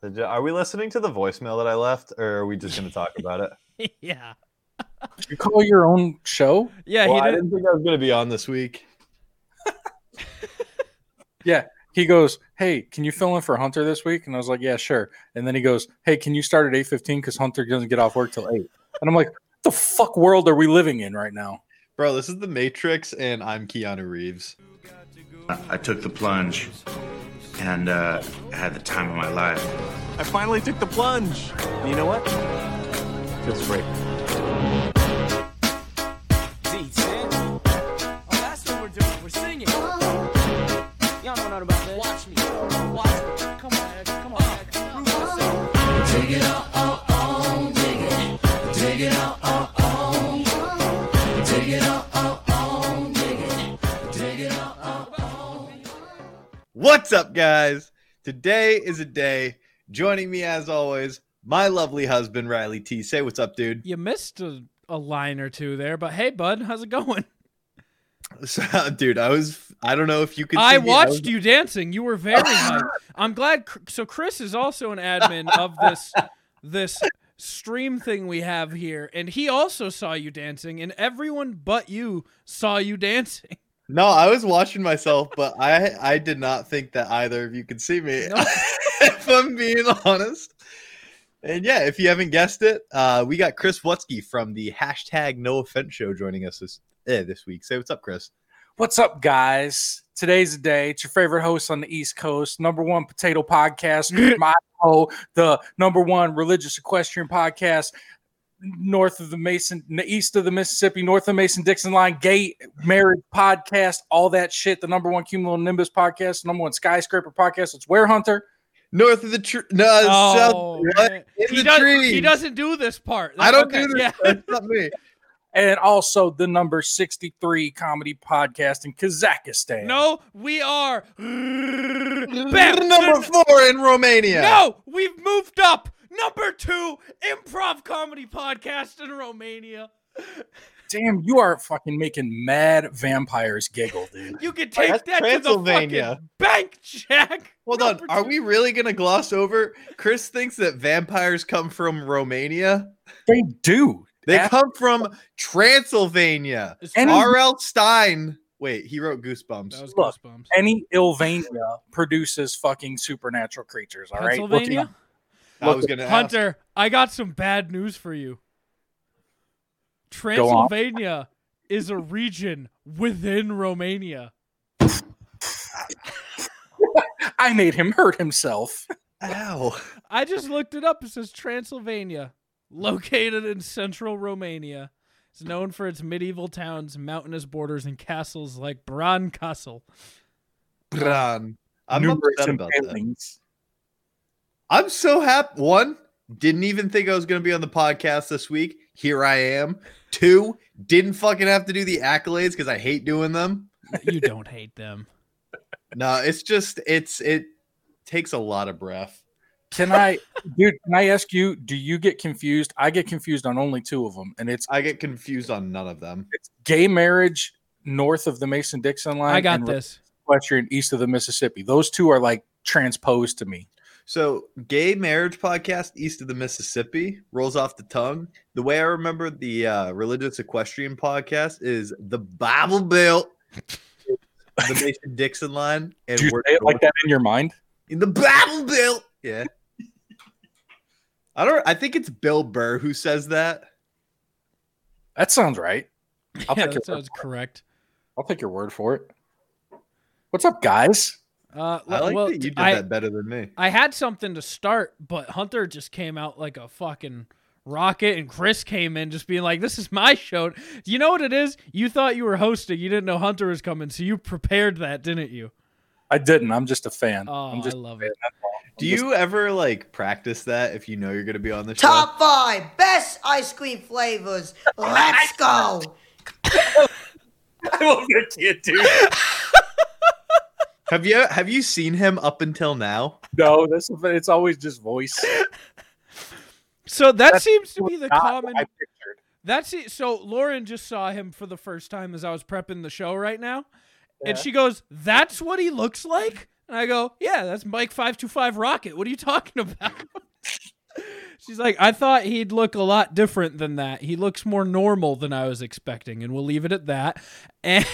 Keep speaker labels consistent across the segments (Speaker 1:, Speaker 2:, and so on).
Speaker 1: Did you- Are we listening to the voicemail that I left, or are we just going to talk about it?
Speaker 2: yeah.
Speaker 3: You call your own show?
Speaker 2: Yeah,
Speaker 1: Well,
Speaker 2: he
Speaker 1: I
Speaker 2: did.
Speaker 1: didn't think I was going to be on this week.
Speaker 3: He goes, "Hey, can you fill in for Hunter this week?" And I was like, "Yeah, sure." And then he goes, "Hey, can you start at eight fifteen because Hunter doesn't get off work till 8. And I'm like, "What "The fuck world are we living in right now?"
Speaker 1: Bro, this is the Matrix, and I'm Keanu Reeves.
Speaker 4: I took the plunge and uh, had the time of my life.
Speaker 5: I finally took the plunge. And you know what? Feels great.
Speaker 6: Oh, that's what we're doing. We're singing. Y'all know nothing about this. Watch me. Watch me. Come on, X. Come on, X. Prove yourself.
Speaker 1: What's up, guys? Today is a day. Joining me, as always, my lovely husband, Riley T. Say what's up, dude.
Speaker 2: You missed a, a line or two there, but hey, bud, how's it going?
Speaker 1: So, dude, I was, I don't know if you could.
Speaker 2: I
Speaker 1: see me. was-
Speaker 2: watched you dancing. You were very hyped. I'm glad. Cr- So Chris is also an admin of this this stream thing we have here, and he also saw you dancing, and everyone but you saw you dancing.
Speaker 1: No, I was watching myself, but I I did not think that either of you could see me.
Speaker 2: No.
Speaker 1: if I'm being honest. And yeah, if you haven't guessed it, uh, we got Chris Wutsky from the hashtag No Offense Show joining us this eh, this week. Say what's up, Chris.
Speaker 3: What's up, guys? Today's the day. It's your favorite host on the East Coast, number one potato podcast, my ho, the number one religious equestrian podcast, north of the Mason, n- east of the Mississippi, north of Mason Dixon line, gay marriage podcast, all that shit. The number one cumulonimbus podcast, number one skyscraper podcast. It's Where Hunter.
Speaker 1: North of the tree, no,
Speaker 2: Oh,
Speaker 1: south, Uh, what?
Speaker 2: man.
Speaker 1: in
Speaker 2: he,
Speaker 1: the
Speaker 2: does,
Speaker 1: trees.
Speaker 2: he doesn't do this part.
Speaker 1: I don't
Speaker 2: Okay,
Speaker 1: do this.
Speaker 2: yeah.
Speaker 1: That's not me.
Speaker 3: And also the number 63 comedy podcast in Kazakhstan.
Speaker 2: No, we are.
Speaker 1: We're
Speaker 2: Bam.
Speaker 1: number four in Romania.
Speaker 2: No, we've moved up. Number two improv comedy podcast in Romania.
Speaker 3: Damn, you are fucking making mad vampires giggle, dude.
Speaker 2: You can take
Speaker 1: that's
Speaker 2: that to the
Speaker 1: Transylvania.
Speaker 2: fucking bank, Jack.
Speaker 1: Hold
Speaker 2: Number
Speaker 1: on. Are
Speaker 2: two.
Speaker 1: we really gonna gloss over? Chris thinks that vampires come from Romania.
Speaker 3: They do.
Speaker 1: They
Speaker 3: Ask-
Speaker 1: come from Transylvania.
Speaker 2: It's-
Speaker 3: And-
Speaker 1: R.L. Stein. Wait, he wrote Goosebumps.
Speaker 2: that was
Speaker 3: Look,
Speaker 2: goosebumps.
Speaker 3: Any Ilvania produces fucking supernatural creatures. All right. Looking
Speaker 2: Pennsylvania,
Speaker 3: up-
Speaker 1: I was gonna ask.
Speaker 2: Hunter. I got some bad news for you.
Speaker 3: on.
Speaker 2: Transylvania is a region within Romania.
Speaker 3: I made him hurt himself.
Speaker 1: Ow.
Speaker 2: I just looked it up. It says Transylvania, located in central Romania, is known for its medieval towns, mountainous borders, and castles like Bran Castle.
Speaker 1: Bran. I'm
Speaker 3: Numerous
Speaker 1: upset about that.
Speaker 3: impalings.
Speaker 1: I'm so happy. One, didn't even think I was gonna be on the podcast this week. Here I am. Two, didn't fucking have to do the accolades because I hate doing them.
Speaker 2: You don't hate them.
Speaker 1: No, it's just it's it takes a lot of breath.
Speaker 3: Can I, dude? Can I ask you? Do you get confused? I get confused on only two of them, and it's
Speaker 1: I get confused on none of them.
Speaker 3: gay marriage north of the Mason-Dixon line.
Speaker 2: I got
Speaker 3: and
Speaker 2: this.
Speaker 3: Equestrian east of the Mississippi. Those two are like transposed to me.
Speaker 1: So, gay marriage podcast east of the Mississippi rolls off the tongue. The way I remember the uh, religious equestrian podcast is the Bible Belt, the Mason Dixon line, and
Speaker 3: Do you
Speaker 1: we're
Speaker 3: say it like that in your mind?
Speaker 1: in the Bible Belt. Yeah, I don't. I think it's Bill Burr who says that.
Speaker 3: That sounds right. I'll,
Speaker 2: yeah,
Speaker 3: take, your,
Speaker 2: that sounds correct.
Speaker 3: I'll take your word for it. What's up, guys?
Speaker 2: Uh,
Speaker 1: I like
Speaker 2: well,
Speaker 1: that you did
Speaker 2: I,
Speaker 1: that better than me.
Speaker 2: I had something to start, but Hunter just came out like a fucking rocket, and Chris came in just being like, "This is my show." You know what it is? You thought you were hosting. You didn't know Hunter was coming, so you prepared that, didn't you?
Speaker 3: I didn't. I'm just a fan.
Speaker 2: Oh,
Speaker 3: I'm just
Speaker 2: I love it.
Speaker 1: Do you ever like practice that if you know you're going to be on the show?
Speaker 7: Top five best ice cream flavors. Let's go.
Speaker 1: Have you have you seen him up until now?
Speaker 3: No, this is, it's always just voice.
Speaker 2: So that
Speaker 3: That's
Speaker 2: seems to be the
Speaker 3: Not what
Speaker 2: common.
Speaker 3: I pictured.
Speaker 2: That's it. So Lauren just saw him for the first time as I was prepping the show right now, and
Speaker 3: Yeah.
Speaker 2: she goes, "That's what he looks like." And And I go, yeah, that's Mike five two five Rocket. What are you talking about? She's like, I thought he'd look a lot different than that. He looks more normal than I was expecting, and we'll leave it at that. And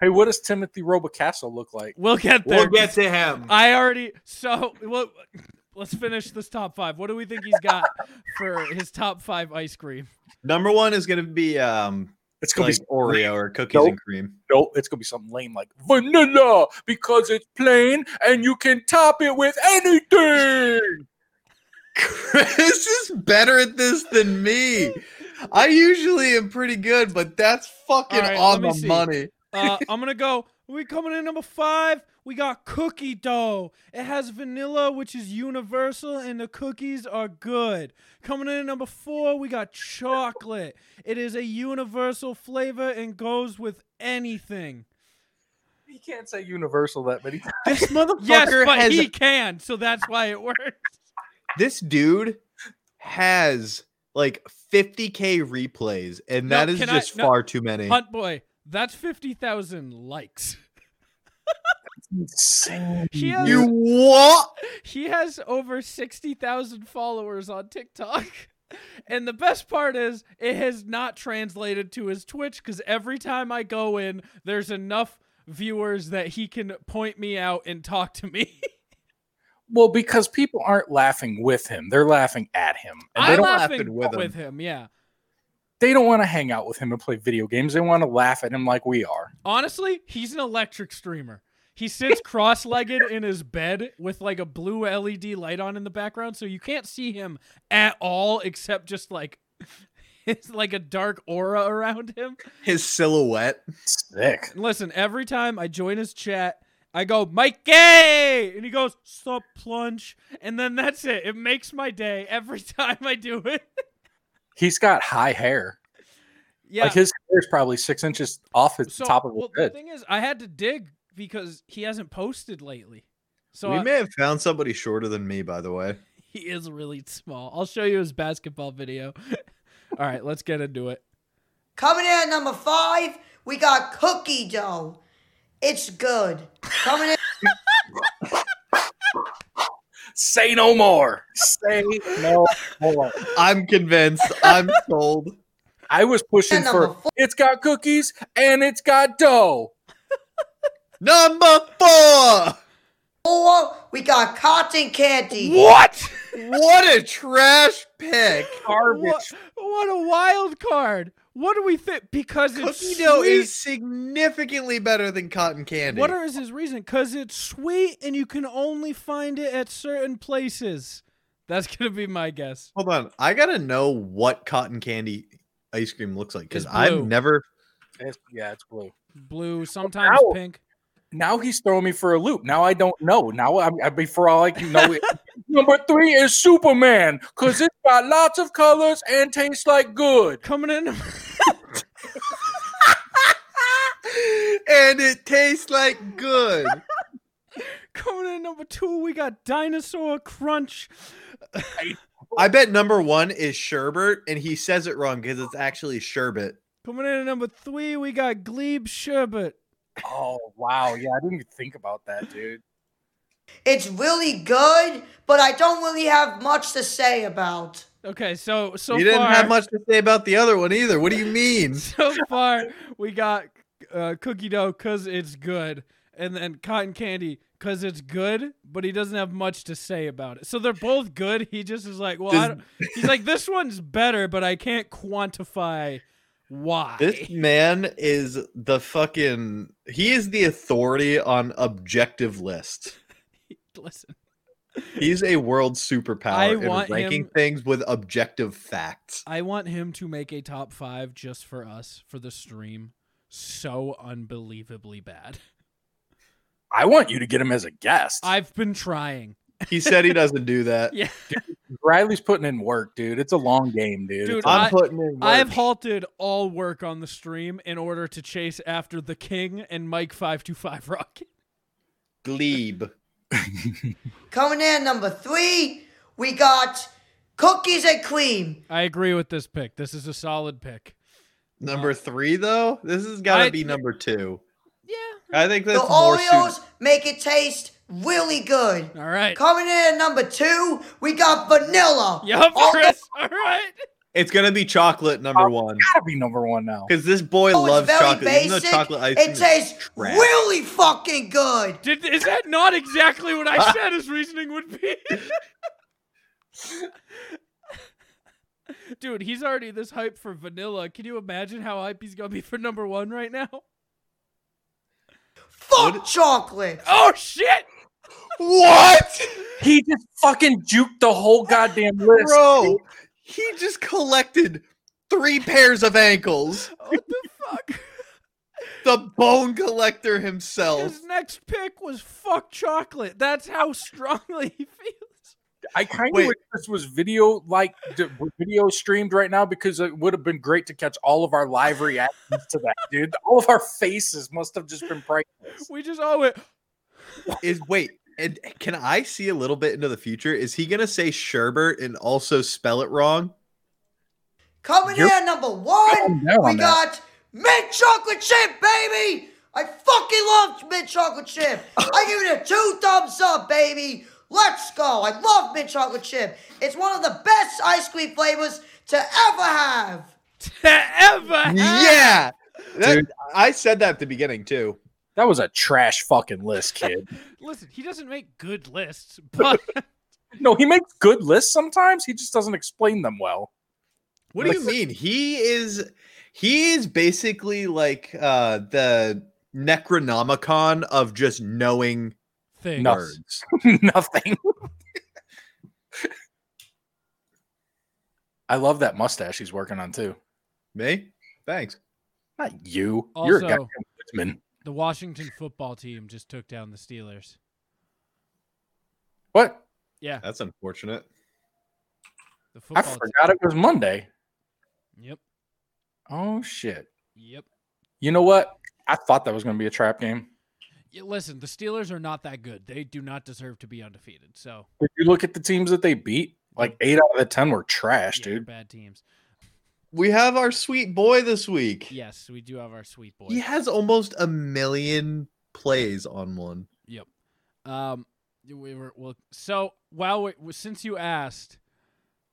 Speaker 3: Hey, what does Timothy Robocastle look like?
Speaker 2: we'll get there.
Speaker 8: We'll get to
Speaker 3: Um.
Speaker 8: him.
Speaker 2: I already so well, let's finish this top five. What do we think he's got for his top five ice cream?
Speaker 1: Number one is gonna be um
Speaker 3: It's gonna
Speaker 1: like
Speaker 3: be
Speaker 1: Oreo or cookies and cream.
Speaker 3: no, it's gonna be something lame like vanilla because it's plain and you can top it with anything.
Speaker 1: Chris is better at this than me. I usually am pretty good, but that's fucking
Speaker 2: All right,
Speaker 1: on
Speaker 2: let
Speaker 1: the
Speaker 2: me see.
Speaker 1: money.
Speaker 2: Uh, I'm gonna go. We coming in number five. We got cookie dough. It has vanilla, which is universal, and the cookies are good. Coming in at number four, we got chocolate. It is a universal flavor and goes with anything.
Speaker 3: You can't say universal that many times.
Speaker 1: This motherfucker
Speaker 2: Yes, but
Speaker 1: has
Speaker 2: he can, so that's why it works.
Speaker 1: this dude has like 50k replays, and
Speaker 2: No,
Speaker 1: that is
Speaker 2: can I-
Speaker 1: just
Speaker 2: no.
Speaker 1: far too many.
Speaker 2: Hunt boy, that's fifty thousand likes.
Speaker 3: Insane.
Speaker 2: He has
Speaker 1: You what?
Speaker 2: he has over 60,000 followers on TikTok. And the best part is it has not translated to his Twitch cuz every time I go in there's enough viewers that he can point me out and talk to me.
Speaker 3: Well, because people aren't laughing with him; they're laughing at him, and they
Speaker 2: I'm
Speaker 3: don't
Speaker 2: laughing
Speaker 1: at with him.
Speaker 2: with him, yeah.
Speaker 3: they don't want to hang out with him and play video games. They want to laugh at him like we are.
Speaker 2: Honestly, he's an electric streamer. He sits cross-legged in his bed with like a blue LED light on in the background, so you can't see him at all except just like it's like a dark aura around him.
Speaker 1: His silhouette.
Speaker 3: Sick.
Speaker 2: Listen, every time I join his chat, I go, Mikey! And he goes, Sup, plunge. And then that's it. It makes my day every time I do it.
Speaker 3: He's got high hair.
Speaker 2: yeah.
Speaker 3: Like his hair is probably six inches off his
Speaker 2: so,
Speaker 3: top of his
Speaker 2: well, the
Speaker 3: head.
Speaker 2: thing is, I had to dig because he hasn't posted lately. So
Speaker 1: we
Speaker 2: I-
Speaker 1: may have found somebody shorter than me, by the way.
Speaker 2: he is really small. I'll show you his basketball video. All right, let's get into it.
Speaker 7: Coming in at number five, we got cookie dough. It's good. Coming in,
Speaker 3: Say no more. Say no more.
Speaker 1: I'm convinced. I'm sold.
Speaker 3: I was pushing
Speaker 7: And
Speaker 3: for
Speaker 7: number four.
Speaker 3: it's got cookies and it's got dough.
Speaker 1: Number four.
Speaker 7: four, we got cotton candy.
Speaker 1: What? What a trash pick.
Speaker 2: What, what a wild card. What do we think? Because it's
Speaker 1: Cookie dough
Speaker 2: sweet.
Speaker 1: is significantly better than cotton candy.
Speaker 2: What is his reason? Because it's sweet and you can only find it at certain places. That's gonna be my guess.
Speaker 1: Hold on. I gotta know what cotton candy ice cream looks like because
Speaker 2: It's
Speaker 1: I've
Speaker 2: blue.
Speaker 1: never
Speaker 3: It's- yeah, it's blue.
Speaker 2: Blue, sometimes
Speaker 3: Ow.
Speaker 2: pink.
Speaker 3: Now he's throwing me for a loop. Now I don't know. Now I, I before all I can know it. Number three is Superman because it's got lots of colors and tastes like good.
Speaker 2: Coming in
Speaker 1: and it tastes like good.
Speaker 2: coming in number two, we got dinosaur crunch.
Speaker 1: I bet number one is sherbet, and he says it wrong because it's actually sherbet.
Speaker 2: Coming in at number three, we got glebe sherbet.
Speaker 3: Oh wow, yeah, I didn't even think about that, dude.
Speaker 7: It's really good, but I don't really have much to say about.
Speaker 2: Okay, so Oh, so
Speaker 1: you didn't
Speaker 2: far,
Speaker 1: have much to say about the other one either. What do you mean?
Speaker 2: so far we got uh, cookie dough cause it's good, and then cotton candy cause it's good, but he doesn't have much to say about it. So they're both good. He just is like, well, I
Speaker 1: Does-
Speaker 2: don't, he's like, this one's better, but I can't quantify why.
Speaker 1: This man is the fucking. He is the authority on objective list.
Speaker 2: Listen,
Speaker 1: He's a world superpower
Speaker 2: I
Speaker 1: in
Speaker 2: want
Speaker 1: ranking
Speaker 2: him-
Speaker 1: things with objective facts.
Speaker 2: I want him to make a top five just for us for the stream. So unbelievably bad.
Speaker 3: I want you to get him as a guest.
Speaker 2: I've been trying.
Speaker 1: He said he doesn't do that.
Speaker 2: Yeah.
Speaker 3: Riley's putting in work, dude. It's a long game, dude.
Speaker 2: Dude,
Speaker 3: It's-
Speaker 1: I'm
Speaker 2: I-
Speaker 1: putting in.
Speaker 2: I have
Speaker 1: work.
Speaker 2: halted all work on the stream in order to chase after the King and Mike five two five Rocket.
Speaker 1: glebe.
Speaker 7: Coming in at number three, we got cookies and cream.
Speaker 2: I agree with this pick. This is a solid pick.
Speaker 1: Number three, though, this has got
Speaker 2: Uh, I-
Speaker 1: to be number two.
Speaker 2: Yeah,
Speaker 1: I think
Speaker 7: The
Speaker 1: that's more
Speaker 7: Oreos
Speaker 1: suited.
Speaker 7: make it taste really good.
Speaker 2: All right.
Speaker 7: Coming in at number two, we got vanilla.
Speaker 2: Yup,
Speaker 7: All the-
Speaker 2: Chris. All right.
Speaker 1: It's gonna be chocolate number one
Speaker 3: Oh, Gotta be number one now.
Speaker 1: because this boy
Speaker 7: Oh,
Speaker 1: loves
Speaker 7: it's very
Speaker 1: chocolate. Even though
Speaker 7: basic.
Speaker 1: chocolate ice cream
Speaker 7: it
Speaker 1: is
Speaker 7: tastes
Speaker 1: trash.
Speaker 7: really fucking good.
Speaker 2: Did is that not exactly what I said his reasoning would be? Dude, he's already this hype for vanilla. Can you imagine how hype he's gonna be for number one right now?
Speaker 7: Fuck chocolate.
Speaker 2: Oh shit!
Speaker 1: What,
Speaker 3: He just fucking juked the whole goddamn list.
Speaker 1: bro? He just collected three pairs of ankles.
Speaker 2: What the fuck?
Speaker 1: The bone collector himself.
Speaker 2: His next pick was fuck chocolate. That's how strongly he feels.
Speaker 3: I kind of
Speaker 1: Wait.
Speaker 3: wish this was video like d- video streamed right now because it would have been great to catch all of our live reactions to that, dude. All of our faces must have just been priceless.
Speaker 2: We just all went.
Speaker 1: Is wait. And can I see a little bit into the future? Is he gonna say sherbert and also spell it wrong?
Speaker 7: Coming in
Speaker 3: You're-
Speaker 7: at number
Speaker 3: I'm
Speaker 7: one,
Speaker 3: down
Speaker 7: we
Speaker 3: on that.
Speaker 7: got mint chocolate chip, baby. I fucking love mint chocolate chip. I give it a two thumbs up, baby. Let's go. I love mint chocolate chip. It's one of the best ice cream flavors to ever have.
Speaker 2: to ever. have-
Speaker 1: Yeah, That- I said that at the beginning too.
Speaker 3: That was a trash fucking list, kid.
Speaker 2: Listen, he doesn't make good lists, but
Speaker 3: no, he makes good lists sometimes. He just doesn't explain them well.
Speaker 1: What do you mean? He is he is basically like uh the Necronomicon of just knowing
Speaker 2: things.
Speaker 3: No.
Speaker 1: words.
Speaker 3: Nothing. I love that mustache he's working on too.
Speaker 1: Me? Thanks.
Speaker 3: Not you. You're a
Speaker 2: Also-
Speaker 3: goddamn woodsman.
Speaker 2: The Washington football team just took down the Steelers.
Speaker 3: What?
Speaker 2: Yeah,
Speaker 1: That's unfortunate.
Speaker 2: the
Speaker 3: I
Speaker 2: football.
Speaker 3: forgot it was Monday.
Speaker 2: Team. Yep,
Speaker 3: Oh shit.
Speaker 2: yep.
Speaker 3: You know what? I thought that was going to be a trap game.
Speaker 2: Y- Listen, the Steelers are not that good. They do not deserve to be undefeated. So,
Speaker 3: If you look at the teams that they beat, like eight out of the ten were trash,
Speaker 2: yeah, they're
Speaker 3: dude.
Speaker 2: bad teams.
Speaker 1: We have our sweet boy this week.
Speaker 2: Yes, we do have our sweet boy.
Speaker 1: He has almost a million plays on one.
Speaker 2: Yep. Um, we were well. So while we w- since you asked,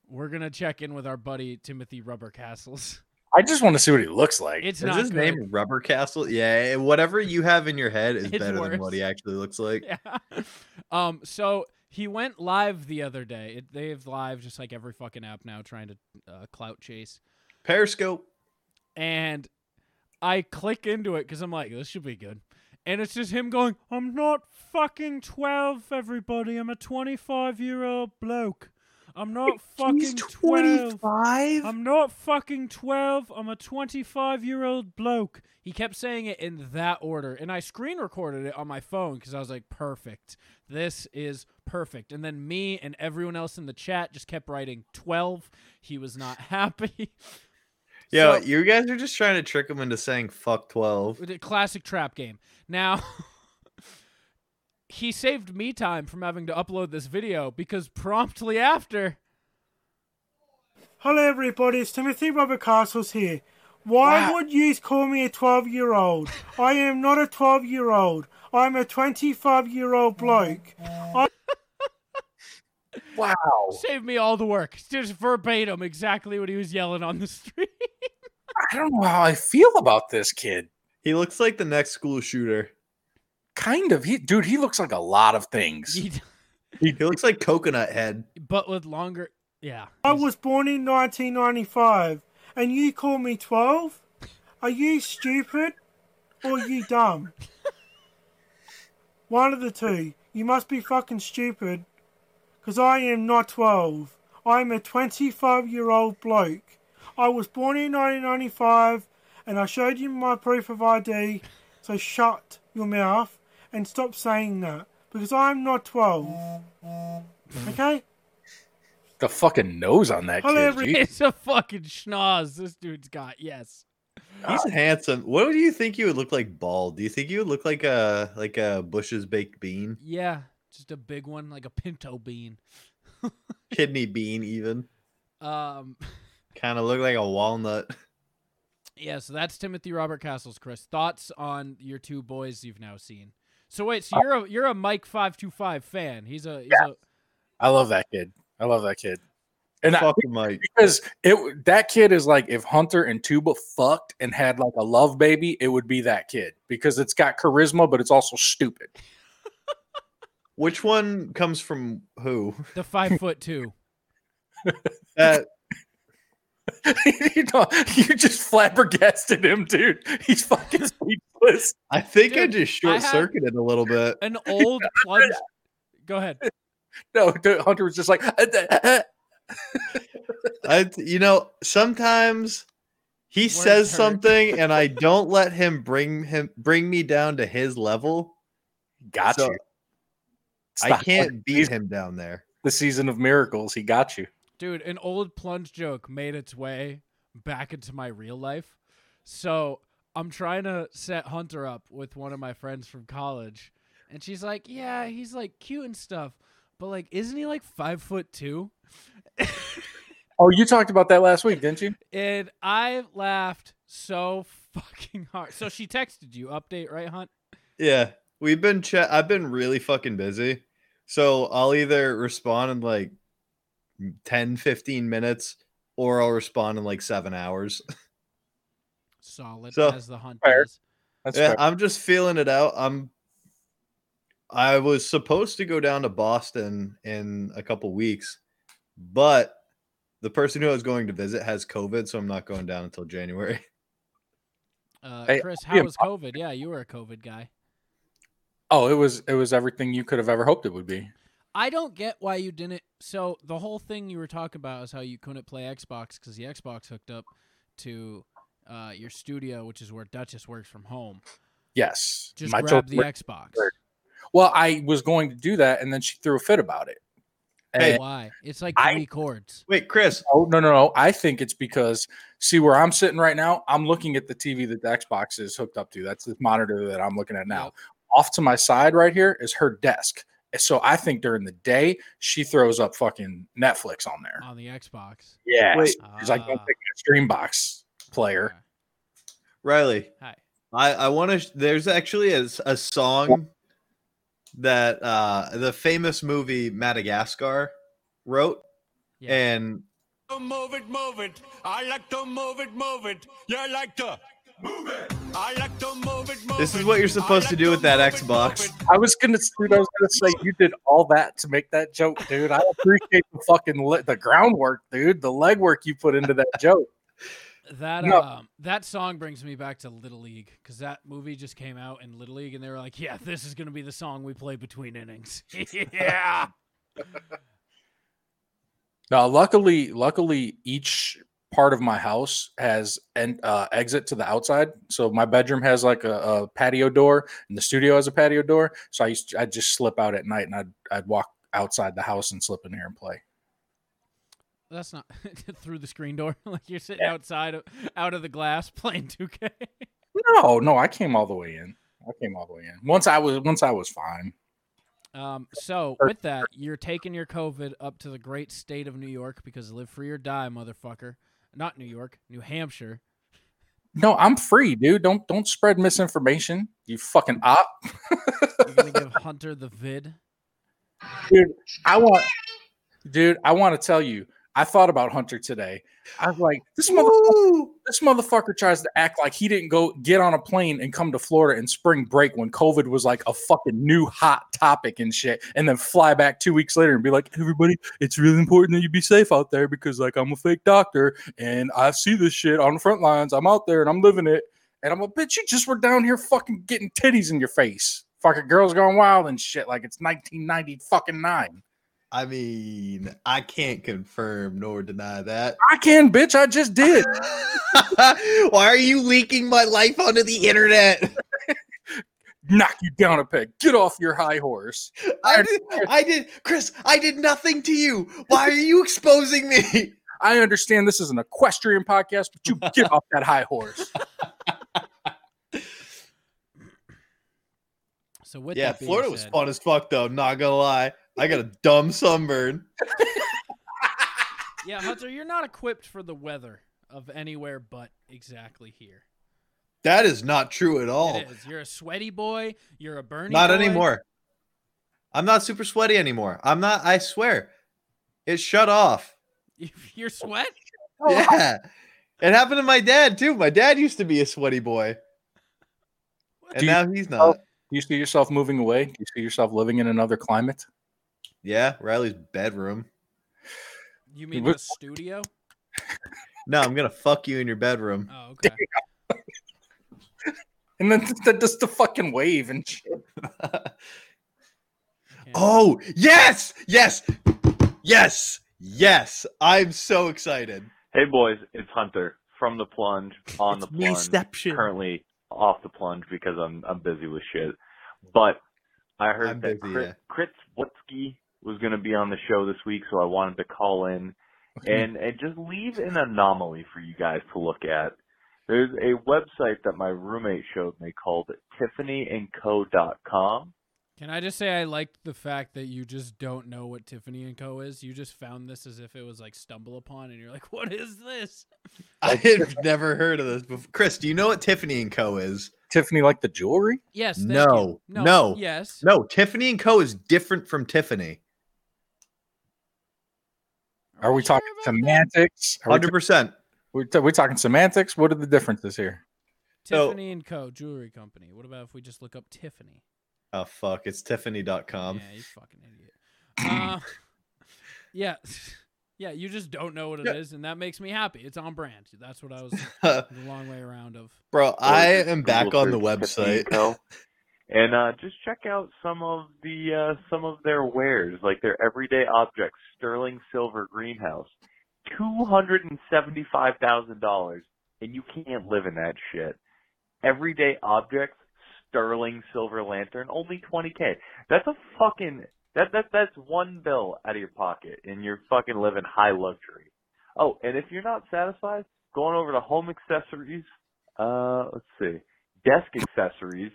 Speaker 2: we're gonna check in with our buddy Timothy Rubber Castles.
Speaker 3: I just want to see what he looks like.
Speaker 2: It's
Speaker 1: is
Speaker 2: not
Speaker 1: his
Speaker 2: good.
Speaker 1: name Rubber Castle? Yeah, whatever you have in your head is
Speaker 2: It's
Speaker 1: better than what
Speaker 2: worse.
Speaker 1: he actually looks like.
Speaker 2: yeah. Um. So he went live the other day. It, they have live just like every fucking app now, trying to uh, clout chase.
Speaker 1: Periscope.
Speaker 2: and I click into it because I'm like, this should be good. And it's just him going, I'm not fucking 12, everybody. I'm a 25 year old bloke. I'm not fucking 12. I'm not fucking 12. I'm a 25 year old bloke. He kept saying it in that order. And I screen recorded it on my phone because I was like, perfect. This is perfect. And then me and everyone else in the chat just kept writing 12. He was not happy.
Speaker 1: Yeah,
Speaker 2: So-
Speaker 1: you guys are just trying to trick him into saying fuck 12.
Speaker 2: The classic trap game. Now, he saved me time from having to upload this video because promptly after,
Speaker 8: Hello, everybody. It's Timothy Robert Castles here. Why
Speaker 3: Wow.
Speaker 8: would you call me a 12 year old? I am not a 12 year old. I'm a 25 year old bloke.
Speaker 3: wow.
Speaker 2: saved me all the work. It's Just verbatim, exactly what he was yelling on the street.
Speaker 3: I don't know how I feel about this kid.
Speaker 1: He looks like the next school shooter.
Speaker 3: Kind of. He, dude, he looks like a lot of things.
Speaker 2: He d-
Speaker 1: He looks like Coconut Head.
Speaker 2: but with longer. Yeah.
Speaker 8: I was born in 1995, and you call me 12? Are you stupid or are you dumb? One of the two. You must be fucking stupid, because I am not 12. I'm a 25 year old bloke. I was born in 1995, and I showed you my proof of ID, so shut your mouth and stop saying that, because I'm not 12. Okay?
Speaker 3: The fucking nose on that
Speaker 8: Hello,
Speaker 3: kid.
Speaker 8: every-
Speaker 3: Jesus.
Speaker 2: It's a fucking schnoz this dude's got. Yes.
Speaker 1: He's handsome. What do you think you would look like bald? Do you think you would look like a like a Bush's baked bean,
Speaker 2: Yeah. Just a big one, like a pinto bean.
Speaker 1: kidney bean, even
Speaker 2: Um,
Speaker 1: kind of look like a walnut?
Speaker 2: Yeah, so that's Timothy Robert Castles, Chris. Thoughts on your two boys you've now seen? So wait, so you're a you're a Mike five two five fan. He's a he's a
Speaker 3: I love that kid. I love that kid. And I,
Speaker 1: Fuck Mike.
Speaker 3: because it that kid is like if Hunter and Tuba fucked and had like a love baby, it would be that kid because it's got charisma, but it's also stupid.
Speaker 1: Which one comes from who?
Speaker 2: the five foot two.
Speaker 1: That
Speaker 3: you know, you just flabbergasted him, dude. He's fucking speechless.
Speaker 1: I think I
Speaker 2: Dude,
Speaker 1: just
Speaker 2: I have-
Speaker 1: short circuited a little bit.
Speaker 2: An old plunge. Go ahead.
Speaker 3: No, dude, Hunter was just like, "Uh,
Speaker 1: I, you know, sometimes he
Speaker 2: Words
Speaker 1: says
Speaker 2: hurt.
Speaker 1: something, and I don't let him bring him bring me down to his level.
Speaker 3: got
Speaker 1: So
Speaker 3: you. It's
Speaker 1: I
Speaker 3: the-
Speaker 1: can't beat
Speaker 3: he's-
Speaker 1: him down there.
Speaker 3: The season of miracles, he got you.
Speaker 2: Dude, an old plunge joke made its way back into my real life. So I'm trying to set Hunter up with one of my friends from college. And she's like, Yeah, he's like cute and stuff. But like, isn't he like five foot two?
Speaker 3: Oh, you talked about that last week, didn't you?
Speaker 2: And I laughed so fucking hard. So she texted you, update, right, Hunt?
Speaker 1: Yeah, we've been chat. I've been really fucking busy, so I'll either respond in like 10, 15 minutes, or I'll respond in like seven hours.
Speaker 2: Solid
Speaker 1: So-
Speaker 2: as the hunt
Speaker 3: Fair.
Speaker 2: is.
Speaker 3: That's
Speaker 1: Yeah,
Speaker 3: fair.
Speaker 1: I'm just feeling it out. I'm. I was supposed to go down to Boston in a couple weeks, but the person who I was going to visit has COVID, so I'm not going down until January.
Speaker 2: Uh,
Speaker 3: Hey,
Speaker 2: Chris,
Speaker 3: I'll be
Speaker 2: how
Speaker 3: a
Speaker 2: was COVID? Yeah, you were a COVID guy.
Speaker 3: Oh, it was it was everything you could have ever hoped it would be.
Speaker 2: I don't get why you didn't. So the whole thing you were talking about is how you couldn't play Xbox because the Xbox hooked up to uh, your studio, which is where Duchess works from home.
Speaker 3: Yes.
Speaker 2: Just
Speaker 3: My
Speaker 2: grab
Speaker 3: joke-
Speaker 2: the Xbox.
Speaker 3: worked. well, I was going to do that, and then she threw a fit about it.
Speaker 1: Hey.
Speaker 2: Why? It's like
Speaker 3: I-
Speaker 2: three chords.
Speaker 1: Wait, Chris,
Speaker 3: Oh no, no, no! I think it's because see where I'm sitting right now. I'm looking at the TV that the Xbox is hooked up to. That's the monitor that I'm looking at now.
Speaker 2: Yep.
Speaker 3: Off to my side right here is her desk. So I think during the day she throws up fucking Netflix on there.
Speaker 2: on the Xbox.
Speaker 3: Yeah,
Speaker 1: Wait.
Speaker 3: she's like, "Don't
Speaker 2: Ah,
Speaker 3: pick a stream box player."
Speaker 2: okay.
Speaker 1: Riley,
Speaker 2: Hi.
Speaker 1: I I want to. Sh- there's actually a, s- a song that uh the famous movie Madagascar wrote,
Speaker 2: Yeah.
Speaker 1: and
Speaker 5: Move it, move it. I like to move it, move it. Yeah, I like to move it. I like to move it, move
Speaker 1: this is
Speaker 5: it.
Speaker 1: what you're
Speaker 5: I
Speaker 1: supposed to
Speaker 5: like
Speaker 1: do with that
Speaker 5: move it, move
Speaker 1: Xbox.
Speaker 5: it.
Speaker 3: I was gonna, dude, I was gonna say you did all that to make that joke, dude. I appreciate the fucking le- the groundwork, dude, the legwork you put into that joke.
Speaker 2: That
Speaker 3: No.
Speaker 2: um, that song brings me back to Little League because that movie just came out in Little League, and they were like, "Yeah, this is gonna be the song we play between innings." yeah.
Speaker 3: Now, luckily, luckily, each part of my house has an uh, exit to the outside. So my bedroom has like a, a patio door, and the studio has a patio door. So I used to, I'd just slip out at night, and I'd I'd walk outside the house and slip in here and play.
Speaker 2: That's not through the screen door. like you're sitting outside, of, out of the glass, playing 2K.
Speaker 3: No, Oh, no, I came all the way in. I came all the way in. Once I was once I was fine.
Speaker 2: Um, so
Speaker 3: Or-
Speaker 2: with that, you're taking your COVID up to the great state of New York because live free or die, motherfucker. Not New York, New Hampshire.
Speaker 3: No, I'm free, dude. Don't don't spread misinformation. You fucking op.
Speaker 2: You're gonna give Hunter the vid.
Speaker 3: I want, dude. I want to tell you. I thought about Hunter today. I was like, this motherfucker, this motherfucker tries to act like he didn't go get on a plane and come to Florida in spring break when COVID was like a fucking new hot topic and shit, and then fly back two weeks later and be like, everybody, it's really important that you be safe out there because like I'm a fake doctor and I see this shit on the front lines. I'm out there and I'm living it. And I'm a bitch. You just were down here fucking getting titties in your face. Fucking girls going wild and shit like it's 1990 fucking nine.
Speaker 1: I mean, I can't confirm nor deny that.
Speaker 3: I can, bitch. I just did.
Speaker 1: Why are you leaking my life onto the internet?
Speaker 3: Knock you down a peg. Get off your high horse.
Speaker 1: I did, I did, Chris. I did nothing to you. Why are you exposing me?
Speaker 3: I understand this is an equestrian podcast, but you get off that high horse.
Speaker 2: So with
Speaker 1: yeah,
Speaker 2: that being
Speaker 1: Florida was
Speaker 2: said-
Speaker 1: fun as fuck though. Not gonna lie, I got a dumb sunburn.
Speaker 2: Yeah, Hunter, you're not equipped for the weather. of anywhere but exactly here.
Speaker 1: That is not true at all.
Speaker 2: It is. You're a sweaty boy. You're a Bernie.
Speaker 1: Not
Speaker 2: boy.
Speaker 1: anymore. I'm not super sweaty anymore. I'm not. I swear, it shut off.
Speaker 2: You're sweat.
Speaker 3: Oh.
Speaker 1: Yeah, it happened to my dad too. My dad used to be a sweaty boy, and
Speaker 3: Do you-
Speaker 1: now he's not.
Speaker 3: Do you see yourself moving away? Do you see yourself living in another climate?
Speaker 1: Yeah, Riley's bedroom.
Speaker 2: You mean
Speaker 3: What-
Speaker 2: the studio?
Speaker 1: No, I'm gonna fuck you in your bedroom.
Speaker 2: Oh, okay.
Speaker 3: And then th- th- just the fucking wave and shit.
Speaker 2: Yeah.
Speaker 1: Oh yes, yes, yes, yes! I'm so excited.
Speaker 9: Hey boys, it's Hunter from the plunge on the plunge. Currently off the plunge because I'm I'm busy with shit. But I heard
Speaker 1: I'm
Speaker 9: that
Speaker 1: busy,
Speaker 9: Chris,
Speaker 1: yeah.
Speaker 9: Chris Wutski was going to be on the show this week, so I wanted to call in and and just leave an anomaly for you guys to look at. There's a website that my roommate showed me called tiffanyandco.com.
Speaker 2: Can I just say I like the fact that you just don't know what Tiffany and Co is. You just found this as if it was like stumble upon, and you're like, "What is this?"
Speaker 1: I have never heard of this before. Chris, do you know what Tiffany and Co is?
Speaker 3: Tiffany like the jewelry?
Speaker 2: Yes. thank you.
Speaker 1: No,
Speaker 2: No.
Speaker 1: no.
Speaker 2: Yes.
Speaker 1: No, Tiffany and Co is different from Tiffany.
Speaker 3: Are we
Speaker 2: sure
Speaker 3: talking
Speaker 2: about that?
Speaker 3: semantics? Are we,
Speaker 1: Hundred percent.
Speaker 3: are we talking semantics? What are the differences here?
Speaker 1: So-
Speaker 2: Tiffany and Co. Jewelry Company. What about if we just look up Tiffany?
Speaker 1: Oh fuck, it's Tiffany.com.
Speaker 2: yeah, you fucking idiot. Uh, yeah, yeah. You just don't know what it is,
Speaker 1: Yeah.
Speaker 2: and that makes me happy. It's on brand. That's what I was the long way around of.
Speaker 1: Bro, I
Speaker 9: Or just
Speaker 1: am back
Speaker 9: Google
Speaker 1: on the
Speaker 9: search Tiffany
Speaker 1: website.
Speaker 9: and Co. And uh, just check out some of the uh, some of their wares, like their everyday objects, sterling silver greenhouse, two hundred and seventy five thousand dollars, and you can't live in that shit. Everyday objects, sterling silver lantern, only twenty k. That's a fucking that that that's one bill out of your pocket, and you're fucking living high luxury. Oh, and if you're not satisfied, going over to home accessories. Uh, let's see desk accessories,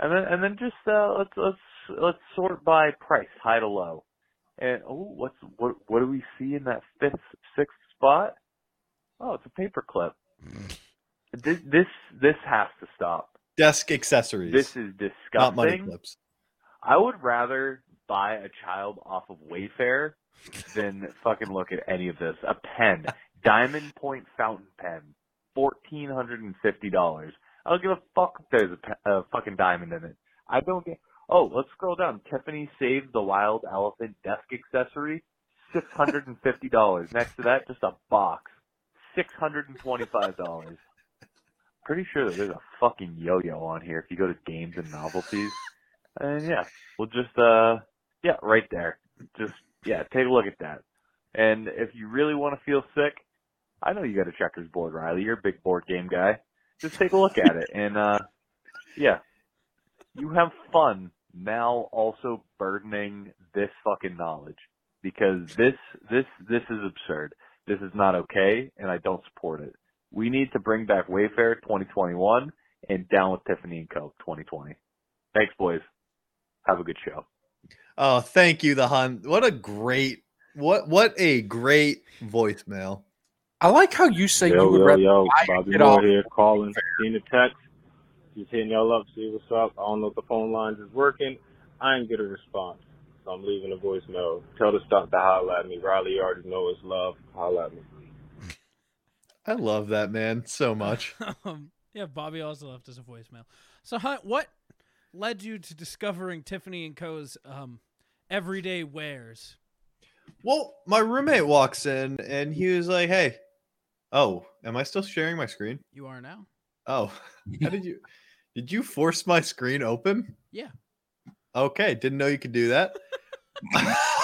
Speaker 9: and then and then just uh, let's let's let's sort by price, high to low. And oh, what's what what do we see in that fifth sixth spot? Oh, it's a paperclip.
Speaker 1: Mm.
Speaker 9: This this this has to stop.
Speaker 1: Desk accessories.
Speaker 9: This is disgusting.
Speaker 1: not money clips.
Speaker 9: I would rather buy a child off of Wayfair than fucking look at any of this. A pen, Diamond Point fountain pen, fourteen hundred and fifty dollars. I don't give a fuck if there's a, pe- a fucking diamond in it. I don't get. Oh, let's scroll down. Tiffany saved the wild elephant desk accessory, six hundred and fifty dollars. Next to that, just a box, six hundred and twenty-five dollars. Pretty sure that there's a fucking yo-yo on here if you go to games and novelties. And yeah, we'll just uh yeah, right there. Just yeah, take a look at that. And if you really want to feel sick, I know you got a checkers board, Riley. You're a big board game guy. Just take a look at it and uh yeah. You have fun now also burdening this fucking knowledge because this this this is absurd. This is not okay and I don't support it. We need to bring back Wayfair 2021 and down with Tiffany and Co 2020. Thanks, boys. Have a good show.
Speaker 1: Oh, thank you, the Hun. What a great what what a great voicemail.
Speaker 3: I like how you say you would rather
Speaker 10: yo,
Speaker 3: buy
Speaker 10: Bobby
Speaker 3: it
Speaker 10: Moore
Speaker 3: off.
Speaker 10: here calling, seeing a text, just hitting y'all up, see what's up. I don't know if the phone lines is working. I didn't get a response, so I'm leaving a voicemail. Tell the stuff to holla at me. Riley you already know it's love. Holla at me.
Speaker 1: I love that man so much.
Speaker 2: um, yeah, Bobby also left us a voicemail. So, Hunt, what led you to discovering Tiffany and Co.'s um, everyday wares?
Speaker 1: Well, my roommate walks in and he was like, Hey, oh, am I still sharing my screen?
Speaker 2: You are now.
Speaker 1: Oh, how did you did you force my screen open?
Speaker 2: Yeah.
Speaker 1: Okay, didn't know you could do that.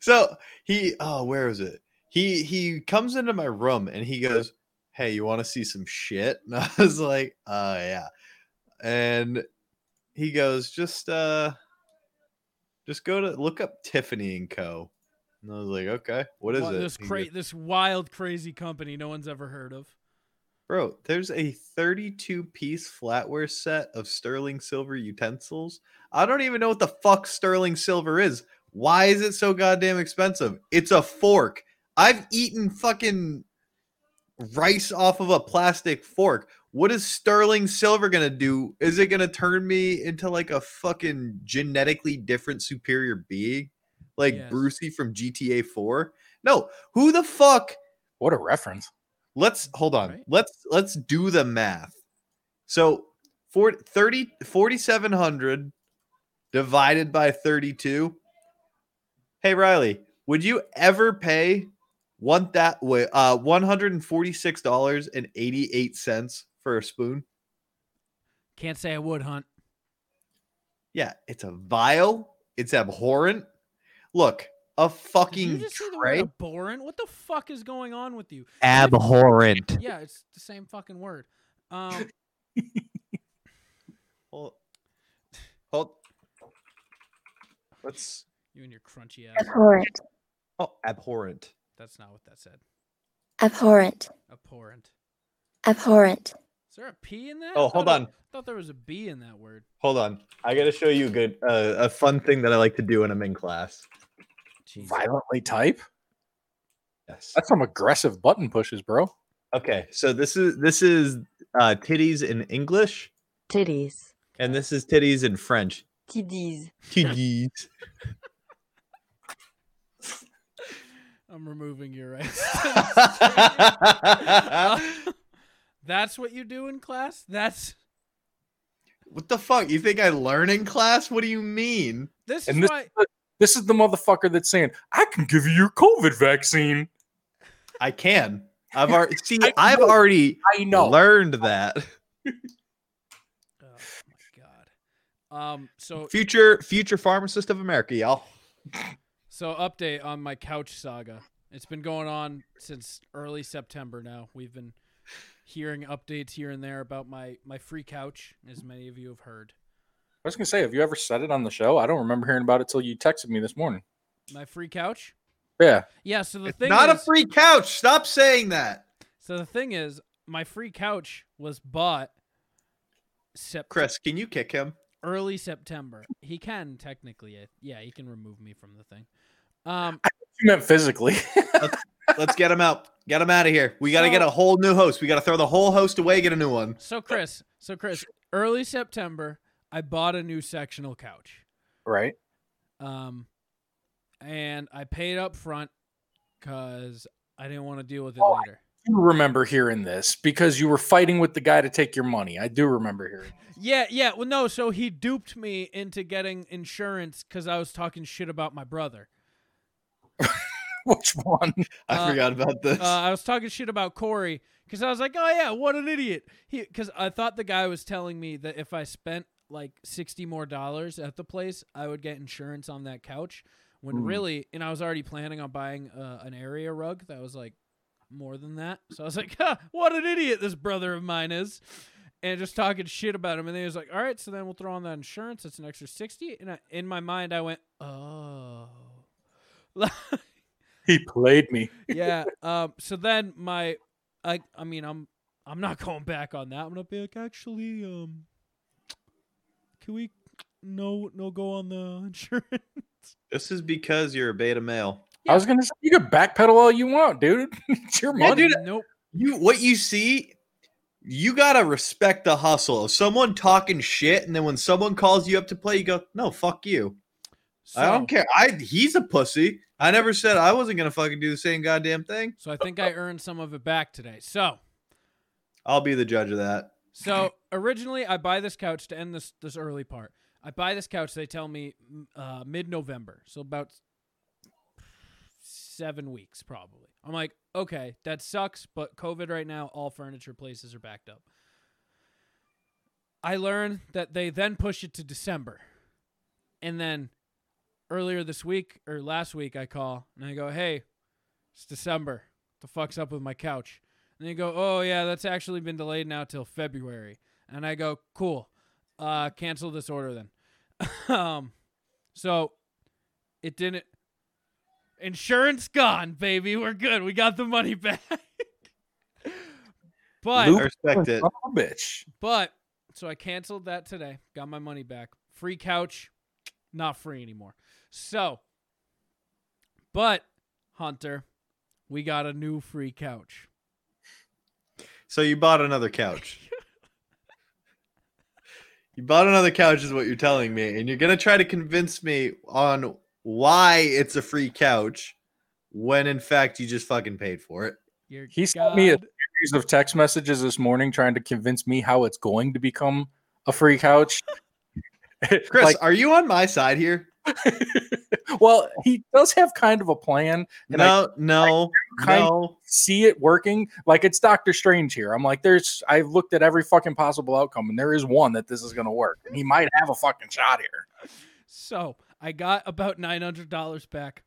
Speaker 1: so he oh, where is it? He he comes into my room and he goes, Hey, you want to see some shit? And I was like, uh yeah. And he goes, just uh just go to look up Tiffany and Co. And I was like, okay, what is
Speaker 2: What-
Speaker 1: it?
Speaker 2: This
Speaker 1: He goes,
Speaker 2: cra- this wild, crazy company no one's ever heard of.
Speaker 1: Bro, there's a 32 piece flatware set of sterling silver utensils. I don't even know what the fuck sterling silver is. Why is it so goddamn expensive? It's a fork. I've eaten fucking rice off of a plastic fork. What is sterling silver gonna do? Is it gonna turn me into like a fucking genetically different superior being, like
Speaker 3: Yes.
Speaker 1: Brucey from GTA Four? No. Who the fuck?
Speaker 3: What a reference.
Speaker 1: Let's hold on. Let's let's do the math. So for 30 4700 divided by 32 Hey Riley, would you ever pay one that way uh one hundred and forty six dollars and eighty eight cents for a spoon?
Speaker 2: Can't say I would, Hunt.
Speaker 1: Yeah, it's a vile. It's abhorrent. Look, a
Speaker 2: You
Speaker 1: fucking
Speaker 2: just see the word
Speaker 1: tray.
Speaker 2: abhorrent. What the fuck is going on with you?
Speaker 1: Abhorrent.
Speaker 2: Yeah, it's the same fucking word. Um,
Speaker 1: Hold, hold. Let's.
Speaker 2: You and your crunchy ass.
Speaker 11: Abhorrent.
Speaker 1: Oh, abhorrent.
Speaker 2: That's not what that said.
Speaker 11: Abhorrent.
Speaker 2: Abhorrent.
Speaker 11: Abhorrent.
Speaker 2: Is there a P in that?
Speaker 1: Oh,
Speaker 2: I
Speaker 1: hold
Speaker 2: thought it-
Speaker 1: on.
Speaker 2: I thought there was a B in that word.
Speaker 1: Hold on. I got to show you a good, uh, a fun thing that I like to do when I'm in class.
Speaker 3: Violently type?
Speaker 1: Yes.
Speaker 3: That's some aggressive button pushes, bro.
Speaker 1: Okay, so this is this is uh, titties in English,
Speaker 12: Titties.
Speaker 1: and this is titties in French.
Speaker 12: Titties.
Speaker 1: Titties.
Speaker 2: I'm removing your rights. That's what you do in class? That's
Speaker 1: what the fuck? You think I learn in class? What do you mean?
Speaker 2: This
Speaker 3: And this, this is the motherfucker that's saying, I can give you your COVID vaccine.
Speaker 1: I can. I've already see. I've already
Speaker 3: I know.
Speaker 1: learned that.
Speaker 2: um so
Speaker 1: Future future pharmacist of America, y'all.
Speaker 2: so update on my couch saga. It's been going on since early September now. We've been hearing updates here and there about my my free couch, as many of you have heard.
Speaker 3: I was going to say, have you ever said it on the show? I don't remember hearing about it till you texted me this morning.
Speaker 2: My free couch?
Speaker 3: Yeah.
Speaker 2: Yeah, so the thing
Speaker 1: Not a
Speaker 2: is-
Speaker 1: free couch. Stop saying that.
Speaker 2: So the thing is, my free couch was bought Sep-
Speaker 1: Chris, can you kick him?
Speaker 2: early September. He can technically, I- yeah, he can remove me from the thing. Um,
Speaker 3: You meant physically.
Speaker 1: Let's get him out. Get him out of here. We got to get a whole new host. We got to throw the whole host away. Get a new one.
Speaker 2: so Chris, so Chris, early September, I bought a new sectional couch.
Speaker 3: right.
Speaker 2: Um, and I paid up front because I didn't want to deal with it later.
Speaker 3: do remember hearing this because you were fighting with the guy to take your money. I do remember hearing.
Speaker 2: Yeah, yeah. Well, no. So he duped me into getting insurance because I was talking shit about my brother.
Speaker 3: Which one?
Speaker 1: I
Speaker 2: Uh,
Speaker 1: forgot about this.
Speaker 2: Uh, I was talking shit about Corey because I was like, oh yeah, what an idiot. He because I thought the guy was telling me that if I spent like sixty more dollars at the place, I would get insurance on that couch. When
Speaker 6: Mm.
Speaker 2: really, and I was already planning on buying uh, an area rug that was like more than that. So I was like, ha, what an idiot this brother of mine is. And just talking shit about him, and then he was like, "All right, so then we'll throw on that insurance. It's an extra 60 And I, in my mind, I went, "Oh,
Speaker 3: He played me.
Speaker 2: yeah. Um. So then my, I I mean I'm I'm not going back on that. I'm gonna be like actually um. Can we no no go on the insurance?
Speaker 1: This is because you're a beta male.
Speaker 3: I was gonna say you can backpedal all you want, dude. it's your
Speaker 1: Yeah,
Speaker 3: money.
Speaker 1: dude,
Speaker 2: nope.
Speaker 1: You what you see, you gotta respect the hustle. If someone talking shit, and then when someone calls you up to play, you go, "No, fuck you." I don't
Speaker 2: So-
Speaker 1: care. I he's a pussy. I never said I wasn't gonna fucking do the same goddamn thing.
Speaker 2: So I think I earned some of it back today. So
Speaker 1: I'll be the judge of that.
Speaker 2: so originally I buy this couch to end this this early part. I buy this couch. They tell me m- uh, mid November, so about seven weeks probably. I'm like, okay, that sucks, but COVID right now, all furniture places are backed up. I learned that they then push it to December. And then earlier this week or last week, I call and I go, hey, it's December. What the fuck's up with my couch? And they go, oh, yeah, that's actually been delayed now till February. And I go, cool. Uh, cancel this order then. um, so it didn't. Insurance gone, baby. We're good. We got the money back. but
Speaker 1: I respect it.
Speaker 3: bitch.
Speaker 2: but so I canceled that today. Got my money back. Free couch, not free anymore. So, but Hunter, we got a new free couch.
Speaker 1: So you bought another couch. you bought another couch, is what you're telling me, and you're gonna try to convince me on why it's a free couch when in fact you just fucking paid for it.
Speaker 2: You're
Speaker 3: He sent me a series of text messages this morning trying to convince me how it's going to become a free couch.
Speaker 1: Chris, are you on my side here?
Speaker 3: well, he does have kind of a plan.
Speaker 1: No, no,
Speaker 3: kind
Speaker 1: no.
Speaker 3: see it working. Like it's Doctor Strange here. I'm like, there's. I've looked at every fucking possible outcome, and there is one that this is going to work. And he might have a fucking shot here.
Speaker 2: So I got about nine hundred dollars back,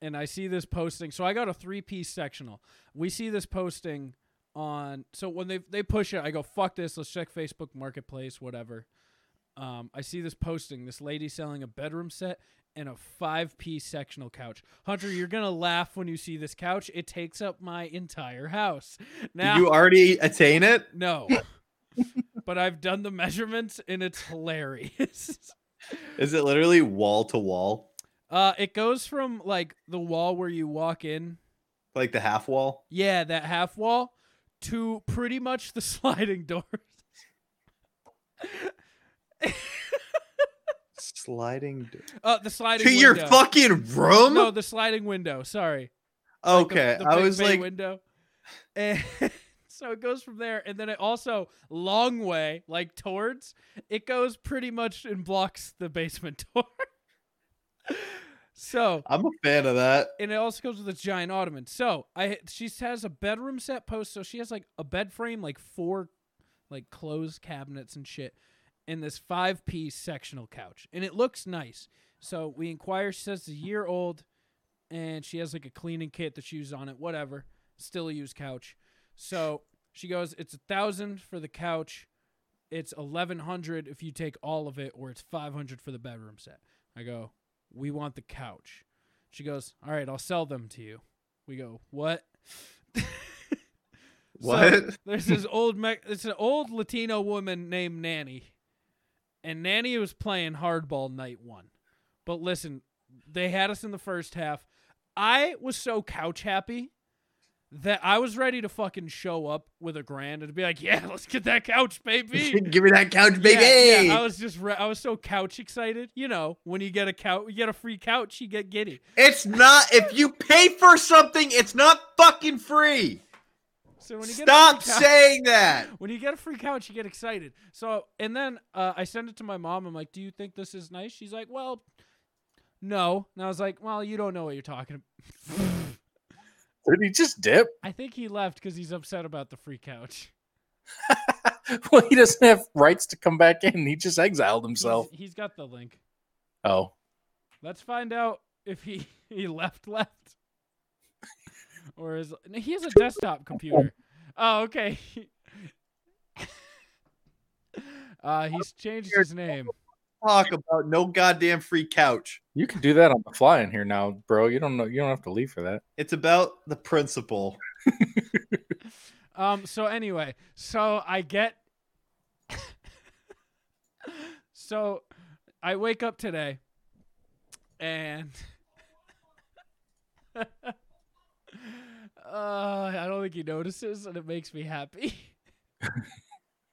Speaker 2: and I see this posting. So I got a three piece sectional. We see this posting on. So when they they push it, I go fuck this. Let's check Facebook Marketplace, whatever. Um, I see this posting. This lady selling a bedroom set and a five piece sectional couch. Hunter, you're gonna laugh when you see this couch. It takes up my entire house. Now
Speaker 1: Did you already attain it?
Speaker 2: No. but I've done the measurements and it's hilarious.
Speaker 1: Is it literally wall to wall,
Speaker 2: Uh, it goes from like the wall where you walk in,
Speaker 1: like the half wall?
Speaker 2: yeah, that half wall, to pretty much the sliding doors.
Speaker 1: Sliding. door.
Speaker 2: Uh, the sliding
Speaker 1: To your
Speaker 2: window.
Speaker 1: fucking room?
Speaker 2: No, the sliding window. Sorry. Like, the-
Speaker 1: Okay,
Speaker 2: the
Speaker 1: I
Speaker 2: big
Speaker 1: was
Speaker 2: bay
Speaker 1: like,
Speaker 2: window. And so it goes from there, and then it also long way, like towards it goes pretty much and blocks the basement door. so
Speaker 1: I'm a fan of that.
Speaker 2: and it also goes with a giant ottoman. So I she has a bedroom set post, so she has like a bed frame, like four like clothes cabinets and shit, and this five piece sectional couch, and it looks nice. So we inquire. She says it's a year old, and she has like a cleaning kit, the shoes on it, whatever. Still a used couch. So she goes, it's a thousand for the couch. It's eleven hundred if you take all of it, or it's five hundred for the bedroom set. I go, we want the couch. She goes, All right, I'll sell them to you. We go, What? So,
Speaker 1: What?
Speaker 2: there's this old me- it's an old Latino woman named Nanny. And Nanny was playing hardball night one. But listen, they had us in the first half. I was so couch happy that I was ready to fucking show up with a grand and be like, yeah, let's get that couch, baby.
Speaker 1: Give me that couch,
Speaker 2: Yeah, Yeah,
Speaker 1: baby.
Speaker 2: I was just re- I was so couch excited. You know, when you get a couch, you get a free couch, you get giddy.
Speaker 1: It's not. If you pay for something, it's not fucking free.
Speaker 2: So when you
Speaker 1: Stop
Speaker 2: get a free couch-
Speaker 1: saying that.
Speaker 2: When you get a free couch, you get excited. So and then uh, I send it to my mom. I'm like, "Do you think this is nice?" She's like, "Well, no." And I was like, "Well, you don't know what you're talking about."
Speaker 3: Did he just dip?
Speaker 2: I think he left because he's upset about the free couch.
Speaker 3: Well, he doesn't have rights to come back in. He just exiled himself.
Speaker 2: He's- he's got the link.
Speaker 3: Oh,
Speaker 2: Let's find out if he he left left or is no, he has a desktop computer. Oh, okay. uh, he's changed his name.
Speaker 1: Talk about no goddamn free couch.
Speaker 3: you can do that on the fly in here now, bro. You don't know. You don't have to leave for that.
Speaker 1: It's about the principle.
Speaker 2: Um. So anyway, so I get. so, I wake up today, and. uh, I don't think he notices, and it makes me happy.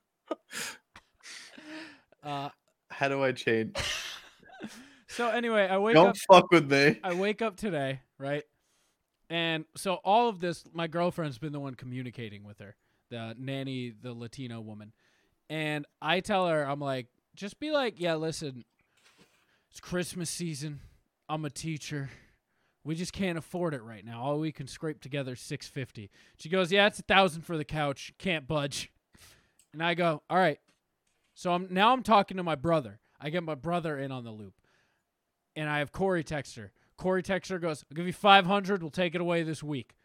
Speaker 2: uh,
Speaker 1: How do I change?
Speaker 2: so anyway, I wake
Speaker 1: Don't
Speaker 2: up.
Speaker 1: fuck with me.
Speaker 2: I wake up today, right? And so all of this, my girlfriend's been the one communicating with her, the nanny, the Latino woman. And I tell her, I'm like, just be like, yeah, listen, it's Christmas season. I'm a teacher. We just can't afford it right now. All we can scrape together is 650. She goes, "Yeah, it's a 1000 for the couch. Can't budge." And I go, "All right." So I'm now I'm talking to my brother. I get my brother in on the loop. And I have Corey text her. Corey text her goes, "I'll give you 500. We'll take it away this week."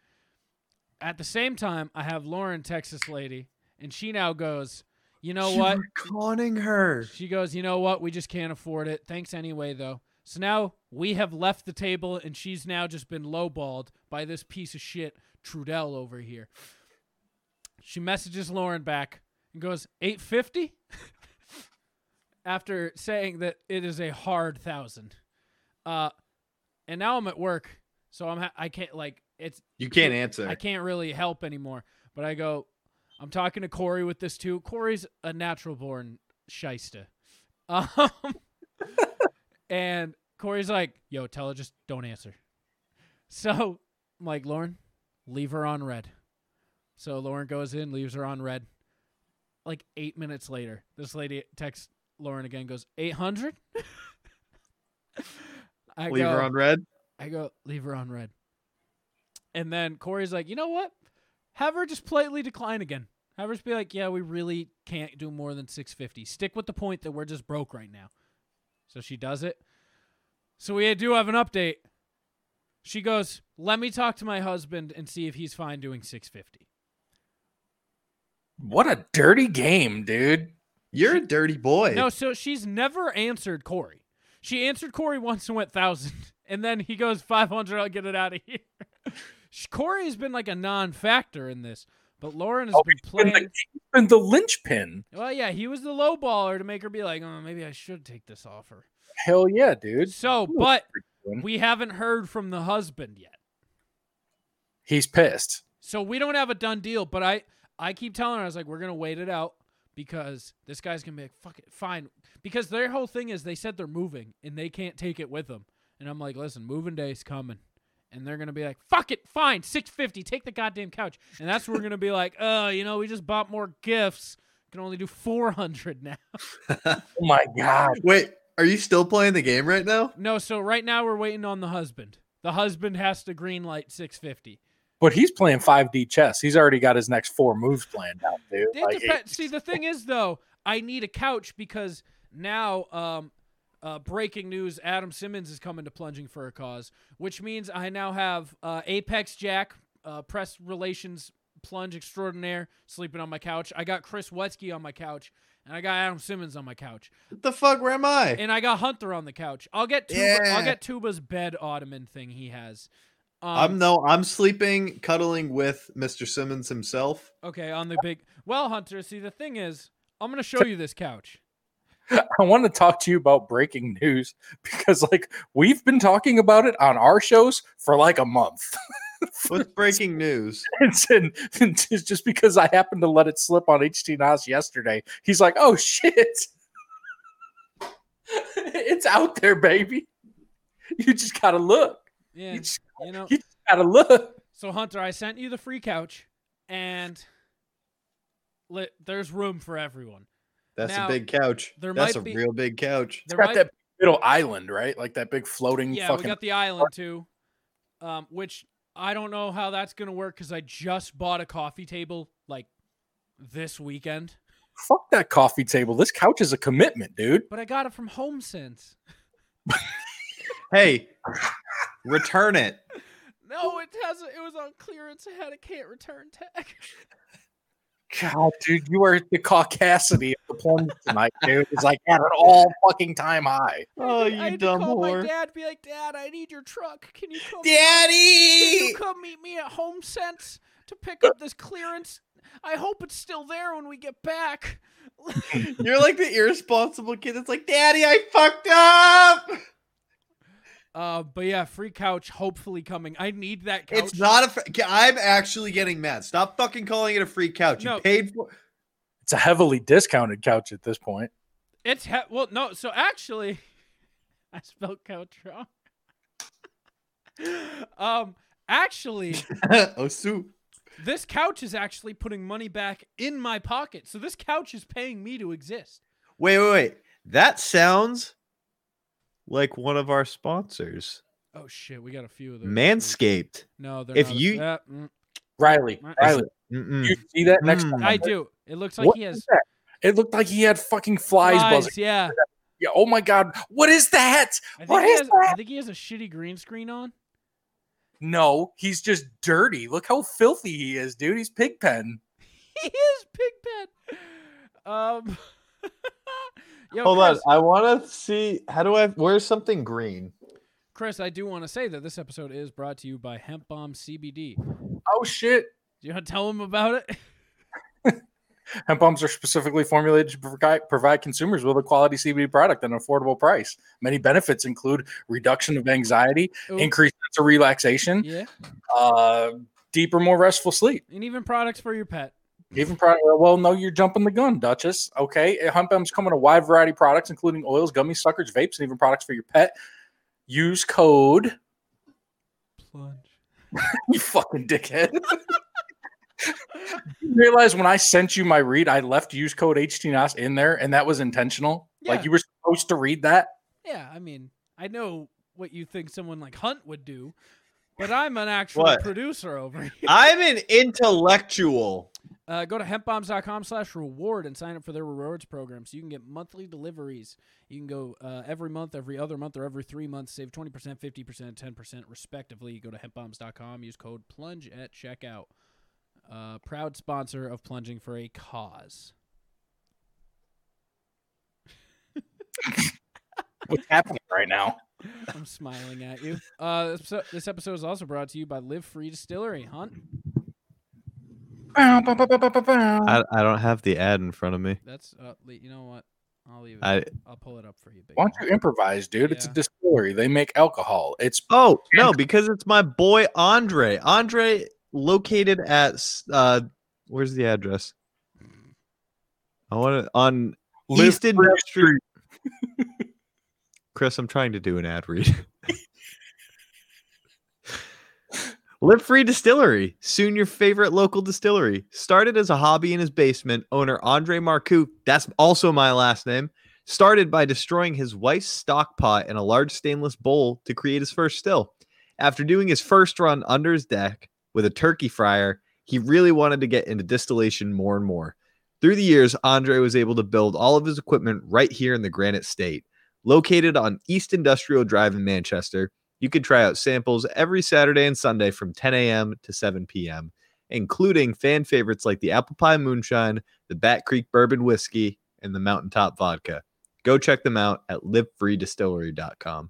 Speaker 2: At the same time, I have Lauren Texas lady, and she now goes, "You know
Speaker 1: You
Speaker 2: what?
Speaker 1: were conning her.
Speaker 2: She goes, you know what? We just can't afford it. Thanks anyway, though. So now we have left the table, and she's now just been lowballed by this piece of shit Trudell over here. She messages Lauren back and goes, 850? After saying that it is a hard thousand. Uh, and now I'm at work, so I'm ha- I can't like it's
Speaker 1: You can't answer.
Speaker 2: I can't really help anymore. But I go, I'm talking to Corey with this too. Corey's a natural born shyster. Um, and Corey's like, yo, tell her just don't answer. So I'm like, Lauren, leave her on red. So Lauren goes in, leaves her on red. Like eight minutes later, this lady texts Lauren again, goes, 800? I
Speaker 1: Leave her
Speaker 2: go-
Speaker 1: on red?
Speaker 2: I go, leave her on red. And then Corey's like, you know what? Have her just politely decline again. Have her just be like, yeah, we really can't do more than 650. Stick with the point that we're just broke right now. So she does it. So we do have an update. She goes, let me talk to my husband and see if he's fine doing 650.
Speaker 3: What a dirty game, dude.
Speaker 1: You're a dirty boy.
Speaker 2: No, so she's never answered Corey. She answered Corey once and went thousand, and then he goes five hundred. I'll get it out of here. Sh- Corey has been like a non-factor in this, but Lauren has been
Speaker 3: And
Speaker 2: playing.
Speaker 3: the, and the linchpin.
Speaker 2: Well, yeah, he was the low baller to make her be like, oh, maybe I should take this offer.
Speaker 3: Hell yeah, dude.
Speaker 2: So,
Speaker 3: Ooh,
Speaker 2: but
Speaker 3: one.
Speaker 2: we haven't heard from the husband yet,
Speaker 3: he's pissed.
Speaker 2: so we don't have a done deal. But I, I keep telling her, I was like, we're gonna wait it out because this guy's gonna be like, fuck it, fine. Because their whole thing is they said they're moving and they can't take it with them. And I'm like, listen, moving day's coming. And they're gonna be like, fuck it, fine, six fifty, take the goddamn couch. And that's where we're gonna be like, oh, you know, we just bought more gifts. Can only do four hundred now.
Speaker 3: Oh my god.
Speaker 1: Wait, are you still playing the game right now?
Speaker 2: No, so right now we're waiting on the husband. The husband has to green light 650.
Speaker 3: But he's playing 5D chess. He's already got his next four moves planned out, dude.
Speaker 2: It
Speaker 3: Like,
Speaker 2: depen- See, the thing is though, I need a couch because now, um, uh, breaking news: Adam Simmons is coming to plunging for a cause, which means I now have uh, Apex Jack, uh, press relations plunge extraordinaire, sleeping on my couch. I got Chris Wetzky on my couch, and I got Adam Simmons on my couch,
Speaker 1: What the fuck? Where am I?
Speaker 2: and I got Hunter on the couch. I'll get Tuba, I'll
Speaker 1: Yeah.
Speaker 2: get Tuba's bed ottoman thing he has. Um,
Speaker 1: I'm no, I'm sleeping, cuddling with Mr. Simmons himself.
Speaker 2: Okay, on the big. Well, Hunter, see, the thing is, I'm going to show you this couch.
Speaker 3: I want to talk to you about breaking news because, like, we've been talking about it on our shows for like a month.
Speaker 1: What's breaking news?
Speaker 3: It's and, and it's just because I happened to let it slip on HT Nas yesterday, he's like, "Oh shit, it's out there, baby. You just gotta look.
Speaker 2: Yeah.
Speaker 3: You just,
Speaker 2: You know,
Speaker 3: you just gotta look."
Speaker 2: so, Hunter, I sent you the free couch, and li- there's room for everyone.
Speaker 1: That's
Speaker 2: Now,
Speaker 1: a big couch.
Speaker 2: there
Speaker 1: That's
Speaker 2: might
Speaker 1: a
Speaker 2: be-
Speaker 1: real big couch.
Speaker 3: It's
Speaker 2: There
Speaker 3: got
Speaker 2: might-
Speaker 3: that middle island, right? Like that big floating
Speaker 2: yeah, we
Speaker 3: fucking.
Speaker 2: got the island too, um, which I don't know how that's going to work because I just bought a coffee table like this weekend,
Speaker 3: fuck that coffee table. This couch is a commitment, dude.
Speaker 2: but I got it from HomeSense.
Speaker 1: Hey, return it.
Speaker 2: No, it has. A, it was on clearance. It had a can't return tag.
Speaker 3: God, dude, you are the caucasity of the plunge tonight, dude. It's like at an all fucking time high.
Speaker 1: Oh,
Speaker 2: I
Speaker 1: you
Speaker 2: had to
Speaker 1: dumb
Speaker 2: call my
Speaker 1: whore.
Speaker 2: dad, be like, Dad, I need your truck. Can you come? Can
Speaker 1: Daddy!
Speaker 2: you come meet me at Home Sense to pick up this clearance? I hope it's still there when we get back.
Speaker 1: You're like the irresponsible kid that's like, Daddy, I fucked up.
Speaker 2: Uh, but yeah, free couch hopefully coming. I need that couch.
Speaker 1: It's not a. fr- I'm actually getting mad. Stop fucking calling it a free couch.
Speaker 2: No.
Speaker 1: You paid for.
Speaker 3: It's a heavily discounted couch at this point.
Speaker 2: It's he- well, no. So actually, I spelled couch wrong. um, actually,
Speaker 1: oh, Sue.
Speaker 2: this couch is actually putting money back in my pocket. So this couch is paying me to exist.
Speaker 1: Wait, wait, wait. That sounds like one of our sponsors,
Speaker 2: Oh shit, we got a few of those.
Speaker 1: Manscaped.
Speaker 2: No, they're
Speaker 1: If
Speaker 2: not.
Speaker 1: you-
Speaker 2: uh, mm,
Speaker 3: Riley,
Speaker 2: Mm.
Speaker 3: Riley,
Speaker 1: Mm-mm.
Speaker 3: you see that next
Speaker 1: Mm.
Speaker 3: time?
Speaker 2: I do. It looks like
Speaker 3: What
Speaker 2: he has
Speaker 3: is that? It looked like he had fucking flies, buzzing.
Speaker 2: flies, Yeah.
Speaker 3: Yeah, oh my god, what is that?
Speaker 2: I think,
Speaker 3: What
Speaker 2: he
Speaker 3: is
Speaker 2: has, I
Speaker 3: that?
Speaker 2: think he has a shitty green screen on.
Speaker 3: No, he's just dirty. Look how filthy he is, dude. He's pigpen.
Speaker 2: he is Pigpen. Um. yo,
Speaker 1: Hold
Speaker 2: Chris,
Speaker 1: on. I want to see. How do I? Where's something green?
Speaker 2: Chris, I do want to say that this episode is brought to you by Hemp Bomb CBD. Do
Speaker 3: Oh shit.
Speaker 2: you want to tell him about it?
Speaker 3: Hemp bombs are specifically formulated to provide, provide consumers with a quality CBD product at an affordable price. Many benefits include reduction of anxiety,
Speaker 2: Ooh,
Speaker 3: increased sense of relaxation,
Speaker 2: Yeah,
Speaker 3: uh, um, deeper, more restful sleep.
Speaker 2: and even products for your pet.
Speaker 3: Even product, well, no, you're jumping the gun, Duchess. Okay, Hump M's come in a wide variety of products, including oils, gummies, suckers, vapes, and even products for your pet. Use code. you fucking dickhead. you realize when I sent you my read, I left use code HTNOS in there, and that was intentional. Like
Speaker 2: Yeah.
Speaker 3: you were supposed to read that.
Speaker 2: Yeah, I mean, I know what you think someone like Hunt would do, but I'm an actual
Speaker 1: What?
Speaker 2: producer over here.
Speaker 1: I'm an intellectual.
Speaker 2: Uh, go to hempbombs.com slash reward and sign up for their rewards program so you can get monthly deliveries. You can go uh, every month, every other month, or every three months. Save 20%, 50%, 10% respectively. go to hempbombs.com. Use code PLUNGE at checkout. Uh, proud sponsor of Plunging for a Cause.
Speaker 3: What's happening right now?
Speaker 2: I'm smiling at you. Uh, so this episode is also brought to you by Live Free Distillery. Hunt,
Speaker 1: I, I don't have the ad in front of me.
Speaker 2: that's uh, le- you know what? I'll leave it.
Speaker 1: I-
Speaker 2: I'll pull it up for you. Big
Speaker 3: Why don't
Speaker 2: dog.
Speaker 3: you improvise, dude? It's a distillery. They make alcohol. It's
Speaker 1: Oh no, because it's my boy Andre. Andre located at s- uh, where's the address? I want to on
Speaker 3: Live
Speaker 1: Easton
Speaker 3: Free
Speaker 1: Street. Chris, I'm trying to do an ad read. Live Free Distillery, soon your favorite local distillery. Started as a hobby in his basement, owner Andre Marcoux, that's also my last name, started by destroying his wife's stock pot in a large stainless bowl to create his first still. After doing his first run under his deck with a turkey fryer, he really wanted to get into distillation more and more. Through the years, Andre was able to build all of his equipment right here in the Granite State. Located on East Industrial Drive in Manchester, you can try out samples every Saturday and Sunday from 10 a.m. to 7 p.m., including fan favorites like the Apple Pie Moonshine, the Bat Creek Bourbon Whiskey, and the Mountaintop Vodka. Go check them out at livefreedistillery.com.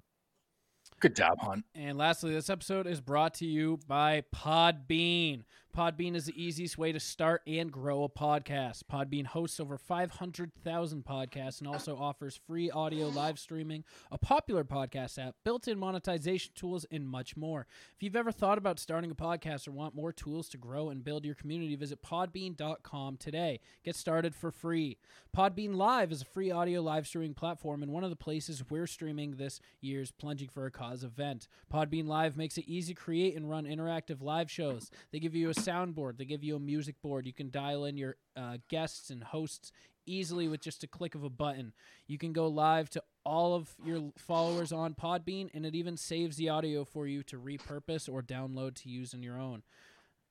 Speaker 3: good job, Hunt.
Speaker 2: And lastly, this episode is brought to you by Podbean. Podbean is the easiest way to start and grow a podcast. Podbean hosts over 500,000 podcasts and also offers free audio live streaming, a popular podcast app, built in monetization tools, and much more. If you've ever thought about starting a podcast or want more tools to grow and build your community, visit podbean.com today. Get started for free. Podbean Live is a free audio live streaming platform and one of the places we're streaming this year's Plunging for a Cause event. Podbean Live makes it easy to create and run interactive live shows. They give you a soundboard, they give you a music board. You can dial in your uh, guests and hosts easily with just a click of a button. You can go live to all of your l- followers on Podbean, and it even saves the audio for you to repurpose or download to use on your own.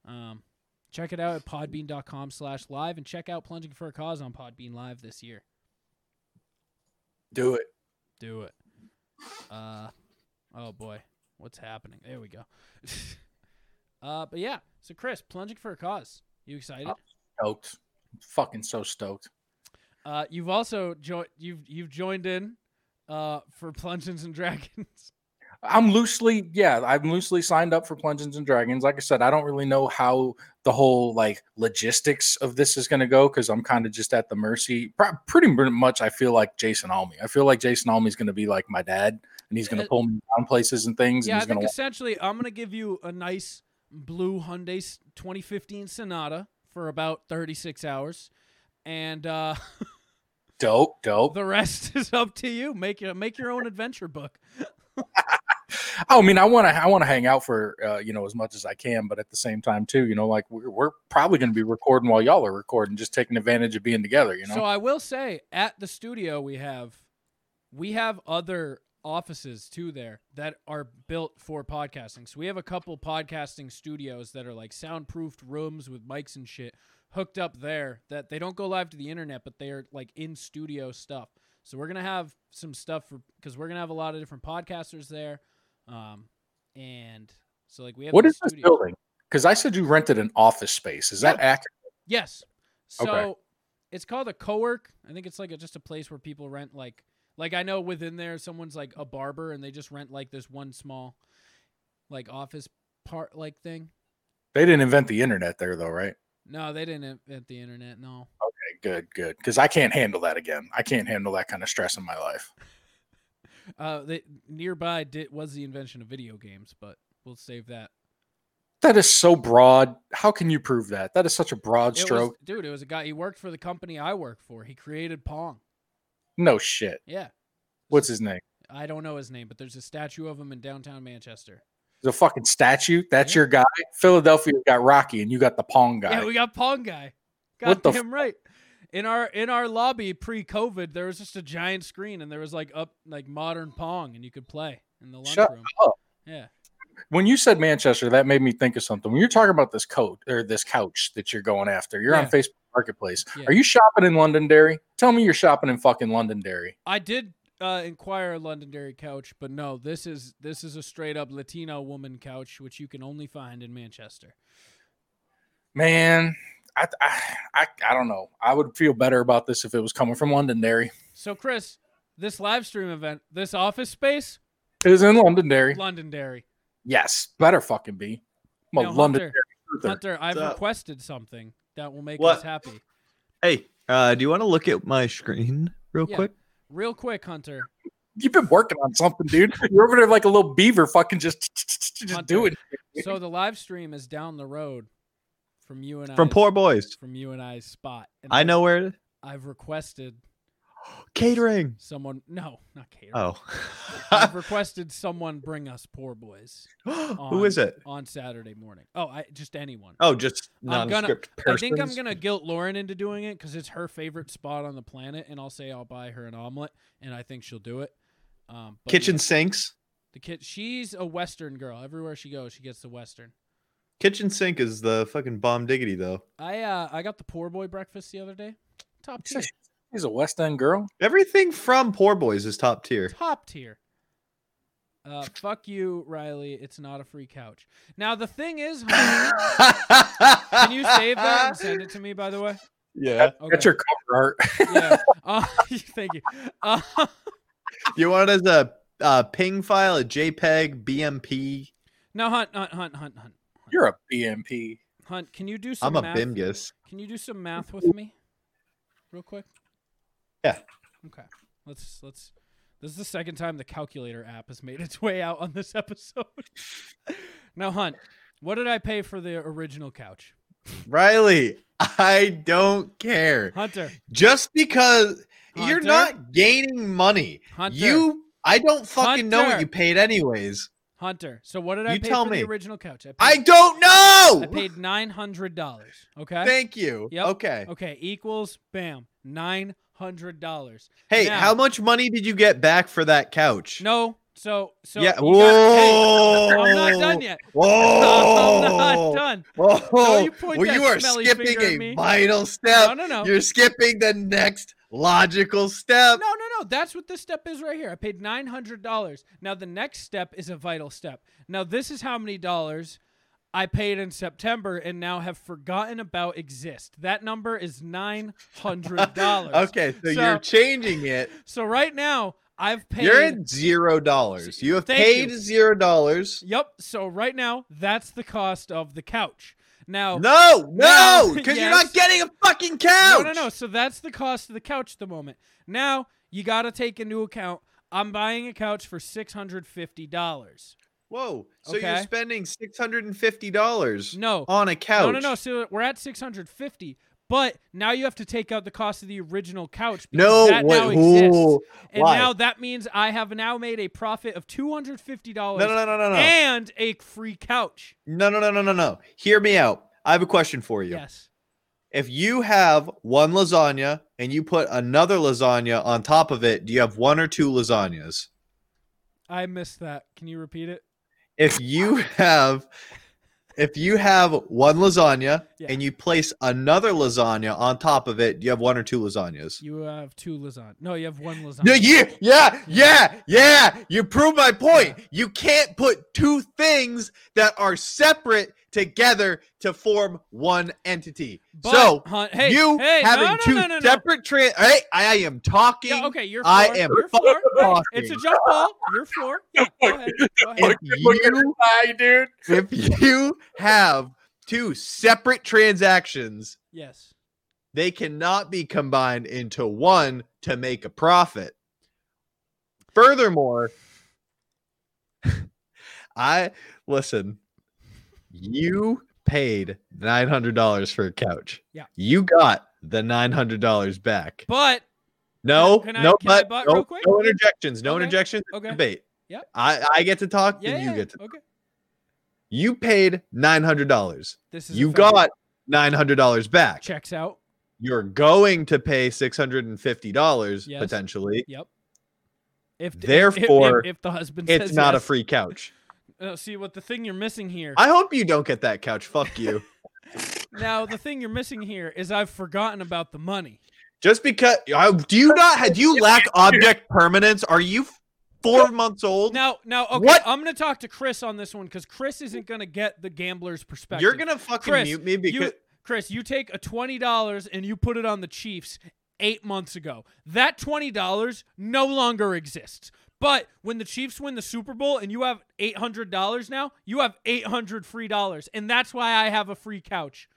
Speaker 2: Um, check it out at podbean.com slash live and check out Plunging for a Cause on Podbean Live this year.
Speaker 3: Do it.
Speaker 2: Do it. Uh, oh boy, what's happening? There we go. uh, but yeah, so Chris, Plunging for a Cause. You excited?
Speaker 3: Oh. Stoked. Fucking so stoked.
Speaker 2: Uh, you've also joined. You've you've joined in, uh, for Plungeons and Dragons.
Speaker 3: I'm loosely, yeah, I'm loosely signed up for Plungeons and Dragons. Like I said, I don't really know how the whole like logistics of this is going to go because I'm kind of just at the mercy. Pr- pretty much, I feel like Jason Almy. I feel like Jason Almy is going to be like my dad, and he's going
Speaker 2: Uh,
Speaker 3: to pull me down places and things.
Speaker 2: Yeah,
Speaker 3: and
Speaker 2: I
Speaker 3: he's gonna
Speaker 2: think
Speaker 3: wa-
Speaker 2: essentially I'm gonna give you a nice blue Hyundai s- 2015 Sonata for about 36 hours, and uh,
Speaker 3: dope, dope.
Speaker 2: the rest is up to you. Make your make your own adventure book.
Speaker 3: Oh, I mean, I want to, I want to hang out for uh, you know as much as I can, but at the same time too, you know, like we're, we're probably going to be recording while y'all are recording, just taking advantage of being together. You know,
Speaker 2: So I will say, at the studio we have, we have other offices too there that are built for podcasting. So we have a couple podcasting studios that are like soundproofed rooms with mics and shit hooked up there that they don't go live to the internet, but they are like in studio stuff. So we're gonna have some stuff for because we're gonna have a lot of different podcasters there, um, and so like we have
Speaker 3: what
Speaker 2: these
Speaker 3: is this
Speaker 2: studios.
Speaker 3: building? Because I said you rented an office space. Is that accurate?
Speaker 2: Yes. So
Speaker 3: Okay.
Speaker 2: it's called a co-work. I think it's like a, just a place where people rent like like I know within there someone's like a barber and they just rent like this one small like office part like thing.
Speaker 3: They didn't invent the internet there, though, right?
Speaker 2: No, they didn't invent the internet. No.
Speaker 3: Okay, good, good. Because I can't handle that again. I can't handle that kind of stress in my life.
Speaker 2: Uh, they, nearby did was the invention of video games, but we'll save that
Speaker 3: That is so broad. How can you prove that? That is such a broad
Speaker 2: It was-
Speaker 3: stroke.
Speaker 2: dude, it was a guy. He worked for the company I work for. He created Pong.
Speaker 3: No shit.
Speaker 2: Yeah.
Speaker 3: What's his name?
Speaker 2: I don't know his name, but there's a statue of him in downtown Manchester.
Speaker 3: The fucking statue. That's your guy. Philadelphia got Rocky, and you got the Pong guy.
Speaker 2: Yeah, we got Pong guy. God
Speaker 3: What the
Speaker 2: damn right. In our in our lobby pre-COVID, there was just a giant screen, and there was like up like modern Pong, and you could play in the
Speaker 3: Shut
Speaker 2: lunchroom.
Speaker 3: up.
Speaker 2: Yeah.
Speaker 3: When you said Manchester, that made me think of something. When you're talking about this coat or this couch that you're going after, you're on
Speaker 2: Yeah.
Speaker 3: Facebook Marketplace.
Speaker 2: Yeah.
Speaker 3: Are you shopping in Londonderry? Tell me you're shopping in fucking Londonderry.
Speaker 2: I did uh, inquire Londonderry couch, but no, this is this is a straight up Latino woman couch, which you can only find in Manchester.
Speaker 3: Man, I, I, I, I don't know. I would feel better about this if it was coming from Londonderry.
Speaker 2: So, Chris, this live stream event, this office space,
Speaker 3: It is in Londonderry.
Speaker 2: Londonderry.
Speaker 3: Yes, better fucking be. I'm a
Speaker 2: Now,
Speaker 3: Londonderry.
Speaker 2: Hunter, Hunter, I've
Speaker 1: What's up?
Speaker 2: requested something that will make
Speaker 1: What?
Speaker 2: us happy.
Speaker 1: Hey, uh, do you want to look at my screen real
Speaker 2: Yeah.
Speaker 1: quick?
Speaker 2: Real quick, Hunter.
Speaker 3: You've been working on something, dude. You're over there like a little beaver, fucking just
Speaker 2: Hunter.
Speaker 3: just doing. it.
Speaker 2: So the live stream is down the road from you and I.
Speaker 1: From Poor Boys.
Speaker 2: From you and I's spot. And
Speaker 1: I know where it is.
Speaker 2: I've requested
Speaker 1: Catering.
Speaker 2: someone. No, not Kater.
Speaker 1: Oh.
Speaker 2: I've requested someone bring us poor boys. on-
Speaker 1: is it?
Speaker 2: On Saturday morning. Oh, I just anyone.
Speaker 1: Oh, just
Speaker 2: I'm gonna,
Speaker 1: nondescript
Speaker 2: I think I'm
Speaker 1: persons?
Speaker 2: gonna guilt Lauren into doing it because it's her favorite spot on the planet, and I'll say I'll buy her an omelet, and I think she'll do it. Um, but
Speaker 1: Kitchen
Speaker 2: yeah,
Speaker 1: sinks.
Speaker 2: the kid, she's a Western girl. Everywhere she goes, she gets the Western.
Speaker 1: Kitchen sink is the fucking bomb diggity though.
Speaker 2: I uh, I got the poor boy breakfast the other day. Top tier,
Speaker 3: She's a West End girl.
Speaker 1: Everything from Poor Boys is top tier.
Speaker 2: top tier. Uh, fuck you, Riley. It's not a free couch. Now the thing is, Hunter, can you save that and send it to me? By the way,
Speaker 1: Yeah.
Speaker 3: That's your cover art.
Speaker 2: yeah. Uh, thank you. Uh,
Speaker 1: You want it as a uh, ping file, a JPEG, BMP?
Speaker 2: now hunt, hunt, hunt, hunt, hunt.
Speaker 3: You're a BMP.
Speaker 2: Hunt, can you do some
Speaker 1: I'm a
Speaker 2: math?
Speaker 1: Bimgus.
Speaker 2: Can you do some math with me? Real quick?
Speaker 1: Yeah.
Speaker 2: Okay. Let's let's this is the second time the calculator app has made its way out on this episode. now Hunt, what did I pay for the original couch?
Speaker 1: Riley, I don't care.
Speaker 2: Hunter.
Speaker 1: Just because you're
Speaker 2: Hunter?
Speaker 1: not gaining money,
Speaker 2: Hunter.
Speaker 1: you I don't fucking know what
Speaker 2: Hunter.
Speaker 1: you paid anyways.
Speaker 2: Hunter. So what did I
Speaker 1: You
Speaker 2: pay
Speaker 1: tell
Speaker 2: for
Speaker 1: me.
Speaker 2: the original couch? I
Speaker 1: I
Speaker 2: paid,
Speaker 1: don't know.
Speaker 2: I paid nine hundred dollars. Okay.
Speaker 1: Thank you.
Speaker 2: Yep.
Speaker 1: Okay.
Speaker 2: Okay. Equals bam. Nine hundred dollars.
Speaker 1: Hey,
Speaker 2: Now-
Speaker 1: how much money did you get back for that couch?
Speaker 2: No. So so
Speaker 1: yeah.
Speaker 2: you gotta pay-
Speaker 1: Whoa.
Speaker 2: I'm not done yet.
Speaker 1: Whoa.
Speaker 2: I'm not done.
Speaker 1: Oh,
Speaker 2: No, you point
Speaker 1: well,
Speaker 2: that
Speaker 1: you are
Speaker 2: smelly
Speaker 1: skipping
Speaker 2: finger at me.
Speaker 1: a vital step.
Speaker 2: No, no, no.
Speaker 1: You're skipping the next logical step.
Speaker 2: No, no, no. That's what this step is right here. I paid nine hundred dollars. Now the next step is a vital step. Now this is how many dollars I paid in September and now have forgotten about exist. That number is nine hundred dollars.
Speaker 1: Okay, so, you're changing it.
Speaker 2: so right now I've paid.
Speaker 1: You're at zero dollars. You have
Speaker 2: Thank
Speaker 1: paid
Speaker 2: you.
Speaker 1: zero dollars.
Speaker 2: Yep. So right now that's the cost of the couch. Now
Speaker 1: No, no,
Speaker 2: No,
Speaker 1: because you're
Speaker 2: yes.
Speaker 1: not getting a fucking couch.
Speaker 2: No, no, no. So that's the cost of the couch at the moment. Now you got to take into account I'm buying a couch for six hundred fifty dollars.
Speaker 1: Whoa. So you're
Speaker 2: Okay.
Speaker 1: spending six hundred and fifty dollars
Speaker 2: No,
Speaker 1: on a couch.
Speaker 2: No, no, no. So we're at six hundred fifty, but now you have to take out the cost of the original couch. because
Speaker 1: No,
Speaker 2: that
Speaker 1: wait,
Speaker 2: now exists,
Speaker 1: ooh,
Speaker 2: and
Speaker 1: why?
Speaker 2: now that means I have now made a profit of two hundred fifty dollars.
Speaker 1: No, no, no, no, no.
Speaker 2: and a free couch.
Speaker 1: No, no, no, no, no, no. Hear me out. I have a question for you.
Speaker 2: Yes,
Speaker 1: If you have one lasagna and you put another lasagna on top of it, do you have one or two lasagnas?
Speaker 2: I missed that. Can you repeat it?
Speaker 1: If you have if you have one lasagna
Speaker 2: Yeah.
Speaker 1: and you place another lasagna on top of it, do you have one or two lasagnas?
Speaker 2: You have two lasagna. No, you have one lasagna.
Speaker 1: Yeah, yeah, yeah, yeah, yeah. You prove my point. You can't put two things that are separate together to form one entity.
Speaker 2: But,
Speaker 1: so
Speaker 2: hon- hey,
Speaker 1: you
Speaker 2: hey, no,
Speaker 1: having
Speaker 2: no,
Speaker 1: two
Speaker 2: no, no, no.
Speaker 1: separate trans. Hey, I am talking.
Speaker 2: Yeah, Oh, okay, your floor.
Speaker 1: I am
Speaker 2: your floor.
Speaker 1: fucking
Speaker 2: It's a jump ball. Your floor. Yeah, go ahead. Go
Speaker 1: If
Speaker 2: ahead.
Speaker 1: you,
Speaker 3: Bye, dude.
Speaker 1: if you have two separate transactions,
Speaker 2: Yes.
Speaker 1: they cannot be combined into one to make a profit. Furthermore, I listen, You paid nine hundred dollars for a couch.
Speaker 2: Yeah.
Speaker 1: You got the nine hundred dollars back.
Speaker 2: But
Speaker 1: No,
Speaker 2: Can I-
Speaker 1: no,
Speaker 2: can I
Speaker 1: but,
Speaker 2: butt
Speaker 1: no,
Speaker 2: real quick?
Speaker 1: no interjections. No
Speaker 2: Okay,
Speaker 1: interjections. it's
Speaker 2: okay.
Speaker 1: Debate.
Speaker 2: Yep.
Speaker 1: I, I get to talk,
Speaker 2: yeah,
Speaker 1: and you
Speaker 2: yeah,
Speaker 1: get to.
Speaker 2: okay.
Speaker 1: You paid nine hundred dollars.
Speaker 2: This is a
Speaker 1: you
Speaker 2: fact.
Speaker 1: got nine hundred dollars back.
Speaker 2: Checks out.
Speaker 1: You're going to pay six hundred and fifty dollars
Speaker 2: Yes.
Speaker 1: potentially.
Speaker 2: Yep. If if- if-
Speaker 1: Therefore,
Speaker 2: if, the husband
Speaker 1: it's
Speaker 2: says
Speaker 1: not a
Speaker 2: yes.
Speaker 1: free couch.
Speaker 2: Uh, see what the thing you're missing here.
Speaker 1: I hope you don't get that couch. Fuck you.
Speaker 2: now the thing you're missing here is I've forgotten about the money.
Speaker 1: Just because I, do you not had you lack object permanence? Are you four months old?
Speaker 2: Now, now, okay,
Speaker 1: What?
Speaker 2: I'm gonna talk to Chris on this one because Chris isn't gonna get the gambler's perspective.
Speaker 1: You're gonna fucking
Speaker 2: Chris,
Speaker 1: mute me
Speaker 2: you,
Speaker 1: because-
Speaker 2: Chris, you take a twenty dollars and you put it on the Chiefs eight months ago. That twenty dollars no longer exists. But when the Chiefs win the Super Bowl and you have eight hundred dollars now, you have eight hundred free dollars, and that's why I have a free couch.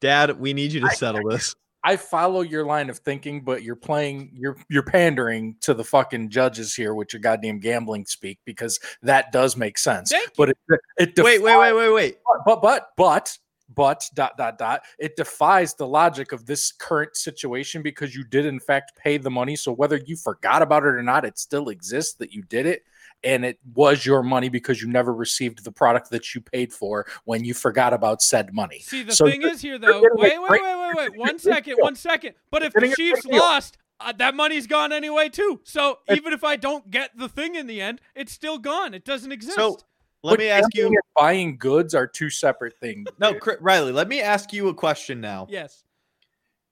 Speaker 1: Dad, we need you to settle this.
Speaker 3: I follow your line of thinking, but you're playing, you're you're pandering to the fucking judges here with your goddamn gambling speak because that does make sense.
Speaker 2: Thank
Speaker 3: But it, it
Speaker 1: Wait, wait, wait, wait, wait.
Speaker 3: But but but but dot dot dot. It defies the logic of this current situation because you did in fact pay the money. So whether you forgot about it or not, it still exists that you did it. And it was your money because you never received the product that you paid for when you forgot about said money.
Speaker 2: See, the
Speaker 3: So
Speaker 2: thing
Speaker 3: you're-
Speaker 2: is here,
Speaker 3: you're
Speaker 2: though. Wait,
Speaker 3: getting
Speaker 2: wait,
Speaker 3: a
Speaker 2: wait,
Speaker 3: great-
Speaker 2: wait, wait.
Speaker 3: you're
Speaker 2: One
Speaker 3: getting a
Speaker 2: second,
Speaker 3: great
Speaker 2: one second. But if
Speaker 3: Getting
Speaker 2: the
Speaker 3: a great
Speaker 2: Chiefs
Speaker 3: deal.
Speaker 2: lost, uh, that money's gone anyway, too. So even if I don't get the thing in the end, it's still gone. It doesn't exist.
Speaker 1: So let
Speaker 3: But
Speaker 1: me ask you.
Speaker 3: gambling and buying goods are two separate things.
Speaker 1: No,
Speaker 3: dude.
Speaker 1: Cri- Riley, let me ask you a question now.
Speaker 2: yes,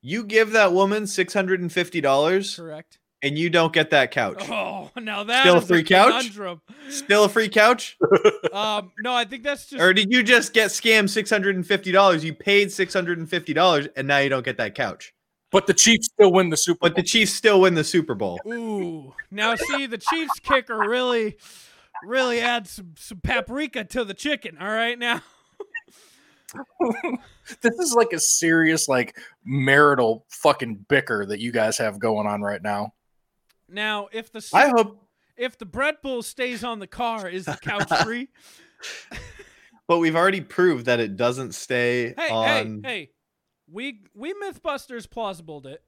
Speaker 1: You give that woman six hundred and fifty dollars,
Speaker 2: correct.
Speaker 1: and you don't get that couch.
Speaker 2: Oh, now that
Speaker 1: Still a
Speaker 2: is
Speaker 1: free couch?
Speaker 2: conundrum.
Speaker 1: Still a free couch,
Speaker 2: Um, no, I think that's just
Speaker 1: or did you just get scammed six hundred and fifty dollars? You paid six hundred and fifty dollars, and now you don't get that couch.
Speaker 3: But the Chiefs still win the Super
Speaker 1: But the Chiefs still win the Super Bowl.
Speaker 2: ooh. Now see, the Chiefs kicker really, really adds some, some paprika to the chicken. All right, now
Speaker 3: this is like a serious like marital fucking bicker that you guys have going on right now.
Speaker 2: now if the
Speaker 1: I hope
Speaker 2: if the bread bull stays on the car, is the couch free?
Speaker 1: But we've already proved that it doesn't stay
Speaker 2: Hey,
Speaker 1: on.
Speaker 2: hey, hey. We we Mythbusters plausibled it.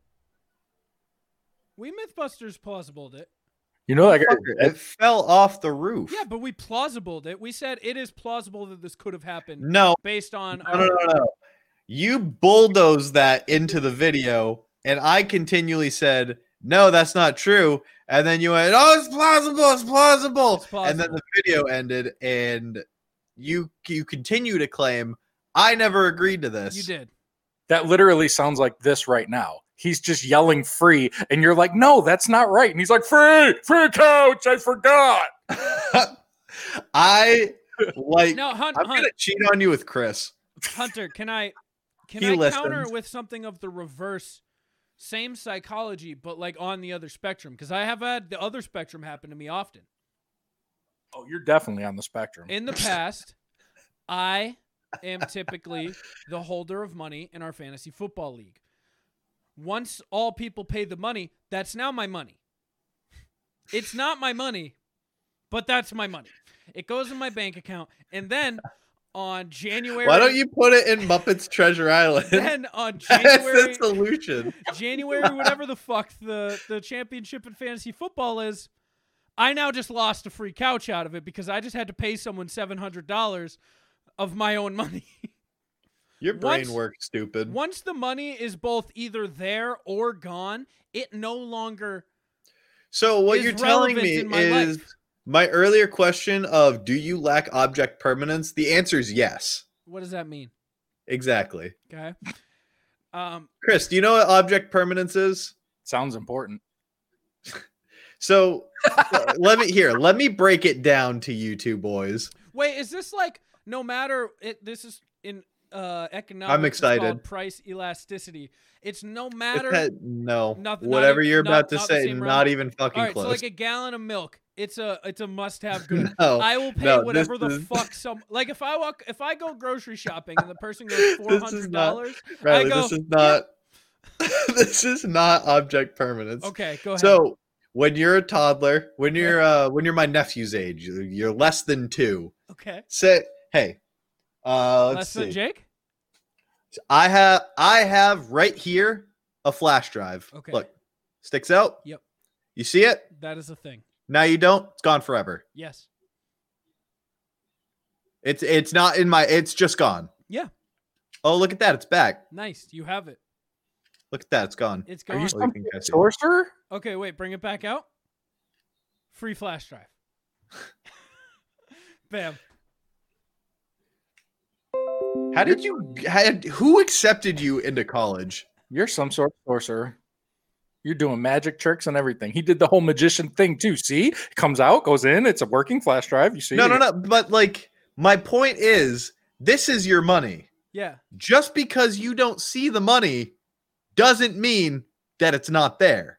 Speaker 2: We Mythbusters plausibled it.
Speaker 3: You know, like
Speaker 1: Fucker, It fell off the roof.
Speaker 2: Yeah, but we plausibled it. We said it is plausible that this could have happened
Speaker 1: No,
Speaker 2: based on um,
Speaker 1: no, no, no, no. You bulldoze that into the video, and I continually said, "No, that's not true." And then you went, "Oh, it's plausible. It's plausible."
Speaker 2: It's
Speaker 1: And then
Speaker 2: plausible.
Speaker 1: the video ended, and you you continue to claim, "I never agreed to this."
Speaker 2: you did.
Speaker 3: that literally sounds like this right now. He's just yelling free, and you're like, no, that's not right. And he's like, free, free couch, I forgot.
Speaker 1: I like.
Speaker 2: No, Hunt,
Speaker 1: I'm
Speaker 2: Hunt,
Speaker 1: gonna cheat on you with Chris.
Speaker 2: Hunter, can I can
Speaker 1: He
Speaker 2: I counter it
Speaker 1: listens.
Speaker 2: with something of the reverse same psychology but like on the other spectrum because I have had the other spectrum happen to me often.
Speaker 3: Oh, you're definitely on the spectrum.
Speaker 2: in the past, I am typically the holder of money in our fantasy football league. Once all people pay the money, that's now my money. It's not my money, but that's my money. It goes in my bank account. And then on January
Speaker 1: Why don't you put it in Muppets Treasure Island?
Speaker 2: then on
Speaker 1: That's
Speaker 2: January
Speaker 1: the solution.
Speaker 2: January, whatever the fuck the, the championship in fantasy football is, I now just lost a free couch out of it because I just had to pay someone seven hundred dollars of my own money.
Speaker 1: Your brain
Speaker 2: Once-
Speaker 1: works stupid.
Speaker 2: Once the money is both either there or gone, it no longer
Speaker 1: so what
Speaker 2: is
Speaker 1: you're telling
Speaker 2: relevant
Speaker 1: me
Speaker 2: in my
Speaker 1: is
Speaker 2: life.
Speaker 1: my earlier question of do you lack object permanence? The answer is yes.
Speaker 2: What does that mean?
Speaker 1: Exactly.
Speaker 2: Okay. Um
Speaker 1: Chris, do you know what object permanence is?
Speaker 3: Sounds important.
Speaker 1: So uh, let me here, let me break it down to you two boys.
Speaker 2: wait, is this like no matter it this is in uh economics it's
Speaker 1: excited.
Speaker 2: called price elasticity. It's no
Speaker 1: It's
Speaker 2: matter
Speaker 1: that- no.
Speaker 2: not- not
Speaker 1: Whatever
Speaker 2: e-
Speaker 1: you're
Speaker 2: not-
Speaker 1: about to
Speaker 2: not the
Speaker 1: say,
Speaker 2: same realm?
Speaker 1: not even fucking
Speaker 2: All right,
Speaker 1: close.
Speaker 2: so like a gallon of milk, it's a it's a must-have good.
Speaker 1: No,
Speaker 2: I will pay
Speaker 1: no, this
Speaker 2: whatever the
Speaker 1: is-
Speaker 2: fuck some like if I walk if I go grocery shopping and the person goes four
Speaker 1: This is
Speaker 2: hundred
Speaker 1: not-
Speaker 2: dollars,
Speaker 1: Riley,
Speaker 2: I go
Speaker 1: this is not this is not object permanence.
Speaker 2: okay, go ahead.
Speaker 1: So when you're a toddler, when you're uh, when you're my nephew's age, you're- you're less than two.
Speaker 2: Okay.
Speaker 1: Say, hey, uh, let's
Speaker 2: Less
Speaker 1: see.
Speaker 2: than Jake?
Speaker 1: I have I have right here a flash drive.
Speaker 2: Okay.
Speaker 1: Look, sticks out.
Speaker 2: Yep.
Speaker 1: You see it?
Speaker 2: That is a thing.
Speaker 1: Now you don't. It's gone forever.
Speaker 2: Yes.
Speaker 1: It's it's not in my. It's just gone.
Speaker 2: Yeah.
Speaker 1: Oh, look at that. It's back.
Speaker 2: Nice. You have it.
Speaker 1: Look at that. It's gone.
Speaker 2: It's
Speaker 3: Oh,
Speaker 1: Are
Speaker 2: gone.
Speaker 1: you some kind of
Speaker 3: sorcerer?
Speaker 2: Okay, wait, bring it back out. Free flash drive. Bam.
Speaker 1: How did you? Had, who accepted you into college?
Speaker 3: You're some sort of sorcerer. You're doing magic tricks and everything. He did the whole magician thing too. See, it comes out, goes in. It's a working flash drive. You see?
Speaker 1: No, no, no. But like, my point is, this is your money.
Speaker 2: Yeah.
Speaker 1: Just because you don't see the money, doesn't mean that it's not there.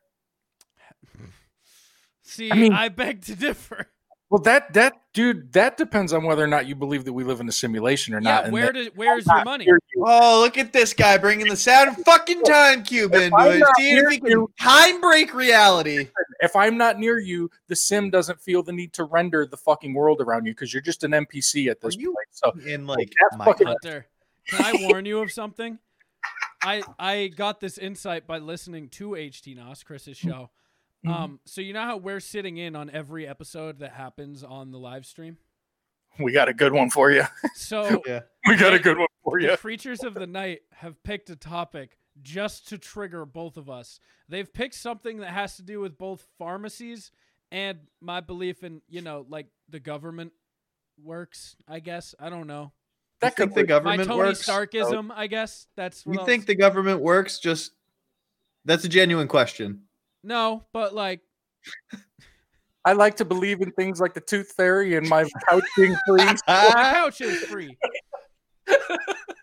Speaker 2: See,
Speaker 3: I mean-
Speaker 2: I beg to differ.
Speaker 3: Well, that that dude, that depends on whether or not you believe that we live in a simulation or not.
Speaker 2: Yeah,
Speaker 3: and
Speaker 2: where
Speaker 3: that-
Speaker 2: did where's your money?
Speaker 1: Oh, look at this guy bringing the sound fucking time cube
Speaker 3: If
Speaker 1: into
Speaker 3: I'm
Speaker 1: it.
Speaker 3: not
Speaker 1: Seeing if
Speaker 3: here
Speaker 1: he can
Speaker 3: to-
Speaker 1: time break reality.
Speaker 3: if I'm not near you, the sim doesn't feel the need to render the fucking world around you because you're just an NPC at this point. So
Speaker 1: In like
Speaker 3: that's
Speaker 1: my
Speaker 3: fucking-
Speaker 2: Hunter, can I warn you of something? I I got this insight by listening to HT Nos, Chris's
Speaker 3: Mm-hmm.
Speaker 2: show. Um, so you know how we're sitting in on every episode that happens on the live stream?
Speaker 3: we got a good one for you.
Speaker 2: So
Speaker 1: yeah.
Speaker 3: we got a good one for
Speaker 2: The
Speaker 3: you.
Speaker 2: creatures of the night have picked a topic just to trigger both of us. They've picked something that has to do with both pharmacies and my belief in, you know, like the government works, I guess. I don't know.
Speaker 1: That think the government
Speaker 2: my Tony
Speaker 1: works.
Speaker 2: Starkism, I guess. That's what
Speaker 1: You
Speaker 2: I'll
Speaker 1: think the government works? Just that's a genuine question.
Speaker 2: No, but like
Speaker 3: I like to believe in things like the tooth fairy and my couch being free.
Speaker 1: Ah.
Speaker 2: my couch is free.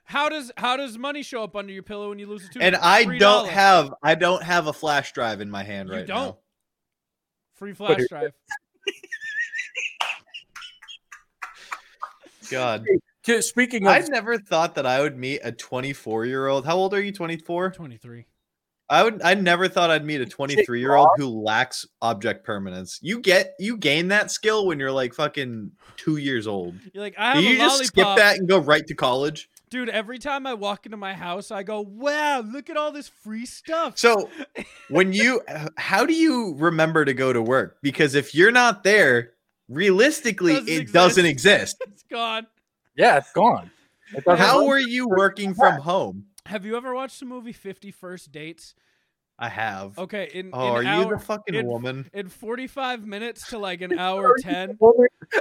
Speaker 2: how does how does money show up under your pillow when you lose a tooth?
Speaker 1: And I
Speaker 2: Three
Speaker 1: don't
Speaker 2: dollars.
Speaker 1: have I don't have a flash drive in my hand
Speaker 2: You
Speaker 1: right
Speaker 2: don't.
Speaker 1: now.
Speaker 2: free flash drive.
Speaker 1: God.
Speaker 3: Speaking
Speaker 1: I
Speaker 3: of,
Speaker 1: never thought that I would meet a 24 year old. How old are you? 24?
Speaker 2: Twenty three.
Speaker 1: I would I never thought I'd meet a 23 year old who lacks object permanence. You get you gain that skill when you're like fucking two years old.
Speaker 2: You're like, I
Speaker 1: Do
Speaker 2: have
Speaker 1: you
Speaker 2: a
Speaker 1: just
Speaker 2: lollipop.
Speaker 1: skip that and go right to college?
Speaker 2: Dude, every time I walk into my house, I go, wow, look at all this free stuff.
Speaker 1: So when you h- how do you remember to go to work? Because if you're not there, realistically
Speaker 2: Doesn't
Speaker 1: it doesn't exist.
Speaker 2: it's gone.
Speaker 3: yeah, it's gone. It doesn't
Speaker 1: How
Speaker 3: work.
Speaker 1: are you working from home?
Speaker 2: Have you ever watched the movie 51st Dates?
Speaker 1: I have.
Speaker 2: Okay, in
Speaker 1: Oh, are
Speaker 2: in
Speaker 1: you
Speaker 2: hour,
Speaker 1: the fucking
Speaker 2: in-
Speaker 1: woman?
Speaker 2: In 45 minutes to like an hour 10,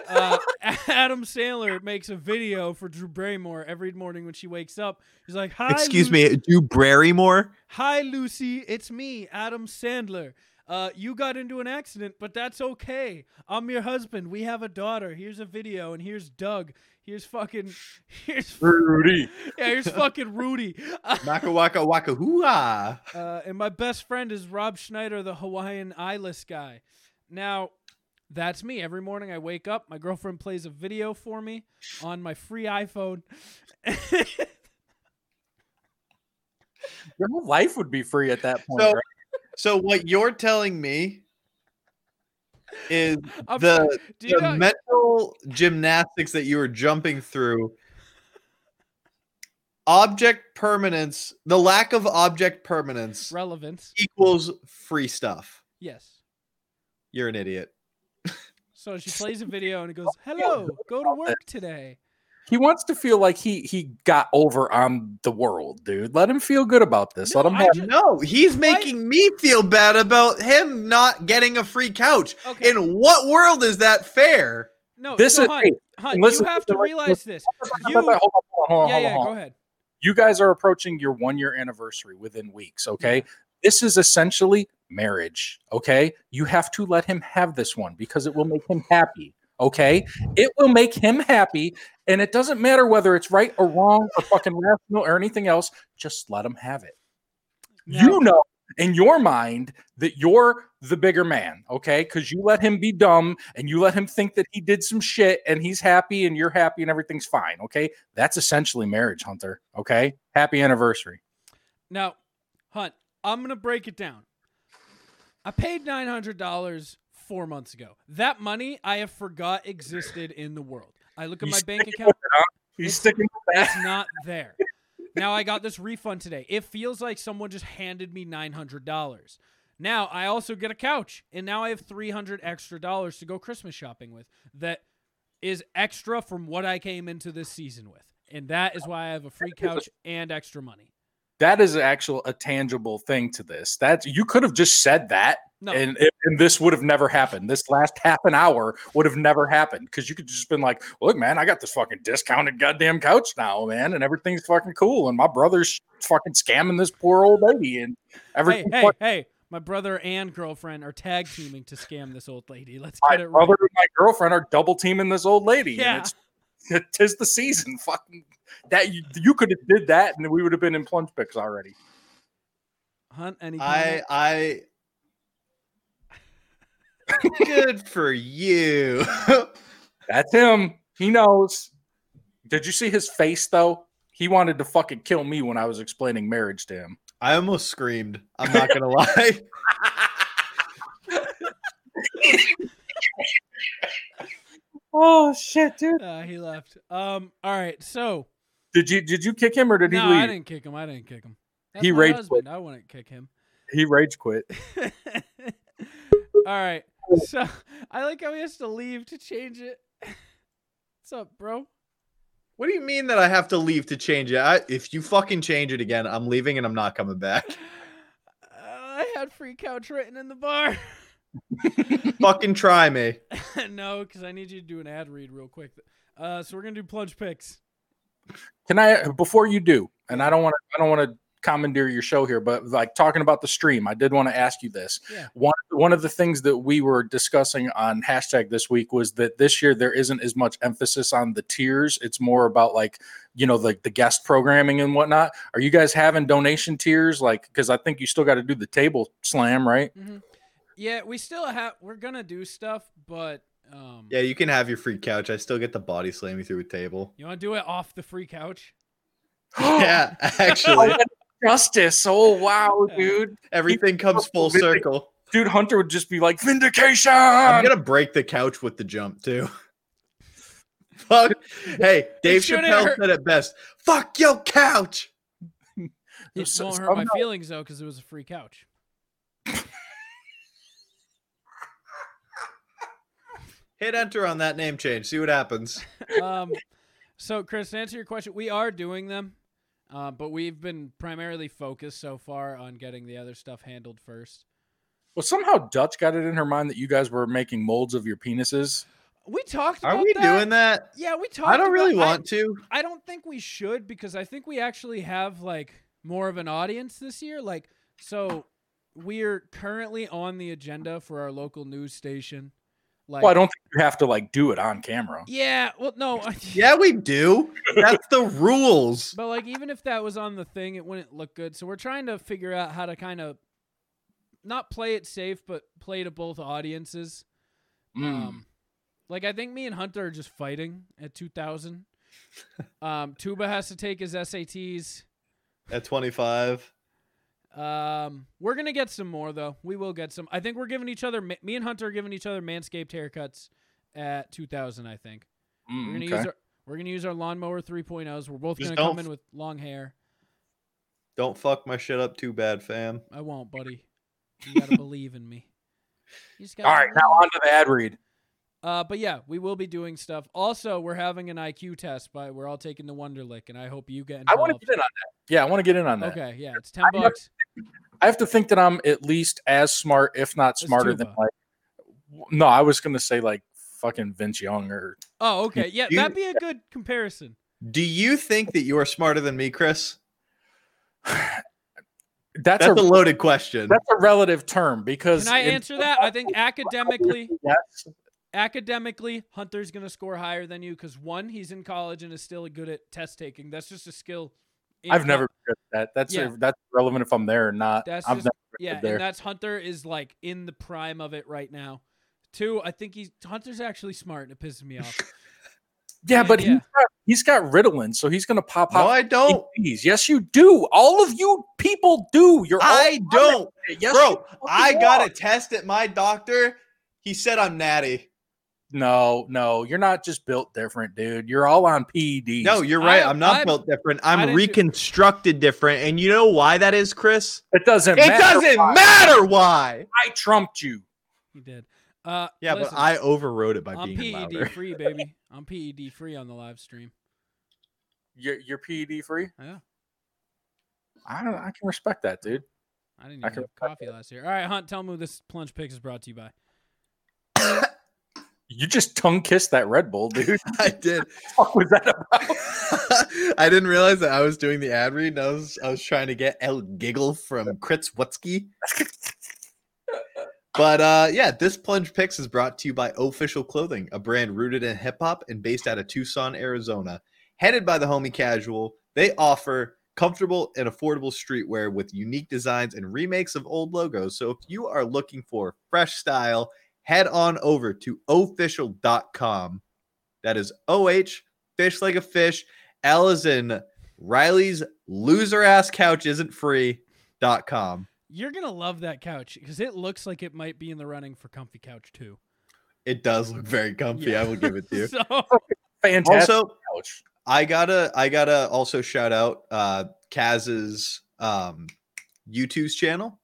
Speaker 2: uh, Adam Sandler makes a video for Drew Barrymore every morning when she wakes up. He's like, hi.
Speaker 1: Excuse
Speaker 2: Lu-
Speaker 1: me, do Barrymore?
Speaker 2: Hi, Lucy. It's me, Adam Sandler. Uh, you got into an accident, but that's okay. I'm your husband. We have a daughter. Here's a video, and here's Doug. Here's fucking. Here's
Speaker 3: Rudy?
Speaker 2: yeah. Here's fucking Rudy. Uh,
Speaker 1: Maka waka waka hoo-ah.
Speaker 2: uh, and my best friend is Rob Schneider, the Hawaiian eyeless guy. Now, that's me. Every morning I wake up, my girlfriend plays a video for me on my free iPhone.
Speaker 3: Your whole life would be free at that point.
Speaker 1: So-
Speaker 3: right?
Speaker 1: So what you're telling me is
Speaker 2: I'm
Speaker 1: the,
Speaker 2: sorry, do you
Speaker 1: the
Speaker 2: know-
Speaker 1: mental gymnastics that you were jumping through object permanence, the lack of object permanence
Speaker 2: relevance.
Speaker 1: equals free stuff.
Speaker 2: Yes.
Speaker 1: You're an idiot.
Speaker 2: So she plays a video and it goes, "Hello, go to work today."
Speaker 3: He wants to feel like he he got over on the world, dude. Let him feel good about this. Let him
Speaker 2: I
Speaker 3: have
Speaker 2: ju-
Speaker 1: No, he's making me feel bad about him not getting a free couch.
Speaker 2: Okay.
Speaker 1: In what world is that fair?
Speaker 2: No,
Speaker 3: This
Speaker 2: so
Speaker 3: is-
Speaker 2: hun,
Speaker 3: hey,
Speaker 2: hun,
Speaker 3: listen,
Speaker 2: you have
Speaker 3: listen,
Speaker 2: to
Speaker 3: like,
Speaker 2: realize this. You,
Speaker 3: Hold on, hold on, hold on,
Speaker 2: yeah,
Speaker 3: hold on,
Speaker 2: yeah,
Speaker 3: hold
Speaker 2: go
Speaker 3: on.
Speaker 2: ahead.
Speaker 3: You guys are approaching your one year anniversary within weeks. Okay. This is essentially marriage. Okay. You have to let him have this one because it will make him happy. Okay. It will make him happy. And it doesn't matter whether it's right or wrong or fucking rational or anything else. Just let him have it. You know in your mind that you're the bigger man, okay? Because you let him be dumb and you let him think that he did some shit and he's happy and you're happy and everything's fine, okay? That's essentially marriage, Hunter, okay? Happy anniversary.
Speaker 2: Now, Hunt, I'm gonna break it down. I paid nine hundred dollars four months ago. That money I have forgot existed in the world. I look at
Speaker 3: You
Speaker 2: my bank
Speaker 3: sticking
Speaker 2: account.
Speaker 3: with it, huh? You
Speaker 2: it's-
Speaker 3: sticking with that?
Speaker 2: It's not there. Now I got this refund today. It feels like someone just handed me nine hundred dollars. Now I also get a couch, and now I have three hundred extra dollars to go Christmas shopping with. That is extra from what I came into this season with, and that is why I have a free couch and extra money.
Speaker 3: That is actual a tangible thing to this. That you could have just said that,
Speaker 2: No.
Speaker 3: and and this would have never happened. This last half an hour would have never happened because you could just been like, "Look, man, I got this fucking discounted goddamn couch now, man, and everything's fucking cool, and my brother's fucking scamming this poor old lady, and
Speaker 2: Hey,
Speaker 3: everything."
Speaker 2: hey, hey! My brother and girlfriend are tag teaming to scam this old lady. Let's
Speaker 3: my
Speaker 2: get it right.
Speaker 3: brother and my girlfriend are double teaming this old lady.
Speaker 2: Yeah.
Speaker 3: And it's, tis the season. Fucking that you, you could have did that, and we would have been in plunge picks already.
Speaker 2: Hunt any
Speaker 1: I I good for you.
Speaker 3: That's him. He knows. Did you see his face though? He wanted to fucking kill me when I was explaining marriage to him.
Speaker 1: I almost screamed. I'm not gonna lie.
Speaker 3: Oh shit, dude!
Speaker 2: Uh, he left. Um. All right. So
Speaker 3: Did you did you kick him or did
Speaker 2: no,
Speaker 3: he
Speaker 2: I
Speaker 3: leave?
Speaker 2: didn't kick him. I didn't kick him. That's
Speaker 3: He
Speaker 2: my
Speaker 3: rage
Speaker 2: husband. I wouldn't kick him.
Speaker 3: He rage quit.
Speaker 2: All right. So I like how he has to leave to change it. What's up, bro?
Speaker 1: What do you mean that I have to leave to change it? I, if you fucking change it again, I'm leaving and I'm not coming back.
Speaker 2: Uh, I had free couch written in the bar.
Speaker 1: fucking try me.
Speaker 2: no, because I need you to do an ad read real quick. Uh, so we're gonna do plunge picks.
Speaker 3: Can I before you do? And I don't want to I don't want to commandeer your show here, but like talking about the stream, I did want to ask you this.
Speaker 2: Yeah.
Speaker 3: One one of the things that we were discussing on hashtag this week was that this year there isn't as much emphasis on the tiers. It's more about like you know like the guest programming and whatnot. Are you guys having donation tiers? Like because I think you still got to do the table slam, right?
Speaker 1: Mm.
Speaker 2: Yeah, we still have. We're gonna do stuff, but um,
Speaker 1: Yeah, you can have your free couch. I still get the body slam you through a table.
Speaker 2: you want to do it off the free couch?
Speaker 1: yeah, actually,
Speaker 3: Justice. Oh wow, dude.
Speaker 1: everything comes full circle.
Speaker 3: Dude, Hunter would just be like vindication.
Speaker 1: I'm gonna break the couch with the jump too. Fuck. Hey, Dave
Speaker 2: shouldn't
Speaker 1: Chappelle
Speaker 2: hurt-
Speaker 1: said it best. Fuck your couch.
Speaker 2: It
Speaker 3: So-
Speaker 2: won't
Speaker 3: so
Speaker 2: hurt my
Speaker 3: I'm not-
Speaker 2: feelings though, because it was a free couch.
Speaker 1: Hit enter on that name change. See what happens.
Speaker 2: um, so Chris, to answer your question, we are doing them, uh, but we've been primarily focused so far on getting the other stuff handled first.
Speaker 3: Well, somehow Dutch got it in her mind that you guys were making molds of your penises.
Speaker 2: We talked.
Speaker 1: Are
Speaker 2: about
Speaker 1: we doing that?
Speaker 2: Yeah, we talked.
Speaker 1: I don't really
Speaker 2: about- I-
Speaker 1: want to.
Speaker 2: I don't think we should because I think we actually have like more of an audience this year. Like, so we're currently on the agenda for our local news station. Like,
Speaker 3: Well, I don't think you have to like do it on camera.
Speaker 2: Yeah. Well, no.
Speaker 1: Yeah, we do. That's the rules.
Speaker 2: But like, even if that was on the thing, it wouldn't look good. So we're trying to figure out how to kind of not play it safe, but play to both audiences.
Speaker 3: Mm.
Speaker 2: Um, like I think me and Hunter are just fighting at two thousand. um, Tuba has to take his SATs.
Speaker 1: At 25.
Speaker 2: Um, we're gonna get some more though. We will get some. I think we're giving each other. Me and Hunter are giving each other manscaped haircuts at 2000. I think
Speaker 3: Mm,
Speaker 2: we're gonna
Speaker 3: okay.
Speaker 2: use our we're gonna use our lawnmower 3.0s. We're both
Speaker 1: Just
Speaker 2: gonna come
Speaker 1: don't-
Speaker 2: in with long hair.
Speaker 1: Don't fuck my shit up too bad, fam.
Speaker 2: I won't, buddy. You gotta believe in me. You just gotta
Speaker 3: All right, now
Speaker 2: believe.
Speaker 3: on to the ad read.
Speaker 2: Uh, but yeah, we will be doing stuff. Also, we're having an IQ test, but we're all taking the Wonderlick, and I hope you get
Speaker 3: I
Speaker 2: involved.
Speaker 3: want to get in on that. Yeah, I want to get in on that.
Speaker 2: Okay, yeah, it's ten
Speaker 3: I never-
Speaker 2: bucks.
Speaker 3: I have to think that I'm at least as smart, if not smarter than
Speaker 2: Tuba.
Speaker 3: like. w- No, I was gonna say like fucking Vince Young or
Speaker 2: Oh, okay, yeah,
Speaker 1: You-
Speaker 2: that'd be a good comparison.
Speaker 1: Do you think that you are smarter than me, Chris?
Speaker 3: that's,
Speaker 1: That's a
Speaker 3: a,
Speaker 1: loaded question.
Speaker 3: that's a relative term because
Speaker 2: Can I
Speaker 3: in-
Speaker 2: answer that? I think academically,
Speaker 3: Yes.
Speaker 2: academically, Hunter's gonna score higher than you because one, he's in college and is still good at test taking. That's just a skill. in
Speaker 3: I've
Speaker 2: co-
Speaker 3: never been good at that. That's
Speaker 2: Yeah.
Speaker 3: that's relevant if I'm there or not.
Speaker 2: That's
Speaker 3: I've
Speaker 2: just-
Speaker 3: never
Speaker 2: Yeah,
Speaker 3: been there.
Speaker 2: and that's Hunter is like in the prime of it right now. Two, I think he's Hunter's actually smart and it pisses me off.
Speaker 3: Yeah, but He's, got, he's got Ritalin, so he's gonna pop
Speaker 1: No,
Speaker 3: out.
Speaker 1: I don't.
Speaker 3: Yes, you do. All of you people do. You're. all
Speaker 1: I
Speaker 3: on
Speaker 1: don't,
Speaker 3: it. Yes, you
Speaker 1: bro.
Speaker 3: fucking
Speaker 1: I
Speaker 3: are.
Speaker 1: got a test at my doctor. He said I'm natty.
Speaker 3: No, no, you're not just built different, dude. You're all on E PEDs.
Speaker 1: No, you're right. I'm not built different. I'm reconstructed different. And you know why that is, Chris?
Speaker 3: It doesn't.
Speaker 1: It
Speaker 3: matter
Speaker 1: doesn't
Speaker 3: why.
Speaker 1: matter why.
Speaker 3: I trumped you.
Speaker 2: He did. Uh,
Speaker 1: Yeah,
Speaker 2: listen,
Speaker 1: but I overrode it by
Speaker 2: I'm
Speaker 1: being
Speaker 2: PED
Speaker 1: louder.
Speaker 2: free, baby. I'm PED free on the live stream.
Speaker 3: You're, you're PED free.
Speaker 2: Yeah.
Speaker 3: I don't. I can respect that, dude.
Speaker 2: I didn't
Speaker 3: I
Speaker 2: even
Speaker 3: can-
Speaker 2: have coffee last year. All right, Hunt, tell me who this plunge pick is brought to you by.
Speaker 3: You just tongue kissed that Red Bull, dude.
Speaker 1: I did.
Speaker 3: fuck was that
Speaker 1: I didn't realize that I was doing the ad read. And I was I was trying to get El Giggle from Kritzwitsky. But uh, yeah, this plunge picks is brought to you by Official Clothing, a brand rooted in hip hop and based out of Tucson, Arizona. Headed by the homie Casual, they offer comfortable and affordable streetwear with unique designs and remakes of old logos. So if you are looking for fresh style, head on over to official.com. That is O H, fish like a fish. L is in Riley's loser ass couch isn't free.com.
Speaker 2: You're gonna love that couch because it looks like it might be in the running for comfy couch too.
Speaker 1: It does look very comfy. I will give it to you.
Speaker 2: So
Speaker 3: Fantastic.
Speaker 1: Also-
Speaker 3: couch.
Speaker 1: I gotta I gotta also shout out uh Kaz's um YouTube's channel.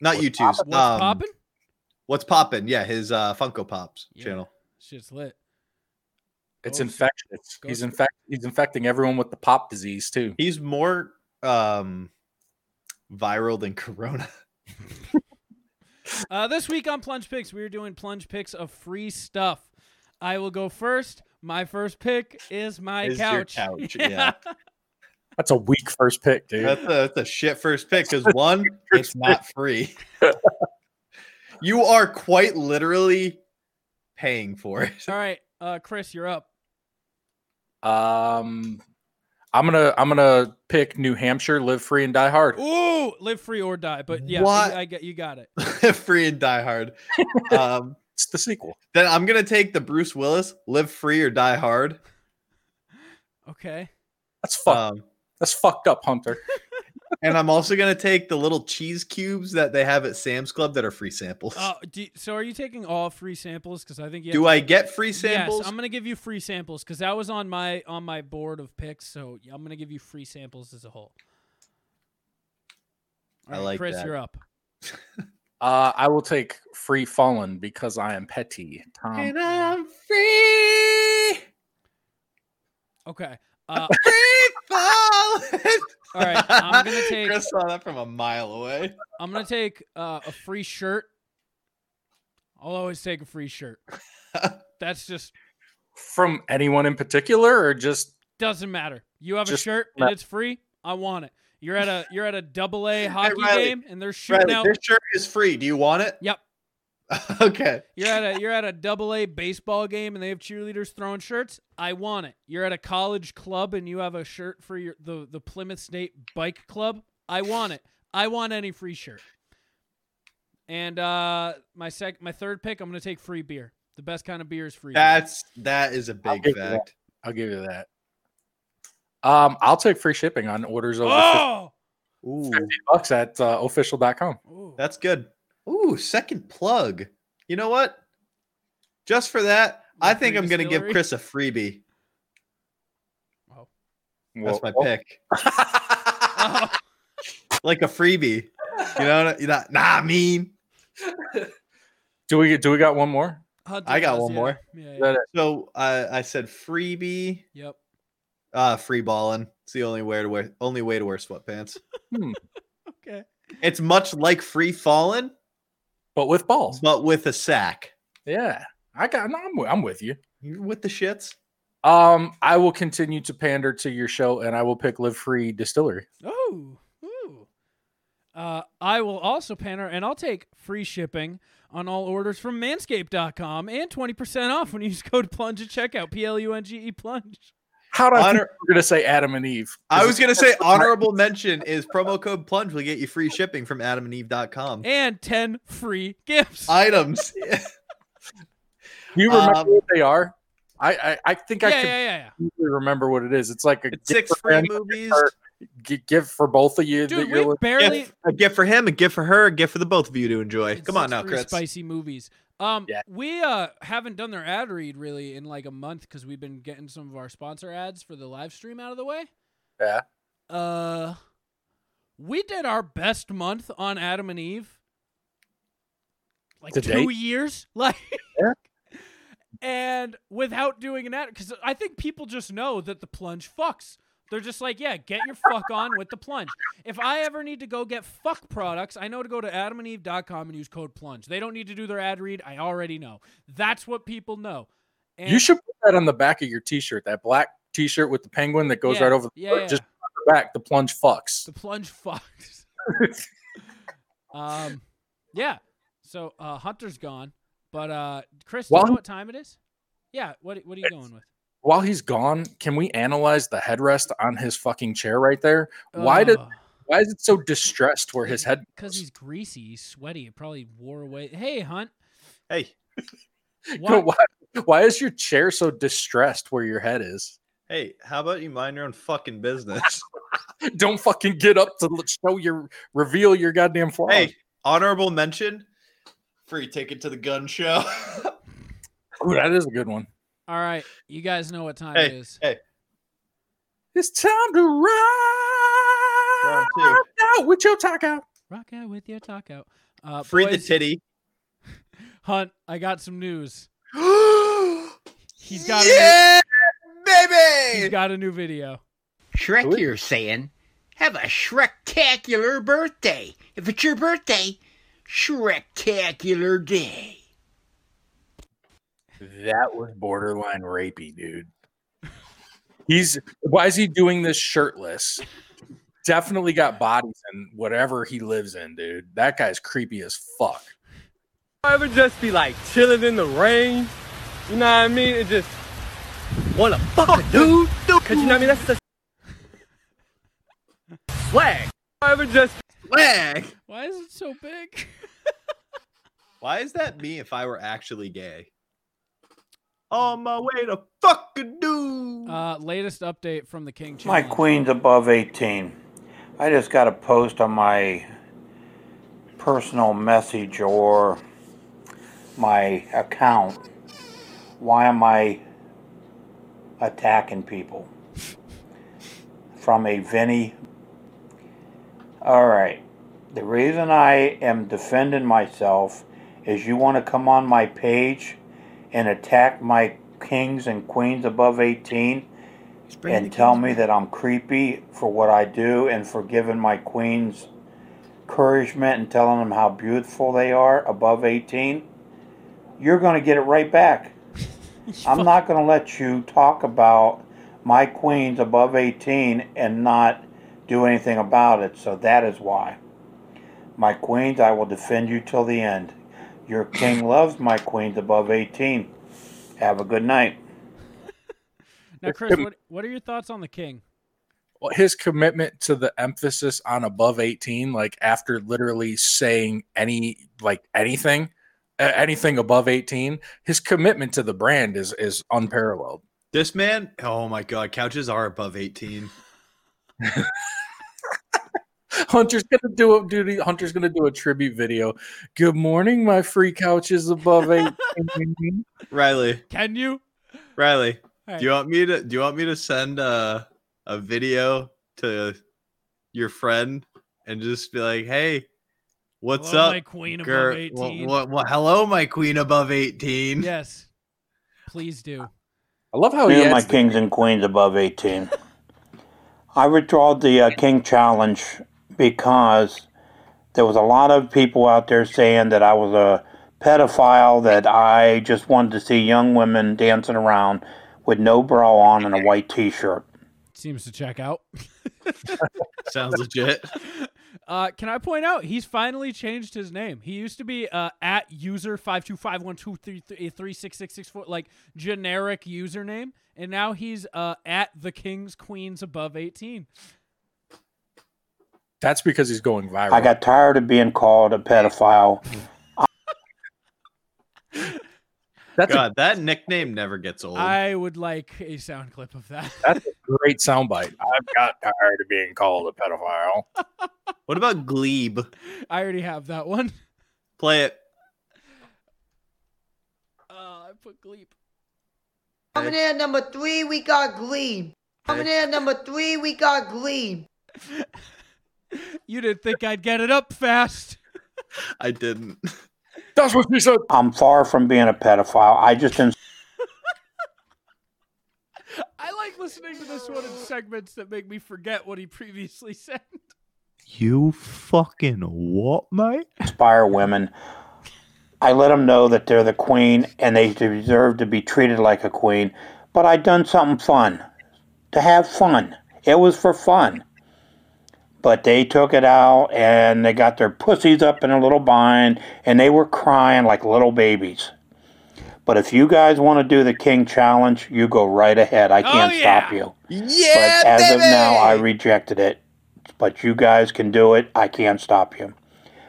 Speaker 1: Not
Speaker 3: What's
Speaker 1: YouTube's.
Speaker 2: what's
Speaker 1: um,
Speaker 2: popping?
Speaker 1: What's poppin'? Yeah, his uh Funko Pops
Speaker 2: Yeah.
Speaker 1: channel.
Speaker 2: Shit's lit.
Speaker 3: It's
Speaker 2: Go-
Speaker 3: infectious.
Speaker 2: go
Speaker 3: He's
Speaker 2: for it.
Speaker 3: infect. He's infecting everyone with the pop disease too.
Speaker 1: He's more um viral than Corona.
Speaker 2: Uh, this week on Plunge Picks, we are doing plunge picks of free stuff. I will go first. My first pick is my
Speaker 1: Is your
Speaker 2: couch.
Speaker 1: couch, yeah.
Speaker 3: That's a weak first pick, dude.
Speaker 1: That's a, that's a shit first pick because one, it's not free. you are quite literally paying for it.
Speaker 2: All right, uh, Chris, you're up.
Speaker 3: Um, I'm gonna I'm gonna pick New Hampshire, live free and die hard.
Speaker 2: Ooh, live free or die. But yeah,
Speaker 1: What?
Speaker 2: I get you got it.
Speaker 1: free and die hard. Um,
Speaker 3: It's the sequel.
Speaker 1: then I'm gonna take the Bruce Willis live free or die hard.
Speaker 2: Okay.
Speaker 3: That's fucked.
Speaker 1: Um,
Speaker 3: That's fucked up, Hunter.
Speaker 1: and I'm also gonna take the little cheese cubes that they have at Sam's Club that are free samples.
Speaker 2: Uh, do, so are you taking all free samples? Because I think you
Speaker 1: Do I get free samples?
Speaker 2: Yes, I'm gonna give you free samples because that was on my on my board of picks. So yeah, I'm gonna give you free samples as a whole.
Speaker 1: I like
Speaker 2: Chris,
Speaker 1: that.
Speaker 2: you're up.
Speaker 3: Uh, I will take free fallen because I am petty, Tom.
Speaker 1: and I'm free.
Speaker 2: Okay. Uh,
Speaker 1: Free falling.
Speaker 2: all right. I'm gonna take.
Speaker 1: Chris saw that from a mile away.
Speaker 2: I'm gonna take uh, a free shirt. I'll always take a free shirt. That's just
Speaker 3: From anyone in particular, or just
Speaker 2: doesn't matter. You have
Speaker 3: Just
Speaker 2: a shirt and it's free. I want it. You're at a you're at a double A hockey
Speaker 1: Riley.
Speaker 2: game and they're shooting
Speaker 1: Riley,
Speaker 2: out.
Speaker 1: this shirt is free. Do you want it?
Speaker 2: Yep.
Speaker 1: okay.
Speaker 2: You're at a you're at a double A baseball game and they have cheerleaders throwing shirts. I want it. You're at a college club and you have a shirt for your the, the Plymouth State Bike Club. I want it. I want any free shirt. And uh my sec my third pick, I'm gonna take free beer. The best kind of beer is free. beer.
Speaker 1: That's that is a big
Speaker 3: give you that.
Speaker 1: fact.
Speaker 3: I'll give you that. Um, I'll take free shipping on orders over fifty
Speaker 2: oh.
Speaker 1: Ooh,
Speaker 3: bucks at uh, official.com.
Speaker 2: Ooh.
Speaker 1: that's good. Ooh, second plug. You know what? Just for that, I
Speaker 2: Your
Speaker 1: think
Speaker 2: free
Speaker 1: I'm gonna give
Speaker 2: distillery?
Speaker 1: Chris a freebie. That's my
Speaker 3: Well-
Speaker 1: pick.
Speaker 2: Oh.
Speaker 1: Like a freebie. You know, what I- not nah I mean.
Speaker 3: Do we do we got one more?
Speaker 2: Hunter
Speaker 1: I got
Speaker 2: does,
Speaker 1: one
Speaker 2: yeah.
Speaker 1: more.
Speaker 2: Yeah,
Speaker 3: That
Speaker 2: yeah.
Speaker 3: it?
Speaker 1: So I I said freebie,
Speaker 2: Yep.
Speaker 1: uh free balling. It's the only way to wear only way to wear sweatpants.
Speaker 3: Hmm.
Speaker 2: Okay.
Speaker 1: It's much like free falling,
Speaker 3: But with balls.
Speaker 1: but with a sack.
Speaker 3: Yeah, I got. No, I'm, wi- I'm with you.
Speaker 1: You with the shits?
Speaker 3: Um, I will continue to pander to your show, and I will pick Live Free Distillery.
Speaker 2: Oh, ooh. Uh, I will also pander, and I'll take free shipping on all orders from manscaped.com and 20% off when you use code plunge at checkout. P L U N G E plunge.
Speaker 3: How do I?
Speaker 1: Honor-
Speaker 3: Think we're gonna say Adam and Eve.
Speaker 1: I was gonna say honorable mention is promo code plunge will get you free shipping from adamandeve.com.
Speaker 2: And 10 free gifts.
Speaker 1: Items.
Speaker 3: Do you remember
Speaker 1: um,
Speaker 3: what they are? I I, I think I
Speaker 2: Yeah,
Speaker 3: could
Speaker 2: yeah, yeah, yeah.
Speaker 3: easily remember what it is. It's like a gift
Speaker 1: six
Speaker 3: for
Speaker 1: free
Speaker 3: him,
Speaker 1: movies.
Speaker 3: gi- gift for both of you.
Speaker 2: Dude,
Speaker 3: that you're
Speaker 2: we barely
Speaker 1: Gift- a gift for him, a gift for her, a gift for the both of you to enjoy. Come on now,
Speaker 2: Six pretty
Speaker 1: Chris.
Speaker 2: Spicy movies. Um, we uh haven't done their ad read really in like a month because we've been getting some of our sponsor ads for the live stream out of the way.
Speaker 3: Yeah.
Speaker 2: Uh, we did our best month on Adam and Eve. Like
Speaker 3: To
Speaker 2: two
Speaker 3: date?
Speaker 2: years, like.
Speaker 3: Yeah.
Speaker 2: And without doing an ad, because I think people just know that the plunge fucks. They're just like, yeah, get your fuck on with the plunge. If I ever need to go get fuck products, I know to go to adamandeve.com and use code plunge. They don't need to do their ad read. I already know. That's what people know. And
Speaker 3: You should put that on the back of your T-shirt. That black T-shirt with the penguin that goes
Speaker 2: Yeah,
Speaker 3: right over the
Speaker 2: yeah,
Speaker 3: foot,
Speaker 2: yeah.
Speaker 3: just on the back. The plunge fucks.
Speaker 2: The plunge fucks. um, yeah. So uh, Hunter's gone, but uh, Chris, do you
Speaker 3: Well,
Speaker 2: know what time it is? Yeah. What What are you going with?
Speaker 3: While he's gone, can we analyze the headrest on his fucking chair right there? Why did?
Speaker 2: Ugh.
Speaker 3: Why is it so distressed where his head?
Speaker 2: Because he's greasy, he's sweaty. It probably wore away. Hey, Hunt.
Speaker 1: Hey.
Speaker 2: Why-
Speaker 3: why, why is your chair so distressed where your head is?
Speaker 1: Hey, how about you mind your own fucking business?
Speaker 3: Don't fucking get up to l- show your reveal your goddamn flaws.
Speaker 1: hey, honorable mention, free ticket to the gun show.
Speaker 3: Ooh, that is a good one.
Speaker 2: All right, you guys know what time it
Speaker 1: hey,
Speaker 2: is.
Speaker 1: hey,
Speaker 3: It's time to ride
Speaker 1: round two.
Speaker 3: out with your taco.
Speaker 2: Rock out with your talk out. Uh,
Speaker 1: Free
Speaker 2: boys,
Speaker 1: the titty.
Speaker 2: Hunt, I got some news. He's got
Speaker 6: Yeah,
Speaker 2: a new, he's
Speaker 6: baby.
Speaker 2: got a new video.
Speaker 12: Shrek, you're saying, have a Shrektacular birthday. If it's your birthday, Shrektacular day.
Speaker 3: That was borderline rapey, dude. He's why is he doing this shirtless? Definitely got bodies in whatever he lives in, dude. That guy's creepy as fuck.
Speaker 13: I would just be like chilling in the rain. You know what I mean? And just wanna fuck a dude. Cause you know what I mean? That's the swag. I would just
Speaker 1: swag.
Speaker 2: Why is it so big?
Speaker 1: Why is that me if I were actually gay?
Speaker 3: Um,
Speaker 1: On my
Speaker 3: uh,
Speaker 1: way to fuck a dude.
Speaker 2: Uh, latest update from the King.
Speaker 14: My
Speaker 2: Challenge.
Speaker 14: queen's above 18. I just got a post on my personal message or my account. Why am I attacking people? From a Vinny. All right. The reason I am defending myself is you want to come on my page and attack my kings and queens above 18 and tell me that I'm creepy for what I do and for giving my queens encouragement and telling them how beautiful they are above 18, you're going to get it right back. I'm not going to let you talk about my queens above 18 and not do anything about it. So that is why. My queens, I will defend you till the end. Your king loves my queens above 18. Have a good night.
Speaker 2: Now, Chris, what, what are your thoughts on the King?
Speaker 3: Well, his commitment to the emphasis on above 18, like after literally saying any like anything, a- anything above 18, his commitment to the brand is is unparalleled.
Speaker 1: This man, oh my god, couches are above 18.
Speaker 3: Hunter's gonna do a duty. Hunter's gonna do a tribute video. Good morning, my free couches above eighteen.
Speaker 1: Riley.
Speaker 2: Can you?
Speaker 1: Riley,
Speaker 2: All right.
Speaker 1: do you want me to do you want me to send a a video to your friend and just be like, "Hey, what's
Speaker 2: Hello,
Speaker 1: up,
Speaker 2: my queen above
Speaker 1: girl-
Speaker 2: 18."
Speaker 1: Well, well, hello, my queen above 18.
Speaker 2: Yes, please do.
Speaker 3: I love
Speaker 2: how
Speaker 14: Me
Speaker 2: he
Speaker 14: and my
Speaker 2: adds the-
Speaker 14: kings and queens above 18. I withdraw the uh, king challenge because there was a lot of people out there saying that I was a pedophile, that I just wanted to see young women dancing around with no bra on and a white t-shirt.
Speaker 2: Seems to check out.
Speaker 1: Sounds legit.
Speaker 2: Uh, can I point out he's finally changed his name? He used to be uh, at user five two five one two three three three six six six four like generic username, and now he's uh, at the Kings Queens above eighteen.
Speaker 3: That's because he's going viral.
Speaker 14: I got tired of being called a pedophile.
Speaker 3: That's a-
Speaker 1: God, that nickname never gets old.
Speaker 2: I would like a sound clip of that.
Speaker 3: That's a great soundbite. I've got tired of being called a pedophile.
Speaker 1: What about Glebe?
Speaker 2: I already have that one.
Speaker 1: Play it.
Speaker 2: Uh, I put Gleep.
Speaker 7: Coming in at number three, we got Glee. Coming in at number three, we got Glee.
Speaker 2: You didn't think I'd get it up fast.
Speaker 1: I didn't.
Speaker 3: That's what she said.
Speaker 14: I'm far from being a pedophile. I just didn't
Speaker 2: I like listening to this one in segments that make me forget what he previously said.
Speaker 14: You fucking what, mate? Inspire women. I let them know that they're the queen and they deserve to be treated like a queen. But I done something fun to have fun. It was for fun. But they took it out and they got their pussies up in a little bind and they were crying like little babies. But if you guys want to do the king challenge, you go right ahead. I can't stop you.
Speaker 1: Yeah,
Speaker 14: but as of now,
Speaker 2: baby!
Speaker 14: I rejected it. But you guys can do it. I can't stop you.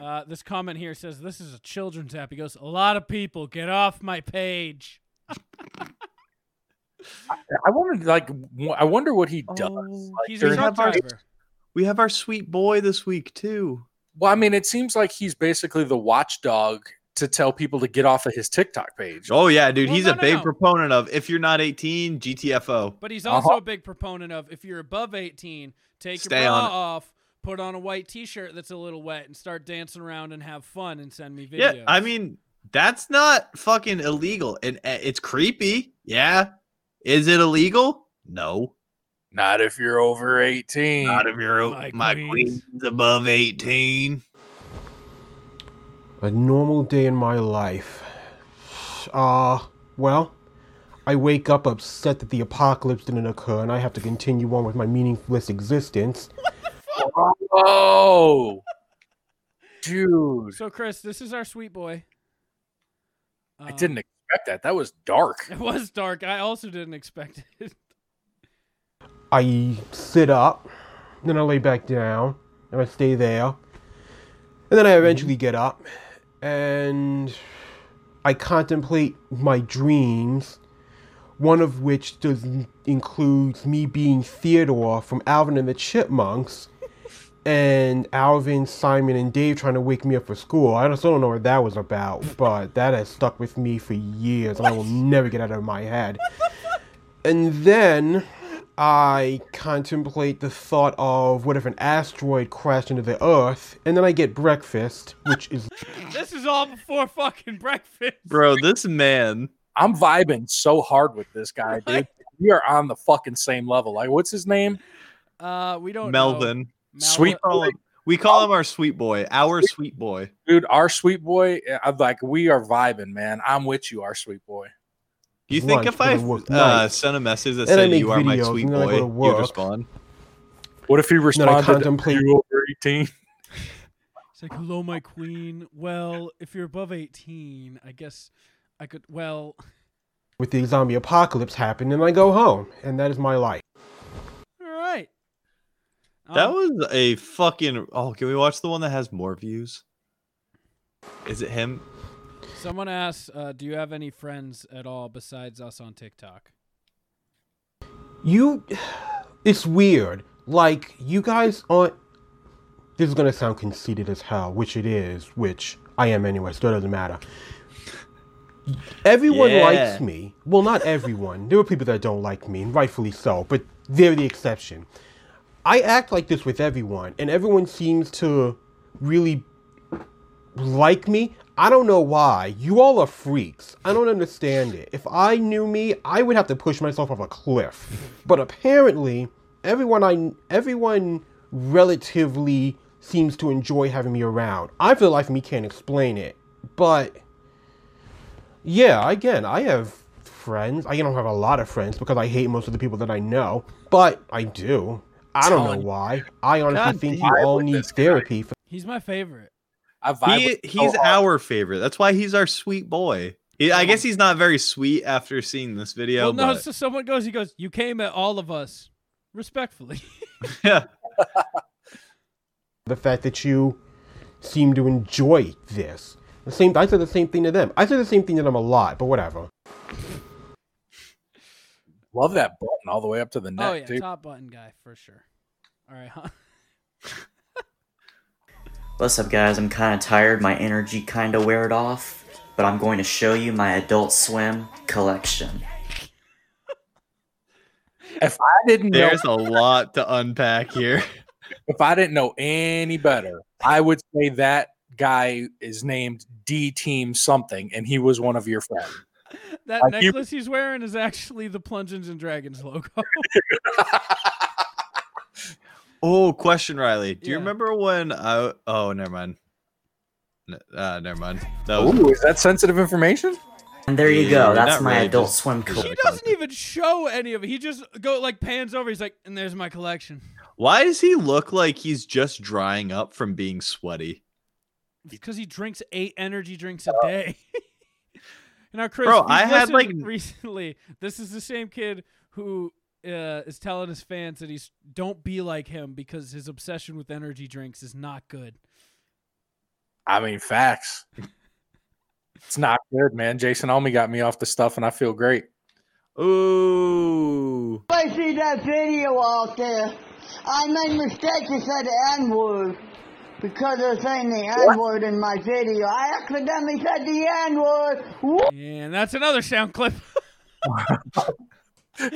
Speaker 2: Uh, this comment here says this is a children's app. He goes, a lot of people get off my page.
Speaker 3: I wonder, like, w- I wonder what
Speaker 14: Oh.
Speaker 3: he does. like,
Speaker 2: he's a
Speaker 3: during-
Speaker 2: truck driver.
Speaker 1: We have our sweet boy this week too.
Speaker 3: Well, I mean, it seems like he's basically the watchdog to tell people to get off of his TikTok page.
Speaker 1: Oh yeah, dude, he's
Speaker 2: no,
Speaker 1: a
Speaker 2: no,
Speaker 1: big
Speaker 2: no.
Speaker 1: proponent of if you're not 18, GTFO.
Speaker 2: But he's
Speaker 3: Uh-huh.
Speaker 2: also a big proponent of if you're above 18, take
Speaker 1: Uh-huh. Stay
Speaker 2: your bra
Speaker 1: on it.
Speaker 2: off, put on a white t-shirt that's a little wet, and start dancing around and have fun and send me videos.
Speaker 1: Yeah, I mean, that's not fucking illegal. And uh, it's creepy. Yeah. Is it illegal? No.
Speaker 3: Not if you're over 18.
Speaker 1: Not if you're o- my queen's above 18.
Speaker 15: A normal day in my life. Uh, well, I wake up upset that the apocalypse didn't occur and I have to continue on with my meaningless existence.
Speaker 3: Oh, dude.
Speaker 2: So Chris, this is our sweet boy.
Speaker 3: I didn't expect that. That was dark.
Speaker 2: It was dark. I also didn't expect it.
Speaker 15: I sit up, then I lay back down, and I stay there. And then I eventually get up, and I contemplate my dreams, one of which does includes me being Theodore from Alvin and the Chipmunks, and Alvin, Simon, and Dave trying to wake me up for school. I just don't know what that was about, but that has stuck with me for years, and I will never get out of my head. And then I contemplate the thought of what if an asteroid crashed into the Earth, and then I get breakfast, which is
Speaker 2: This is all before fucking breakfast.
Speaker 1: Bro, this man.
Speaker 3: I'm vibing so hard with this guy, dude. We are on the fucking same level. Like, what's his name?
Speaker 2: Uh, we
Speaker 3: Oh,
Speaker 2: don't. know.
Speaker 1: Melvin. We
Speaker 3: Sweet
Speaker 1: call, him, we call him our sweet boy. Our sweet boy.
Speaker 3: Oh. Dude, our sweet boy. I'm like, we are vibing, man. I'm with you, our sweet boy.
Speaker 1: Do you think
Speaker 3: Lunch,
Speaker 1: if I
Speaker 3: gonna work
Speaker 1: uh,
Speaker 3: night.
Speaker 1: sent a message that
Speaker 3: And I
Speaker 1: said
Speaker 3: make
Speaker 1: you are my
Speaker 3: videos,
Speaker 1: sweet
Speaker 3: and then I go
Speaker 1: boy,
Speaker 3: to
Speaker 1: you'd
Speaker 3: work.
Speaker 1: respond?
Speaker 3: What if he responded?
Speaker 15: contemplate-
Speaker 3: You over 18?
Speaker 2: It's like, hello, my queen. Well, if you're above 18, I guess I could. Well,
Speaker 15: with the zombie apocalypse happened, and I go home, and that is my life.
Speaker 2: all right. Um,
Speaker 1: That was a fucking. Oh, can we watch the one that has more views? Is it him?
Speaker 2: Someone asks, uh, do you have any friends at all besides us on TikTok?
Speaker 15: You, it's weird. Like you guys aren't. This is gonna sound conceited as hell, which it is, which I am anyway, so it doesn't matter. Everyone
Speaker 16: Yeah.
Speaker 15: likes me. Well, not everyone. there are people that don't like me, and rightfully so, but they're the exception. I act like this with everyone, and everyone seems to really like me. I don't know why. You all are freaks. I don't understand it. If I knew me, I would have to push myself off a cliff. But apparently, everyone I everyone relatively seems to enjoy having me around. I for the life of me can't explain it. But yeah, again, I have friends. I don't have a lot of friends because I hate most of the people that I know. But I do. I don't know
Speaker 2: Telling you.
Speaker 15: why. I honestly
Speaker 2: God
Speaker 15: think
Speaker 2: damn.
Speaker 15: you all need therapy. For-
Speaker 2: He's my favorite.
Speaker 3: I oh,
Speaker 1: He, he's our favorite. That's why he's our sweet boy. He, I guess he's not very sweet after seeing this video.
Speaker 2: Oh. well, no,
Speaker 1: but
Speaker 2: so someone goes, he goes, you came at all of us respectfully.
Speaker 15: the fact that you seem to enjoy this. The same. I said the same thing to them. I said the same thing to them a lot, but whatever.
Speaker 3: Love that button all the way up to the neck,
Speaker 2: oh yeah,
Speaker 3: dude.
Speaker 2: top button guy for sure. All right, huh?
Speaker 16: What's up, guys? I'm kind of tired. My energy kind of weared off, but I'm going to show you my Adult Swim collection.
Speaker 3: If I didn't
Speaker 1: There's
Speaker 3: know,
Speaker 1: a lot to unpack here.
Speaker 3: if I didn't know any better, I would say that guy is named D Team something, and he was one of your friends.
Speaker 2: That
Speaker 3: Like you-
Speaker 2: necklace he's wearing is actually the Plungeons and Dragons logo.
Speaker 1: Oh, question, Riley. Do you
Speaker 2: Yeah.
Speaker 1: remember when I? Oh, never mind. N- Uh, never mind. That was-
Speaker 3: Ooh, is that sensitive information?
Speaker 16: And there you
Speaker 1: Yeah,
Speaker 16: go. That's
Speaker 1: not
Speaker 16: my
Speaker 1: really,
Speaker 16: Adult
Speaker 1: just-
Speaker 16: Swim
Speaker 1: just-
Speaker 16: collection.
Speaker 2: he doesn't even show any of it. He just go like pans over. He's like, and there's my collection
Speaker 1: Why does he look like he's just drying up from being sweaty?
Speaker 2: because he drinks eight energy drinks a day. now, Chris,
Speaker 1: Bro,
Speaker 2: we've
Speaker 1: I had, like-
Speaker 2: listened recently. This is the same kid who uh, is telling his fans that he's don't be like him because his obsession with energy drinks is not good.
Speaker 3: I mean, facts. It's not good, man. Jason Almy got me off the stuff, and I feel great.
Speaker 1: Ooh.
Speaker 17: I see that video out there. I made mistake and said the N word because they're saying the N word in my video. I accidentally said the N word.
Speaker 2: And that's another sound clip.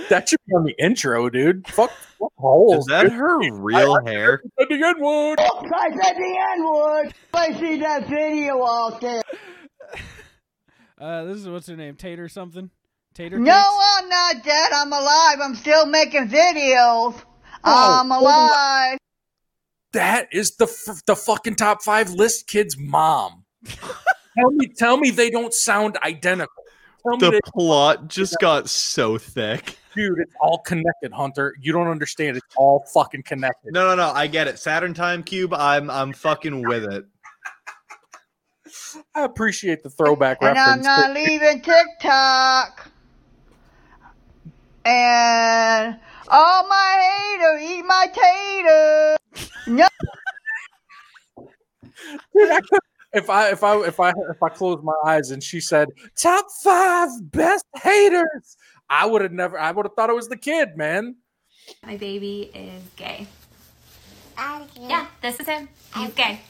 Speaker 3: That should be on the intro, dude. Fuck, fuck holes.
Speaker 1: Is that
Speaker 3: dude.
Speaker 1: her real hair?
Speaker 3: Said the N word.
Speaker 17: Oops, I said the N word. I see that video out there.
Speaker 2: Uh, this is what's her name, Tater something. Tater.
Speaker 17: No, uh
Speaker 2: Cakes?
Speaker 17: I'm not dead. I'm alive. I'm still making videos. I'm
Speaker 3: Oh,
Speaker 17: alive.
Speaker 3: That is the f- the fucking top five list kids' mom. tell me, tell me they don't sound identical. Tell me,
Speaker 1: The
Speaker 3: they,
Speaker 1: plot just got so thick.
Speaker 3: dude, it's all connected, Hunter. You don't understand. It's all fucking connected.
Speaker 1: No, no, no. I get it. Saturn Time Cube. I'm, I'm fucking with it.
Speaker 3: I appreciate the throwback
Speaker 17: And I'm
Speaker 3: reference.
Speaker 17: not leaving TikTok. And all my haters eat my tater. No.
Speaker 3: Dude, I could- if I if I if I if I closed my eyes and she said top five best haters, I would have never. I would have thought it was the kid, man.
Speaker 18: My baby is gay. Yeah, this is him. He's gay.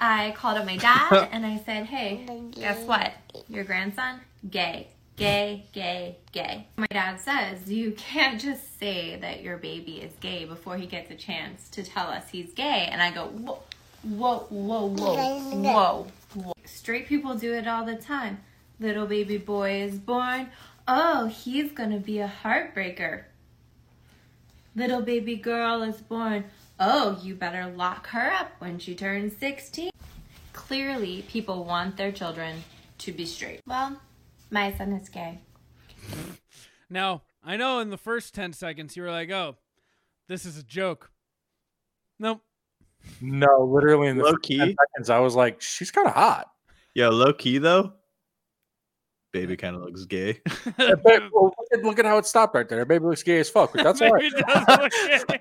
Speaker 18: I called up my dad and I said, hey, guess what? Your grandson, gay. Gay, gay, gay. My dad says, you can't just say that your baby is gay before he gets a chance to tell us he's gay. And I go, whoa, whoa, whoa, whoa, whoa. whoa. Straight people do it all the time. Little baby boy is born. Oh, he's gonna be a heartbreaker. Little baby girl is born. Oh, you better lock her up when she turns 16. Clearly, people want their children to be straight. Well, my son is gay.
Speaker 2: Now, I know in the first 10 seconds you were like, oh, this is a joke. Nope.
Speaker 3: No, literally in the
Speaker 1: Low
Speaker 3: first
Speaker 1: key?
Speaker 3: 10 seconds, I was like, she's kind of hot.
Speaker 1: Yo, low key though. Baby kind of looks gay.
Speaker 3: But- well, look, at, look at how it stopped right there. Her Baby looks gay as fuck. But that's all right.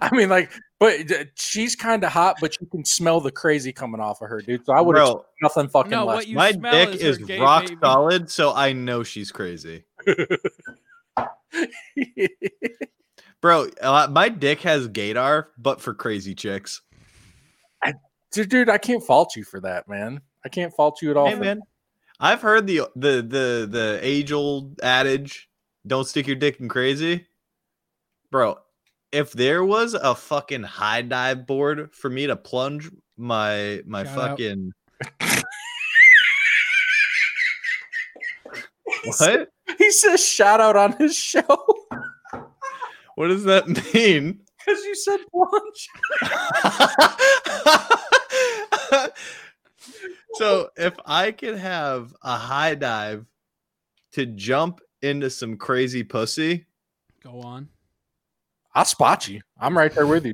Speaker 3: I mean, like, but uh, she's kind of hot, but you can smell the crazy coming off of her, dude. So I would have
Speaker 1: Bro.
Speaker 3: nothing fucking less.
Speaker 1: My dick is, rock solid, so I know she's crazy. Bro, uh, my dick has gaydar, but for crazy chicks.
Speaker 3: dude, dude, I can't fault you for that, man. I can't fault you at all.
Speaker 1: Hey,
Speaker 3: for-
Speaker 1: man. I've heard the the the the age old adage, "Don't stick your dick in crazy." Bro, if there was a fucking high dive board for me to plunge my my
Speaker 2: Shout out.
Speaker 1: fucking what?
Speaker 3: He says shout out on his show because
Speaker 1: What does that mean?
Speaker 3: you said plunge.
Speaker 1: So if I could have a high dive to jump into some crazy pussy,
Speaker 2: Go on.
Speaker 3: I'll spot you. I'm right there with you.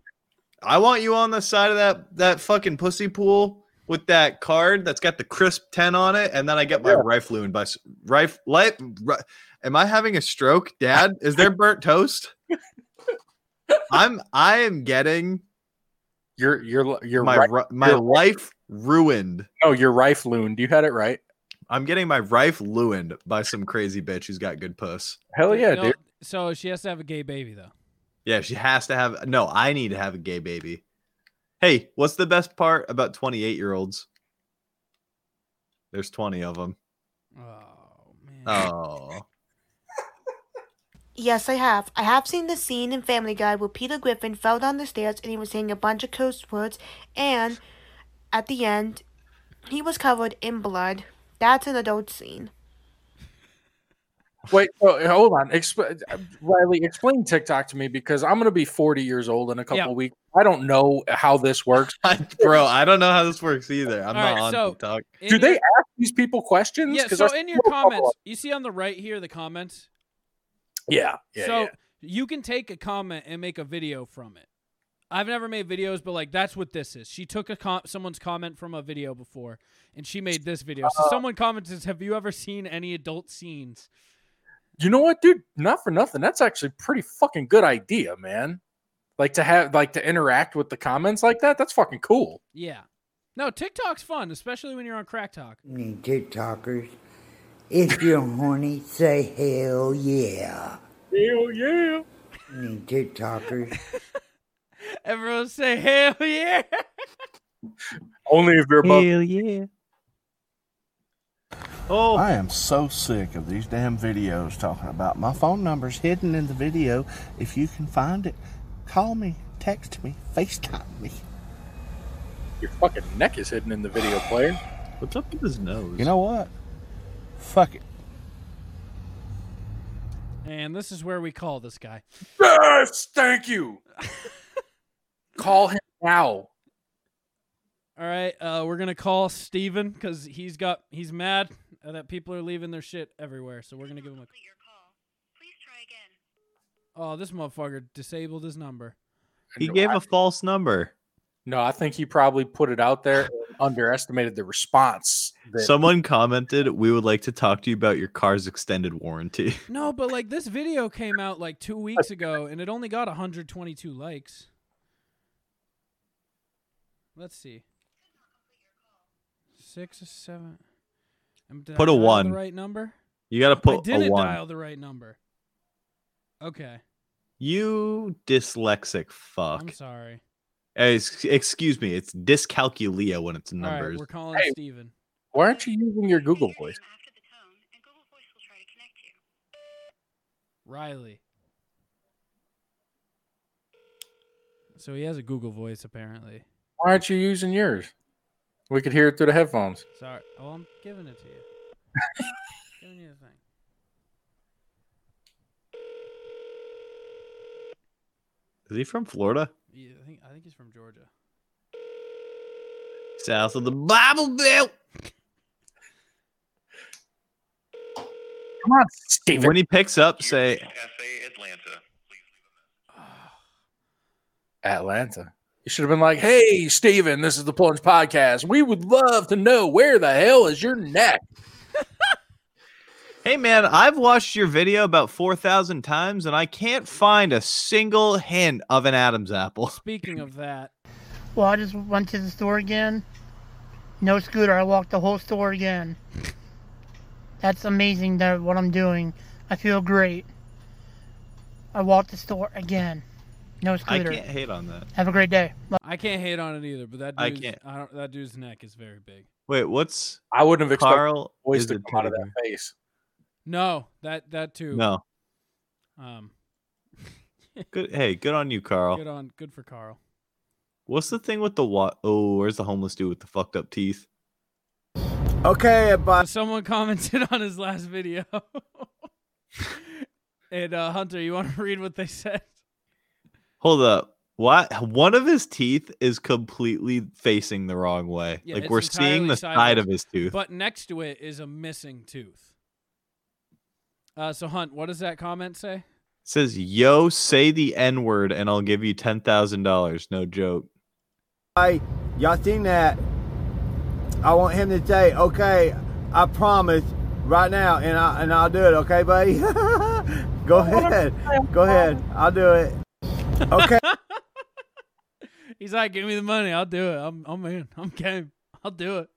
Speaker 1: I want you on the side of that that fucking pussy pool with that card that's got the crisp ten on it, and then I get my rifle and by s- rif light. Ri- am I having a stroke, Dad? Is there burnt toast? I'm I am getting
Speaker 3: You're you're you're
Speaker 1: my
Speaker 3: right-
Speaker 1: ri- my
Speaker 3: you're-
Speaker 1: life ruined.
Speaker 3: No, you're Oh, rife looned. You had it right.
Speaker 1: I'm getting my rife ruined by some crazy bitch who's got good puss.
Speaker 3: Hell yeah,
Speaker 2: No,
Speaker 3: dude.
Speaker 2: So she has to have a gay baby though.
Speaker 1: Yeah, she has to have. No, I need to have a gay baby. Hey, what's the best part about 28 year olds? There's 20 of them. Oh, man. Oh.
Speaker 19: Yes, I have. I have seen the scene in Family Guy where Peter Griffin fell down the stairs and he was saying a bunch of curse words, and at the end, he was covered in blood. That's an adult scene.
Speaker 3: Wait, oh, hold on. Exp- uh, Riley, explain TikTok to me because I'm going to be 40 years old in a couple
Speaker 2: Yeah.
Speaker 3: of weeks. I don't know how this works.
Speaker 1: Bro, I don't know how this works either. I'm
Speaker 2: All
Speaker 1: not
Speaker 2: right,
Speaker 1: on
Speaker 2: so
Speaker 1: TikTok.
Speaker 2: in Do they your-
Speaker 3: ask these people questions?
Speaker 2: Yeah.
Speaker 3: 'Cause I
Speaker 2: So in your
Speaker 3: saw a couple
Speaker 2: comments, you see on the right here the comments.
Speaker 3: Yeah. yeah
Speaker 2: so
Speaker 3: yeah.
Speaker 2: you can take a comment and make a video from it. I've never made videos, but like that's what this is. She took a com- someone's comment from a video before, and she made this video. So
Speaker 3: Uh,
Speaker 2: someone commented, "Have you ever seen any adult scenes?"
Speaker 3: You know what, dude? Not for nothing. That's actually a pretty fucking good idea, man. Like to have like to interact with the comments like that. That's fucking cool.
Speaker 2: Yeah. No, TikTok's fun, especially when you're on crack talk.
Speaker 17: Any TikTokers, if you're horny, say hell yeah.
Speaker 3: Hell yeah.
Speaker 17: Any TikTokers,
Speaker 2: Everyone say hell yeah.
Speaker 3: Only if you're
Speaker 20: above.
Speaker 2: Hell yeah.
Speaker 20: Oh. I am so sick of these damn videos talking about my phone number's hidden in the video. If you can find it, call me, text me, FaceTime me.
Speaker 3: Your fucking neck is hidden in the video player.
Speaker 1: What's up with his nose?
Speaker 20: You know what? Fuck it.
Speaker 2: And this is where we call this guy.
Speaker 3: Yes, thank you. Call him now.
Speaker 2: All right, uh, we're gonna call Steven because he's got he's mad that people are leaving their shit everywhere. So we're gonna give him a. Oh, this motherfucker disabled his number.
Speaker 1: He gave a false number.
Speaker 3: No, I think he probably put it out there and underestimated the response. that-
Speaker 1: Someone commented, "We would like to talk to you about your car's extended warranty."
Speaker 2: No, but like this video came out like two weeks ago, and it only got 122 likes. Let's see. Six or seven. Um, did I
Speaker 1: Put a
Speaker 2: dial the
Speaker 1: one.
Speaker 2: right number.
Speaker 1: You got to
Speaker 2: I
Speaker 1: put a
Speaker 2: didn't
Speaker 1: one.
Speaker 2: dial the right number. Okay,
Speaker 1: You dyslexic fuck.
Speaker 2: I'm sorry.
Speaker 1: Eh, ex- excuse me, it's dyscalculia when it's
Speaker 2: All right,
Speaker 1: numbers.
Speaker 2: we're calling
Speaker 3: Hey.
Speaker 2: Steven.
Speaker 3: Why aren't you using your Google voice?
Speaker 2: Riley. So he has a Google voice apparently.
Speaker 3: Why aren't you using yours? We could hear it through the headphones.
Speaker 2: Sorry. Oh, I'm giving it to you. giving you the thing.
Speaker 1: Is he from Florida?
Speaker 2: Yeah, I think I think he's from Georgia.
Speaker 1: South of the Bible Belt.
Speaker 3: Come on, Steven.
Speaker 1: When he picks up, say,
Speaker 3: Atlanta. You should have been like, hey, Steven, this is the Plunge Podcast. We would love to know where the hell is your neck?
Speaker 1: "Hey man, I've watched your video about 4,000 times and I can't find a single hint of an Adam's apple."
Speaker 2: Speaking of that,
Speaker 21: Well, I just went to the store again. No scooter. I walked the whole store again. That's amazing that what I'm doing. I feel great. I walked the store again. No
Speaker 1: I
Speaker 21: scooter.
Speaker 1: can't hate on that.
Speaker 21: Have a great day.
Speaker 2: I can't hate on it either, but that
Speaker 1: I
Speaker 2: dude's,
Speaker 1: can't.
Speaker 2: I don't, that dude's neck is very big.
Speaker 1: Wait, what's
Speaker 3: I wouldn't have expected
Speaker 1: Carl
Speaker 3: voice
Speaker 1: is
Speaker 3: to
Speaker 1: a
Speaker 3: come out of
Speaker 1: teddy
Speaker 3: that face.
Speaker 2: No, that that too.
Speaker 1: No.
Speaker 2: Um
Speaker 1: Good hey, good on you, Carl.
Speaker 2: good on good for Carl.
Speaker 1: What's the thing with the wa- oh, where's the homeless dude with the fucked up teeth?
Speaker 2: Okay, but someone commented on his last video. and uh Hunter, you want to read what they said?
Speaker 1: Hold up. What one of his teeth is completely facing the wrong way.
Speaker 2: Yeah,
Speaker 1: like
Speaker 2: it's
Speaker 1: we're seeing
Speaker 2: entirely
Speaker 1: the side of
Speaker 2: sideways,
Speaker 1: his tooth.
Speaker 2: But next to it is a missing tooth. Uh, so Hunt, what does that comment say?
Speaker 1: It says, "Yo, say the N word, and I'll give you ten thousand dollars." No joke.
Speaker 22: Hey, y'all seen that? I want him to say, okay, I promise right now, and I and I'll do it. Okay, buddy. Go ahead. Go ahead. I'll do it. Okay.
Speaker 2: He's like, "Give me the money, I'll do it. I'm, I'm in. I'm game. I'll do it."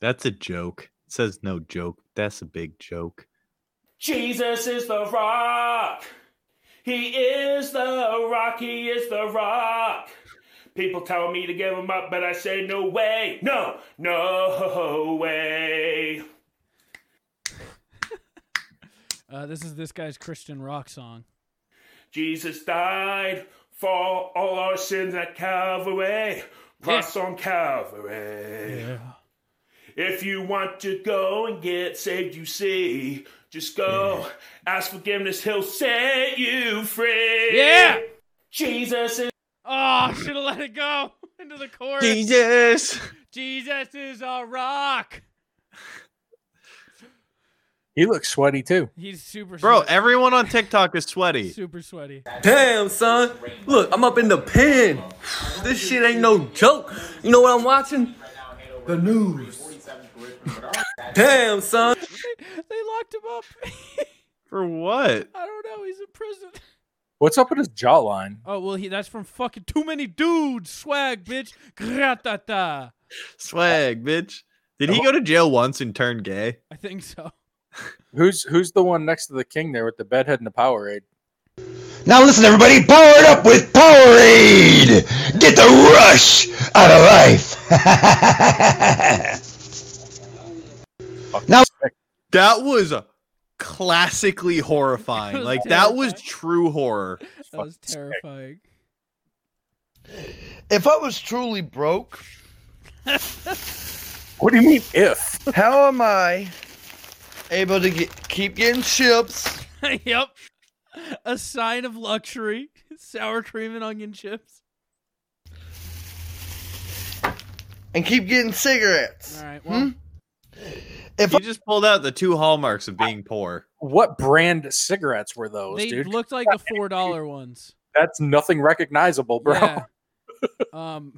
Speaker 1: That's a joke. It says no joke. That's a big joke.
Speaker 4: Jesus is the rock. He is the rock. He is the rock. People tell me to give him up, but I say no way. No, no way.
Speaker 2: Uh, this is this guy's Christian rock song.
Speaker 4: Jesus died for all our sins at Calvary. Cross on Calvary. If you want to go and get saved, you see, just go ask forgiveness. He'll set you free.
Speaker 2: Yeah.
Speaker 4: Jesus is.
Speaker 2: Oh, should have let it go into the chorus.
Speaker 1: Jesus.
Speaker 2: Jesus is a rock.
Speaker 3: He looks sweaty too.
Speaker 2: He's super
Speaker 1: Bro, everyone on TikTok is sweaty.
Speaker 2: super sweaty.
Speaker 8: Damn, son. Look, I'm up in the pen. This shit ain't no joke. You know what I'm watching? The news. Damn, son.
Speaker 2: They locked him up.
Speaker 1: For what?
Speaker 2: I don't know. He's in prison.
Speaker 3: What's up with his jawline?
Speaker 2: Oh well, he that's from fucking too many dudes. Swag, bitch. Gratata.
Speaker 1: Swag, bitch. Did he go to jail once and turn gay?
Speaker 2: I think so.
Speaker 3: Who's who's the one next to the king there with the bedhead and the Powerade?
Speaker 23: Now listen, everybody, power it up with Powerade. Get the rush out of life.
Speaker 1: Now that was classically horrifying.
Speaker 2: was
Speaker 1: like that was true horror.
Speaker 2: That was terrifying.
Speaker 23: if I was truly broke,
Speaker 3: what do you mean if?
Speaker 23: How am I able to get, keep getting chips?
Speaker 2: yep. A sign of luxury. Sour cream and onion chips.
Speaker 23: and keep getting cigarettes.
Speaker 2: All right.
Speaker 23: Well,
Speaker 1: If you just pulled out the two hallmarks of being poor.
Speaker 3: What brand cigarettes were those,
Speaker 2: They
Speaker 3: dude?
Speaker 2: looked like the four dollar ones.
Speaker 3: That's nothing recognizable, bro.
Speaker 2: Yeah. Um.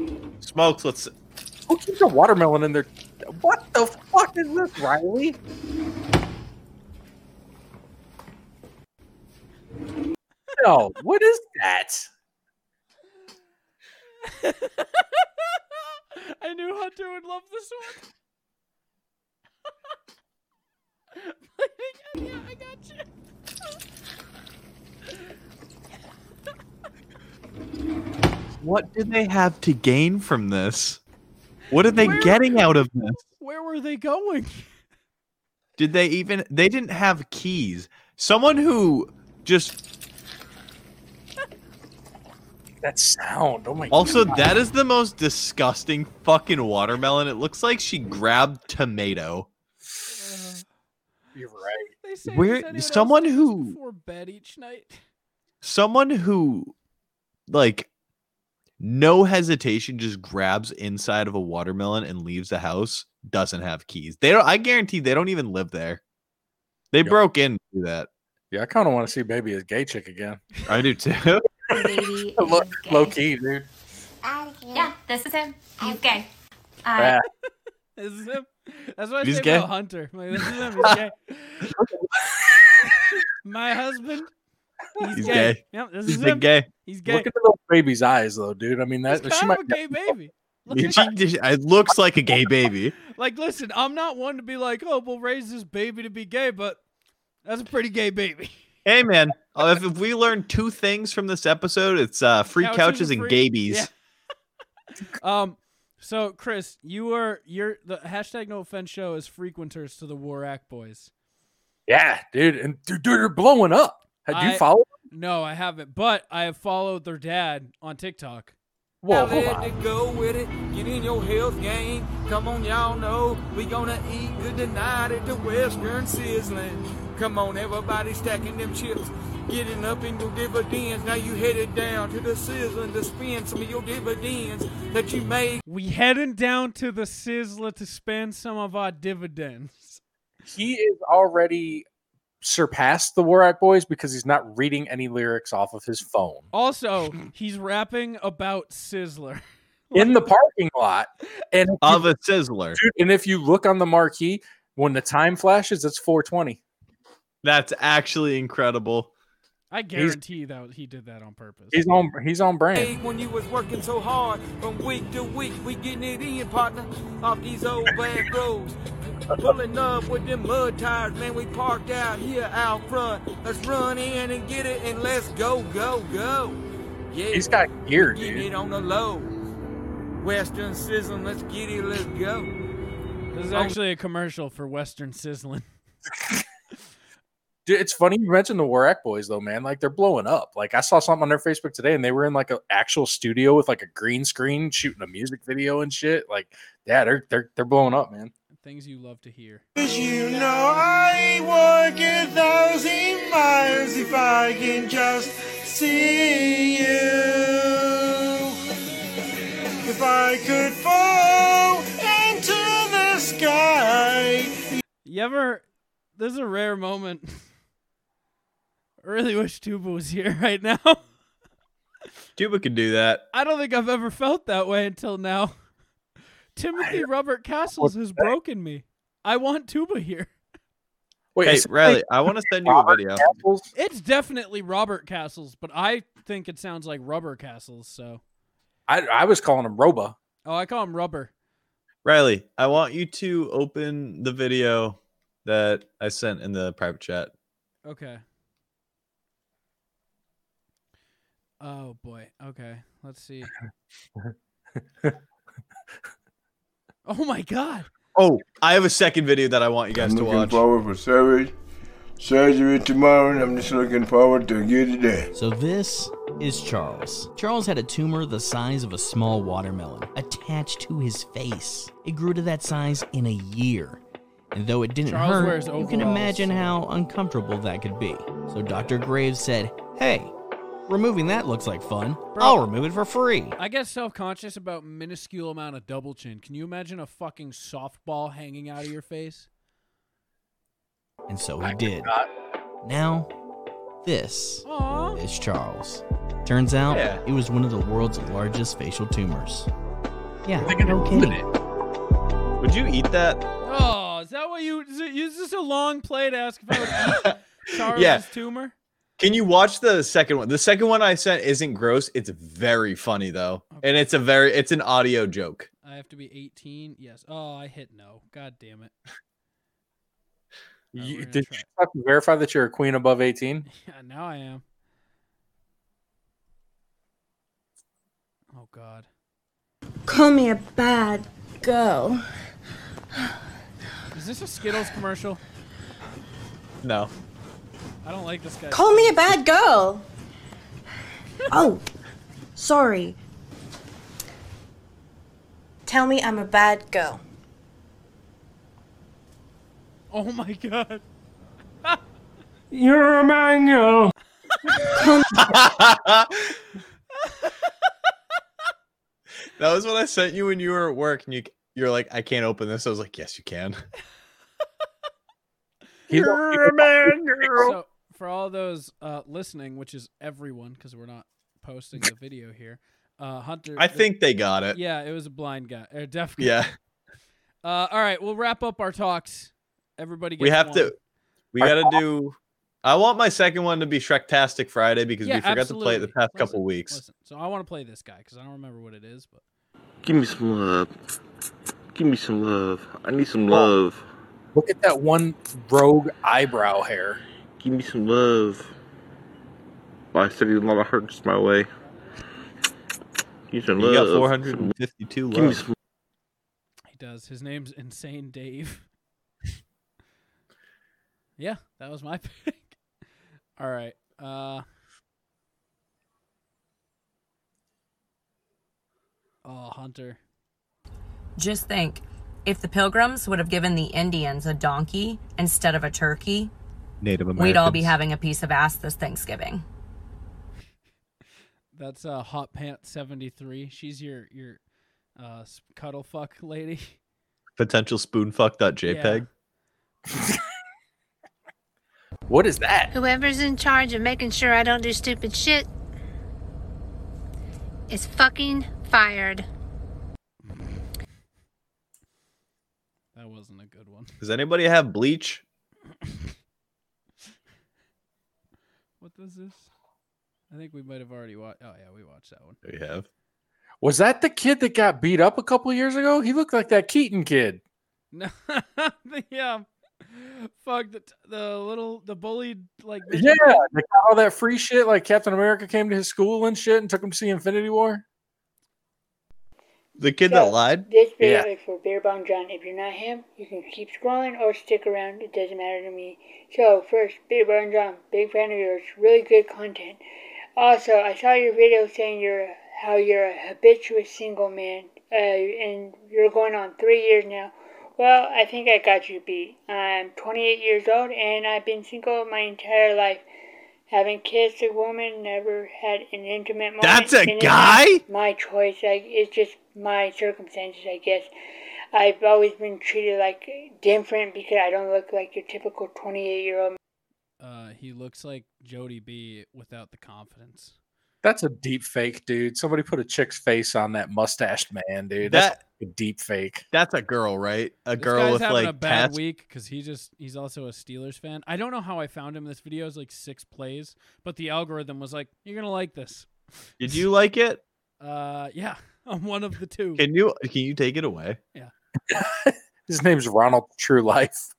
Speaker 1: Smokes, let's
Speaker 3: Who keeps a watermelon in their What the fuck is this, Riley? No, what is that?
Speaker 2: I knew Hunter would love this one. yeah, I got you.
Speaker 1: What did they have to gain from this? What are they getting out of this?
Speaker 2: Where were they going?
Speaker 1: Did they even they didn't have keys. Someone who just
Speaker 3: That sound. Oh my
Speaker 1: also
Speaker 3: God.
Speaker 1: that is the most disgusting fucking watermelon. It looks like she grabbed tomato.
Speaker 3: You're right.
Speaker 2: They say
Speaker 1: Where-
Speaker 2: does anyone else
Speaker 1: someone
Speaker 2: do this
Speaker 1: who-
Speaker 2: before bed each night.
Speaker 1: Someone who like no hesitation just grabs inside of a watermelon and leaves the house doesn't have keys. They don't I guarantee they don't even live there. They broke in to do that.
Speaker 3: Yeah, I kind of want to see Baby as gay chick again.
Speaker 1: I do too.
Speaker 18: Baby
Speaker 3: low,
Speaker 18: is gay.
Speaker 3: low key, dude.
Speaker 18: Yeah, this is him. He's gay.
Speaker 3: Yeah.
Speaker 18: I
Speaker 2: This is him. That's what I
Speaker 3: He's
Speaker 2: say
Speaker 3: gay.
Speaker 2: about Hunter. I'm like, this is him. He's gay. My husband. He's,
Speaker 3: He's
Speaker 2: gay.
Speaker 3: gay.
Speaker 2: Yep, this
Speaker 3: He's
Speaker 2: is
Speaker 3: been
Speaker 2: him.
Speaker 1: gay.
Speaker 2: He's gay.
Speaker 3: Look at the little baby's eyes, though, dude. I mean, that she
Speaker 2: kind
Speaker 3: might.
Speaker 2: of a gay baby. Look
Speaker 1: She
Speaker 2: at-
Speaker 1: just- it looks like a gay baby.
Speaker 2: like, listen, I'm not one to be like, oh, we'll raise this baby to be gay, but that's a pretty gay baby.
Speaker 1: Hey man, uh, if, if we learn two things from this episode, it's uh, free
Speaker 2: Couches
Speaker 1: couches
Speaker 2: and
Speaker 1: and
Speaker 2: free-
Speaker 1: gabies.
Speaker 2: yeah. Um, so Chris, you were your the hashtag No Offense show is frequenters to the Warack Boys.
Speaker 3: Yeah, dude, and dude, dude, you're blowing up. Had you
Speaker 2: I-
Speaker 3: followed?
Speaker 2: No, I haven't, but I have followed their dad on TikTok.
Speaker 3: Whoa,
Speaker 6: Now let it go with it. Get in your health game. Come on, y'all know we gonna eat good tonight at the Western Sizzling. Come on, everybody stacking them chips. Getting up in your dividends. Now you headed down to the sizzling to spend some of your dividends that you made.
Speaker 2: We heading down to the Sizzler to spend some of our dividends.
Speaker 3: He is already surpassed the Warrock Boys because he's not reading any lyrics off of his phone
Speaker 2: Also, he's rapping about Sizzler.
Speaker 3: in the parking lot. And
Speaker 1: of a sizzler,
Speaker 3: dude. And if you look on the marquee when the time flashes, it's 420.
Speaker 1: That's actually incredible.
Speaker 2: I guarantee that he did that on purpose.
Speaker 3: He's on. He's on brand.
Speaker 6: When you was working so hard from week to week, we getting it in, partner, off these old back roads. Pulling up with them mud tires, man, we parked out here out front. Let's run in and get it and let's go, go, go. Yeah,
Speaker 3: He's got gear,
Speaker 6: getting
Speaker 3: dude.
Speaker 6: it on the low. Western sizzling, let's get it, let's go.
Speaker 2: This
Speaker 3: Oh.
Speaker 2: is actually a commercial for Western Sizzling.
Speaker 3: Dude, it's funny you mentioned the Warak boys though, man. Like they're blowing up. Like I saw something on their Facebook today, and they were in like an actual studio with like a green screen shooting a music video and shit. Like, yeah, they're they're they're blowing up, man.
Speaker 2: Things you love to hear.
Speaker 5: Cause you know I work a thousand miles if I can just see you. If I could fall into the sky.
Speaker 2: You ever? This is a rare moment. I really wish Tuba was here right now.
Speaker 1: Tuba could do that.
Speaker 2: I don't think I've ever felt that way until now. Timothy Robert Castles has broken me. I want Tuba here.
Speaker 1: Wait, hey, Riley, I want to send you a video.
Speaker 2: It's definitely Robert Castles, but I think it sounds like Rubber Castles. So,
Speaker 3: I I was calling him Roba.
Speaker 2: oh, I call him Rubber.
Speaker 1: Riley, I want you to open the video that I sent in the private chat.
Speaker 2: Okay. Oh boy. Okay. Let's see. oh my god.
Speaker 1: Oh, I have a second video that I want you guys
Speaker 9: I'm
Speaker 1: to
Speaker 9: looking
Speaker 1: watch.
Speaker 9: forward for surgery, surgery tomorrow, and I'm just looking forward to get it done.
Speaker 10: So this is Charles. Charles had a tumor the size of a small watermelon attached to his face. It grew to that size in a year. And though it didn't
Speaker 2: Charles
Speaker 10: hurt,
Speaker 2: wears
Speaker 10: you can
Speaker 2: overalls.
Speaker 10: imagine how uncomfortable that could be. So Dr. Graves said, "Hey, removing that looks like fun. I'll remove it for free."
Speaker 2: I get self conscious about minuscule amount of double chin. Can you imagine a fucking softball hanging out of your face?
Speaker 10: And so he did. Now, this
Speaker 2: Aw.
Speaker 10: is Charles. Turns out
Speaker 2: Yeah.
Speaker 10: it was one of the world's largest facial tumors. Yeah,
Speaker 1: Would you eat that?
Speaker 2: Oh, is that what you is, it, is this a long play to ask if I would eat Charles'
Speaker 1: Yeah.
Speaker 2: tumor?
Speaker 1: Can you watch the second one? The second one I sent isn't gross. It's very funny though, and it's a very it's an audio joke.
Speaker 2: I have to be 18. Yes. Oh, I hit no. God damn it.
Speaker 3: You, did you have to verify that you're a queen above eighteen?
Speaker 2: Yeah, now I am. Oh god.
Speaker 24: Call me a bad girl.
Speaker 2: Is this a Skittles commercial?
Speaker 1: No.
Speaker 2: I don't like this guy.
Speaker 24: Call me a bad girl. Oh, sorry. Tell me I'm a bad girl.
Speaker 2: Oh my god.
Speaker 24: You're a mango.
Speaker 1: That was what I sent you when you were at work, and you you're like, I can't open this. I was like, Yes, you can.
Speaker 2: So, for all those uh, listening, which is everyone, because we're not posting the video here, uh, Hunter.
Speaker 1: I
Speaker 2: th-
Speaker 1: think they got it.
Speaker 2: Yeah, it was a blind guy, Er, or deaf guy.
Speaker 1: Yeah,
Speaker 2: Uh, all right, we'll wrap up our talks. Everybody, gets
Speaker 1: we have
Speaker 2: one.
Speaker 1: to. We got to do. I want my second one to be Shrektastic Friday because
Speaker 2: Yeah,
Speaker 1: we forgot to play it the
Speaker 2: absolutely.
Speaker 1: past couple weeks.
Speaker 2: Listen, so I want to play this guy because I don't remember what it is, but
Speaker 25: Give me some love. Give me some love. I need some love.
Speaker 3: Look at that one rogue eyebrow hair.
Speaker 25: Give me some love. My city a lot of hurts my way. Give me some
Speaker 1: You
Speaker 25: love.
Speaker 1: got 452
Speaker 25: Give me
Speaker 1: love.
Speaker 25: some
Speaker 2: he does. His name's Insane Dave. yeah, that was my pick. All right. Uh. Oh, Hunter.
Speaker 26: Just think if the pilgrims would have given the Indians a donkey instead of a turkey,
Speaker 1: Native
Speaker 26: we'd all be having a piece of ass this Thanksgiving.
Speaker 2: That's uh, Hot Pants seventy three. She's your your uh, s- cuddle fuck lady.
Speaker 1: Potential spoonfuck.jpg.
Speaker 3: what is that?
Speaker 27: Whoever's in charge of making sure I don't do stupid shit is fucking fired.
Speaker 2: That wasn't a good one.
Speaker 1: Does anybody have bleach?
Speaker 2: what was this? I think we might have already watched. Oh yeah, we watched that one.
Speaker 1: We have.
Speaker 3: Was that the kid that got beat up a couple years ago? He looked like that Keaton kid.
Speaker 2: yeah. Fuck the the little the bullied like
Speaker 3: Yeah, they got all that free shit. Like Captain America came to his school and shit and took him to see Infinity War.
Speaker 1: The kid that lied?
Speaker 7: This video is for Beer Bong John. If you're not him, you can keep scrolling or stick around. It doesn't matter to me. So, first, Beer Bong John, big fan of yours. Really good content. Also, I saw your video saying you're how you're a habitual single man, uh, and you're going on three years now. Well, I think I got you beat. I'm 28 years old, and I've been single my entire life. Haven't kissed a woman, never had an intimate moment.
Speaker 1: That's a
Speaker 7: and it's
Speaker 1: guy?
Speaker 7: My choice. Like it's just my circumstances, I guess. I've always been treated like different because I don't look like your typical 28 year old
Speaker 2: Uh, he looks like Jody B without the confidence.
Speaker 3: That's a deep fake, dude. Somebody put a chick's face on that mustached man, dude. That's a deep fake.
Speaker 1: That's a girl, right? A
Speaker 2: This
Speaker 1: girl
Speaker 2: guy's
Speaker 1: with
Speaker 2: having
Speaker 1: like
Speaker 2: a bad
Speaker 1: tats-
Speaker 2: week because he just he's also a Steelers fan. I don't know how I found him. This video is like six plays, but the algorithm was like, "You're gonna like this."
Speaker 1: Did you like it?
Speaker 2: Uh, yeah, I'm one of the two.
Speaker 1: Can you can you take it away?
Speaker 2: Yeah.
Speaker 3: His name's Ronald True Life.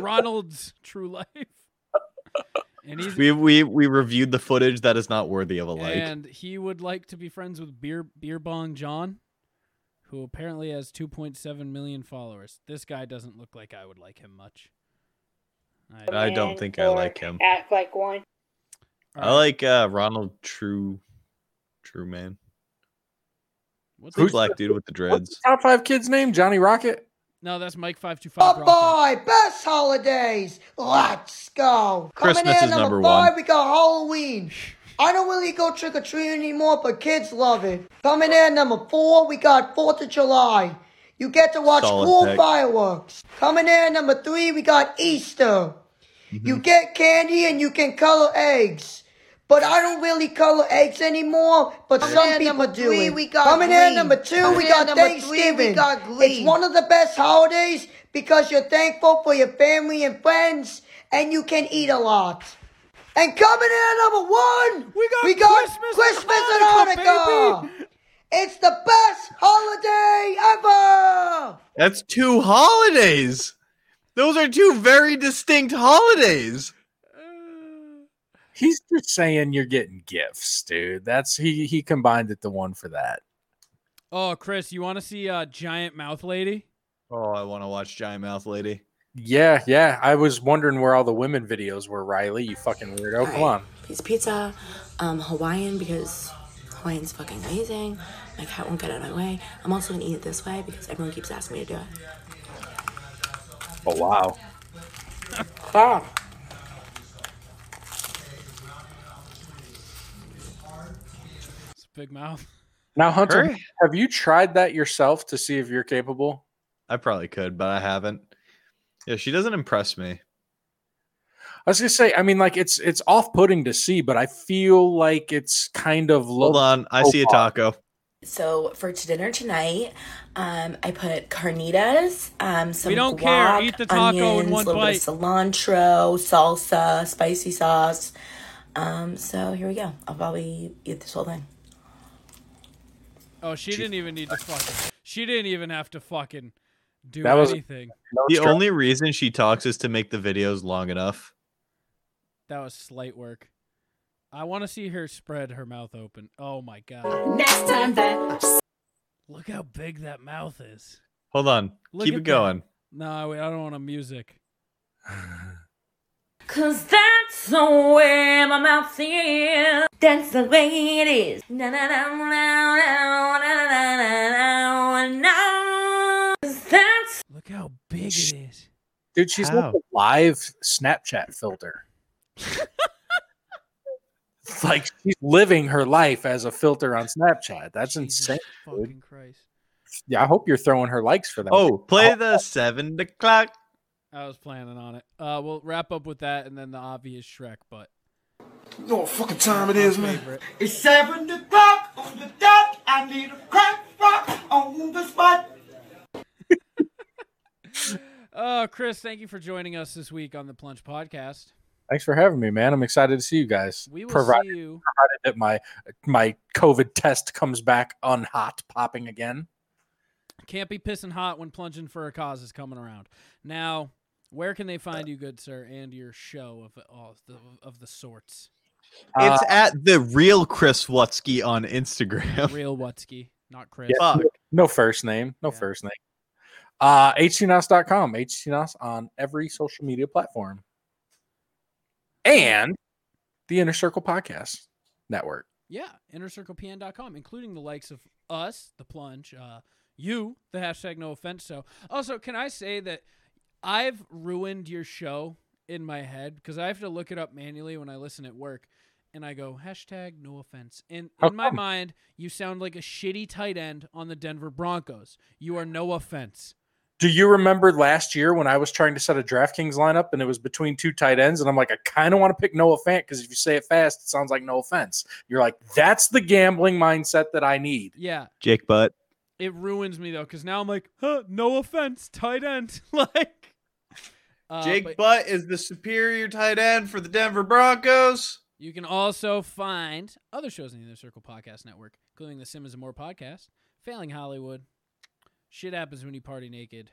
Speaker 2: Ronald's true life, and he's
Speaker 1: We we we reviewed the footage that is not worthy of a like.
Speaker 2: and he would like to be friends with beer beer bong John, who apparently has 2.7 million followers. This guy doesn't look like I would like him much.
Speaker 1: I don't think I like him.
Speaker 7: act like one.
Speaker 1: I like uh Ronald True True Man.
Speaker 2: What's
Speaker 1: the black dude with the dreads?
Speaker 3: Top five kids name Johnny Rocket.
Speaker 2: No, that's Mike five two
Speaker 24: Oh
Speaker 2: five.
Speaker 24: boy, best holidays. Let's go.
Speaker 2: Christmas is number one.
Speaker 24: five, we got Halloween. I don't really go trick or treating anymore, but kids love it. Coming in at number four, we got Fourth of July. You get to watch
Speaker 11: Solid
Speaker 24: cool
Speaker 11: pick.
Speaker 24: fireworks. Coming in at number three, we got Easter. You get candy and you can color eggs. But I don't really color eggs anymore. But
Speaker 11: Coming in
Speaker 24: some
Speaker 11: at
Speaker 24: people
Speaker 11: number
Speaker 24: do
Speaker 11: three,
Speaker 24: it.
Speaker 11: we got
Speaker 24: Coming in at
Speaker 11: Glee.
Speaker 24: number two,
Speaker 11: Coming
Speaker 24: we
Speaker 11: in at
Speaker 24: got
Speaker 11: number three, we
Speaker 24: Thanksgiving.
Speaker 11: got Glee.
Speaker 24: It's one of the best holidays because you're thankful for your family and friends, and you can eat a lot. And coming in at number one, we got, Christmas, and Hanukkah. It's the best holiday ever.
Speaker 1: That's two holidays. Those are two very distinct holidays.
Speaker 3: He's just saying you're getting gifts, dude. That's he he combined it to one for that.
Speaker 2: Oh, Chris, you want to see uh, Giant Mouth Lady?
Speaker 1: Oh, I want to watch Giant Mouth Lady.
Speaker 3: Yeah, yeah. I was wondering where all the women videos were, Riley. You fucking weirdo. Come on.
Speaker 12: Piece of pizza, um, Hawaiian because Hawaiian's fucking amazing. My cat won't get out of my way. I'm also gonna eat it this way because everyone keeps asking me to do it.
Speaker 3: Oh wow.
Speaker 12: Wow.
Speaker 2: It's a big mouth.
Speaker 3: Now, Hunter,
Speaker 2: Her?
Speaker 3: have you tried that yourself to see if you're capable?
Speaker 1: I probably could, but I haven't. Yeah, she doesn't impress me.
Speaker 3: I was gonna say, I mean, like it's it's off putting to see, but I feel like it's kind of low.
Speaker 1: Hold on, I see a taco.
Speaker 12: So for t- dinner tonight, um, I put carnitas, um, some
Speaker 2: We don't
Speaker 12: guac,
Speaker 2: care. Eat the taco in
Speaker 12: onions,
Speaker 2: one
Speaker 12: a little bit of cilantro, salsa, spicy sauce. Um, so here we go. I'll probably eat this whole thing.
Speaker 2: Oh, she didn't even need to fucking. She didn't even have to fucking do
Speaker 1: That was-
Speaker 2: anything.
Speaker 1: The only reason she talks is to make the videos long enough.
Speaker 2: That was slight work. I want to see her spread her mouth open. Oh my god.
Speaker 13: Next time
Speaker 2: that. Look how big that mouth is.
Speaker 1: Hold on,
Speaker 2: Look
Speaker 1: keep
Speaker 2: at
Speaker 1: it going.
Speaker 2: That. No, wait, I don't want a music.
Speaker 13: Cause that's the way my mouth is. That's the way it is. Na na na na na na na na na na. 'Cause that's
Speaker 2: Look how big it is.
Speaker 3: Dude, she's like a live Snapchat filter. It's like she's living her life as a filter on Snapchat. That's insane. dude.
Speaker 2: Christ.
Speaker 3: Yeah, I hope you're throwing her likes for that.
Speaker 1: Oh, play the seven o'clock.
Speaker 2: I was planning on it. Uh, we'll wrap up with that and then the obvious Shrek, but.
Speaker 5: You know what fucking time it is, man.
Speaker 11: It's seven o'clock on the dot. I need a crack rock on the spot.
Speaker 2: Uh, Oh, Chris, thank you for joining us this week on the Plunge Podcast.
Speaker 3: Thanks for having me, man. I'm excited to see you guys.
Speaker 2: We will
Speaker 3: provided,
Speaker 2: see you.
Speaker 3: provided that my my COVID test comes back unhot, popping again.
Speaker 2: Can't be pissing hot when plunging for a cause is coming around. Now, where can they find you, good sir, and your show of all the, of the sorts?
Speaker 1: It's at the real Chris Wutsky on Instagram.
Speaker 2: Real Wutsky, not Chris.
Speaker 3: Yeah, no- no first name. No first name. Uh, HCNOS.com. HCNOS on every social media platform. And the Inner Circle Podcast Network.
Speaker 2: Yeah, innercirclepn.com, including the likes of us, the plunge, uh, you, the hashtag no offense. So, also, can I say that I've ruined your show in my head because I have to look it up manually when I listen at work, and I go hashtag no offense. And
Speaker 3: How
Speaker 2: in my
Speaker 3: come?
Speaker 2: mind, you sound like a shitty tight end on the Denver Broncos. You are no offense.
Speaker 3: Do you remember last year when I was trying to set a DraftKings lineup and it was between two tight ends? And I'm like, I kind of want to pick Noah Fant because if you say it fast, it sounds like no offense. You're like, that's the gambling mindset that I need.
Speaker 2: Yeah,
Speaker 1: Jake Butt.
Speaker 2: it ruins me though because now I'm like, huh, no offense, tight end. like, uh,
Speaker 1: Jake
Speaker 2: but-
Speaker 1: Butt is the superior tight end for the Denver Broncos.
Speaker 2: You can also find other shows on the Inner Circle Podcast Network, including the Simmons and More podcast, Failing Hollywood, Shit Happens When You Party Naked,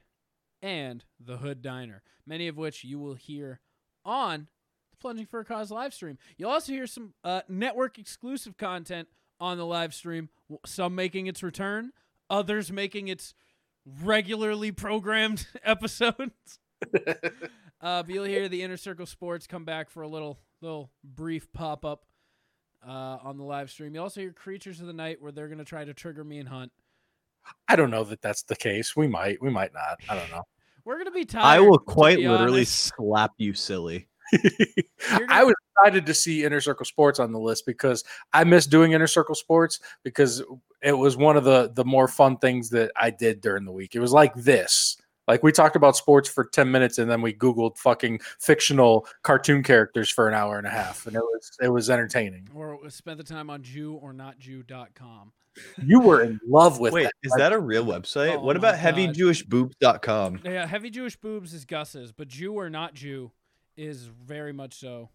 Speaker 2: and The Hood Diner, many of which you will hear on the Plunging for a Cause live stream. You'll also hear some uh, network exclusive content on the live stream, w- some making its return, others making its regularly programmed episodes. Uh, but you'll hear the Inner Circle Sports come back for a little little brief pop up uh, on the live stream. You also hear Creatures of the Night, where they're gonna try to trigger me and Hunt.
Speaker 3: I don't know that that's the case. We might, we might not. I don't know.
Speaker 2: We're gonna be tired.
Speaker 1: I will
Speaker 2: to
Speaker 1: quite
Speaker 2: be
Speaker 1: literally
Speaker 2: honest.
Speaker 1: slap you silly.
Speaker 3: I was excited to see Inner Circle Sports on the list because I miss doing Inner Circle Sports because it was one of the the more fun things that I did during the week. It was like this. Like we talked about sports for 10 minutes and then we googled fucking fictional cartoon characters for an hour and a half and it was it was entertaining.
Speaker 2: or spend the time on Jew or not Jew.com.
Speaker 3: You were in love with
Speaker 1: Wait,
Speaker 3: that.
Speaker 1: is that a real website?
Speaker 2: Oh
Speaker 1: what
Speaker 2: my
Speaker 1: about
Speaker 2: God.
Speaker 1: heavyjewishboobs.com?
Speaker 2: Yeah, heavy Jewish boobs is Gus's, but Jew or not Jew is very much so.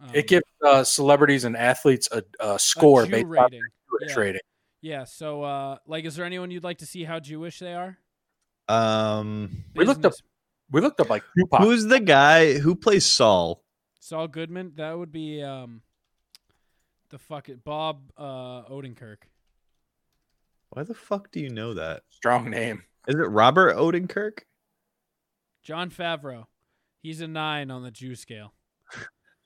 Speaker 2: um,
Speaker 3: It gives uh, celebrities and athletes a, a score
Speaker 2: Jew
Speaker 3: based on
Speaker 2: rating.
Speaker 3: their Jewish
Speaker 2: Yeah.
Speaker 3: rating.
Speaker 2: Yeah, so uh, like, is there anyone you'd like to see how Jewish they are?
Speaker 1: Um,
Speaker 3: we looked up we looked up like Tupac.
Speaker 1: Who's the guy who plays Saul?
Speaker 2: Saul Goodman. That would be um, the fuck it, Bob uh, Odenkirk.
Speaker 1: Why the fuck do you know that?
Speaker 3: Strong name.
Speaker 1: Is it Robert Odenkirk?
Speaker 2: John Favreau. He's a nine on the Jew scale.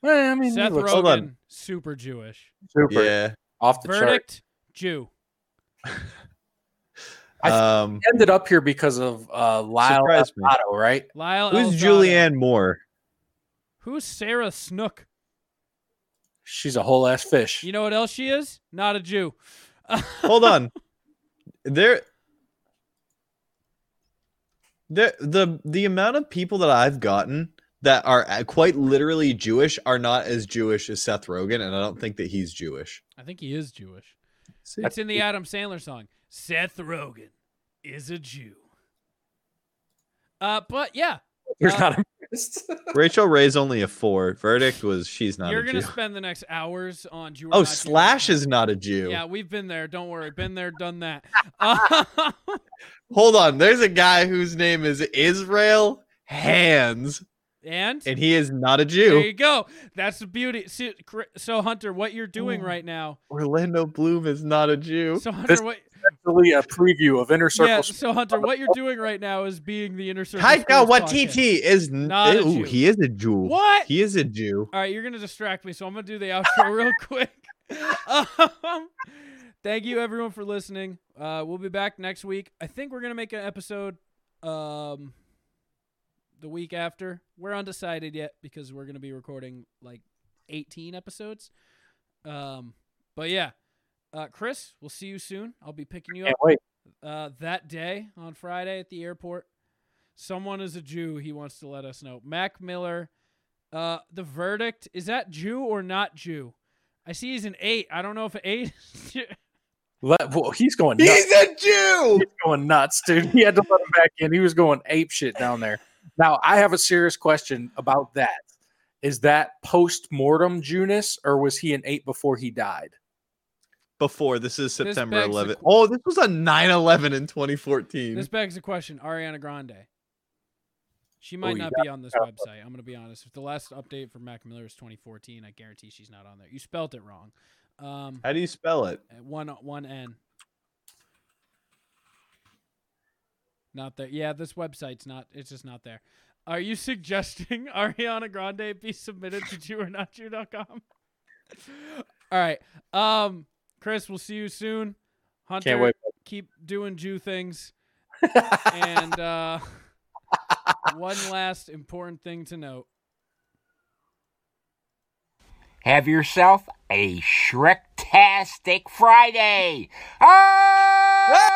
Speaker 3: Well, I mean, he
Speaker 2: Seth
Speaker 3: looks-
Speaker 1: Hold on.
Speaker 2: Rogen, super Jewish.
Speaker 3: Super.
Speaker 1: Yeah.
Speaker 3: Off the chart.
Speaker 2: Verdict, Jew.
Speaker 3: I th-
Speaker 1: Um,
Speaker 3: ended up here because of uh, Lyle
Speaker 1: Surprised me.
Speaker 3: Alvarado, right?
Speaker 2: Lyle.
Speaker 1: Who's
Speaker 2: Elzada.
Speaker 1: Julianne Moore?
Speaker 2: Who's Sarah Snook?
Speaker 3: She's a whole ass fish.
Speaker 2: You know what else she is? Not a Jew.
Speaker 1: Hold on. There the the the amount of people that I've gotten that are a- quite literally Jewish are not as Jewish as Seth Rogen, and I don't think that he's Jewish.
Speaker 2: I think he is Jewish.
Speaker 1: See?
Speaker 2: It's in the Adam Sandler song. Seth Rogen is a Jew. Uh, but yeah,
Speaker 3: There's
Speaker 2: uh,
Speaker 3: not impressed.
Speaker 1: Rachel Ray's only a four. Verdict was she's not
Speaker 2: you're
Speaker 1: a Jew.
Speaker 2: gonna spend the next hours on Jew. or
Speaker 1: Oh,
Speaker 2: not Jew.
Speaker 1: Slash is not a Jew.
Speaker 2: Yeah, we've been there. Don't worry, been there, done that. Uh,
Speaker 1: Hold on. There's a guy whose name is Israel Hands,
Speaker 2: and
Speaker 1: and he is not a
Speaker 2: there
Speaker 1: Jew.
Speaker 2: you go. That's the beauty. See, cr- So Hunter, what you're doing
Speaker 1: Oh.
Speaker 2: right now?
Speaker 1: Orlando Bloom is not a Jew.
Speaker 2: So Hunter,
Speaker 3: This
Speaker 2: what?
Speaker 3: Actually, a preview of Inner Circle.
Speaker 2: Yeah.
Speaker 3: Sp-
Speaker 2: So Hunter, what you're doing right now is being the inner circle.
Speaker 1: Taika
Speaker 2: Sports podcast.
Speaker 1: Waititi is n- eh,
Speaker 2: Not a
Speaker 1: ooh,
Speaker 2: Jew.
Speaker 1: he is a Jew.
Speaker 2: What?
Speaker 1: He is a Jew.
Speaker 2: All right, you're gonna distract me, so I'm gonna do the outro real quick. um, thank you everyone for listening. Uh, we'll be back next week. I think we're gonna make an episode um the week after. We're undecided yet because we're gonna be recording like 18 episodes. Um, but yeah, uh, Chris, we'll see you soon. I'll be picking you up
Speaker 3: Can't wait.
Speaker 2: uh, that day on Friday at the airport. Someone is a Jew. He wants to let us know. Mac Miller. Uh, the verdict is that Jew or not Jew? I see he's an eight. I don't know if an eight. is Jew.
Speaker 3: Let- whoa, he's going nuts.
Speaker 1: He's a Jew.
Speaker 3: He's going nuts, dude. He had to let him back in. He was going ape shit down there. Now I have a serious question about that. Is that post mortem Junis, or was he an eight before he died?
Speaker 1: Before this is
Speaker 2: This
Speaker 1: September
Speaker 2: begs the
Speaker 1: 11th. Oh, this was a 9/11 in
Speaker 2: This
Speaker 1: 2014.
Speaker 2: begs the question: Ariana Grande. She might
Speaker 1: you
Speaker 2: not
Speaker 1: got-
Speaker 2: be on this website. I'm going to be honest. If the last update for Mac Miller is 2014, I guarantee she's not on there. You spelt it wrong. Um,
Speaker 1: How do you spell it?
Speaker 2: uh, one one N. Not there. Yeah, this website's not. It's just not there. Are you suggesting Ariana Grande be submitted to JewOrNotJew.com? All right. Um, Chris, we'll see you soon. Hunter,
Speaker 3: wait.
Speaker 2: keep doing Jew things. and uh, one last important thing to note.
Speaker 14: Have yourself a Shrek-tastic Friday. Ah!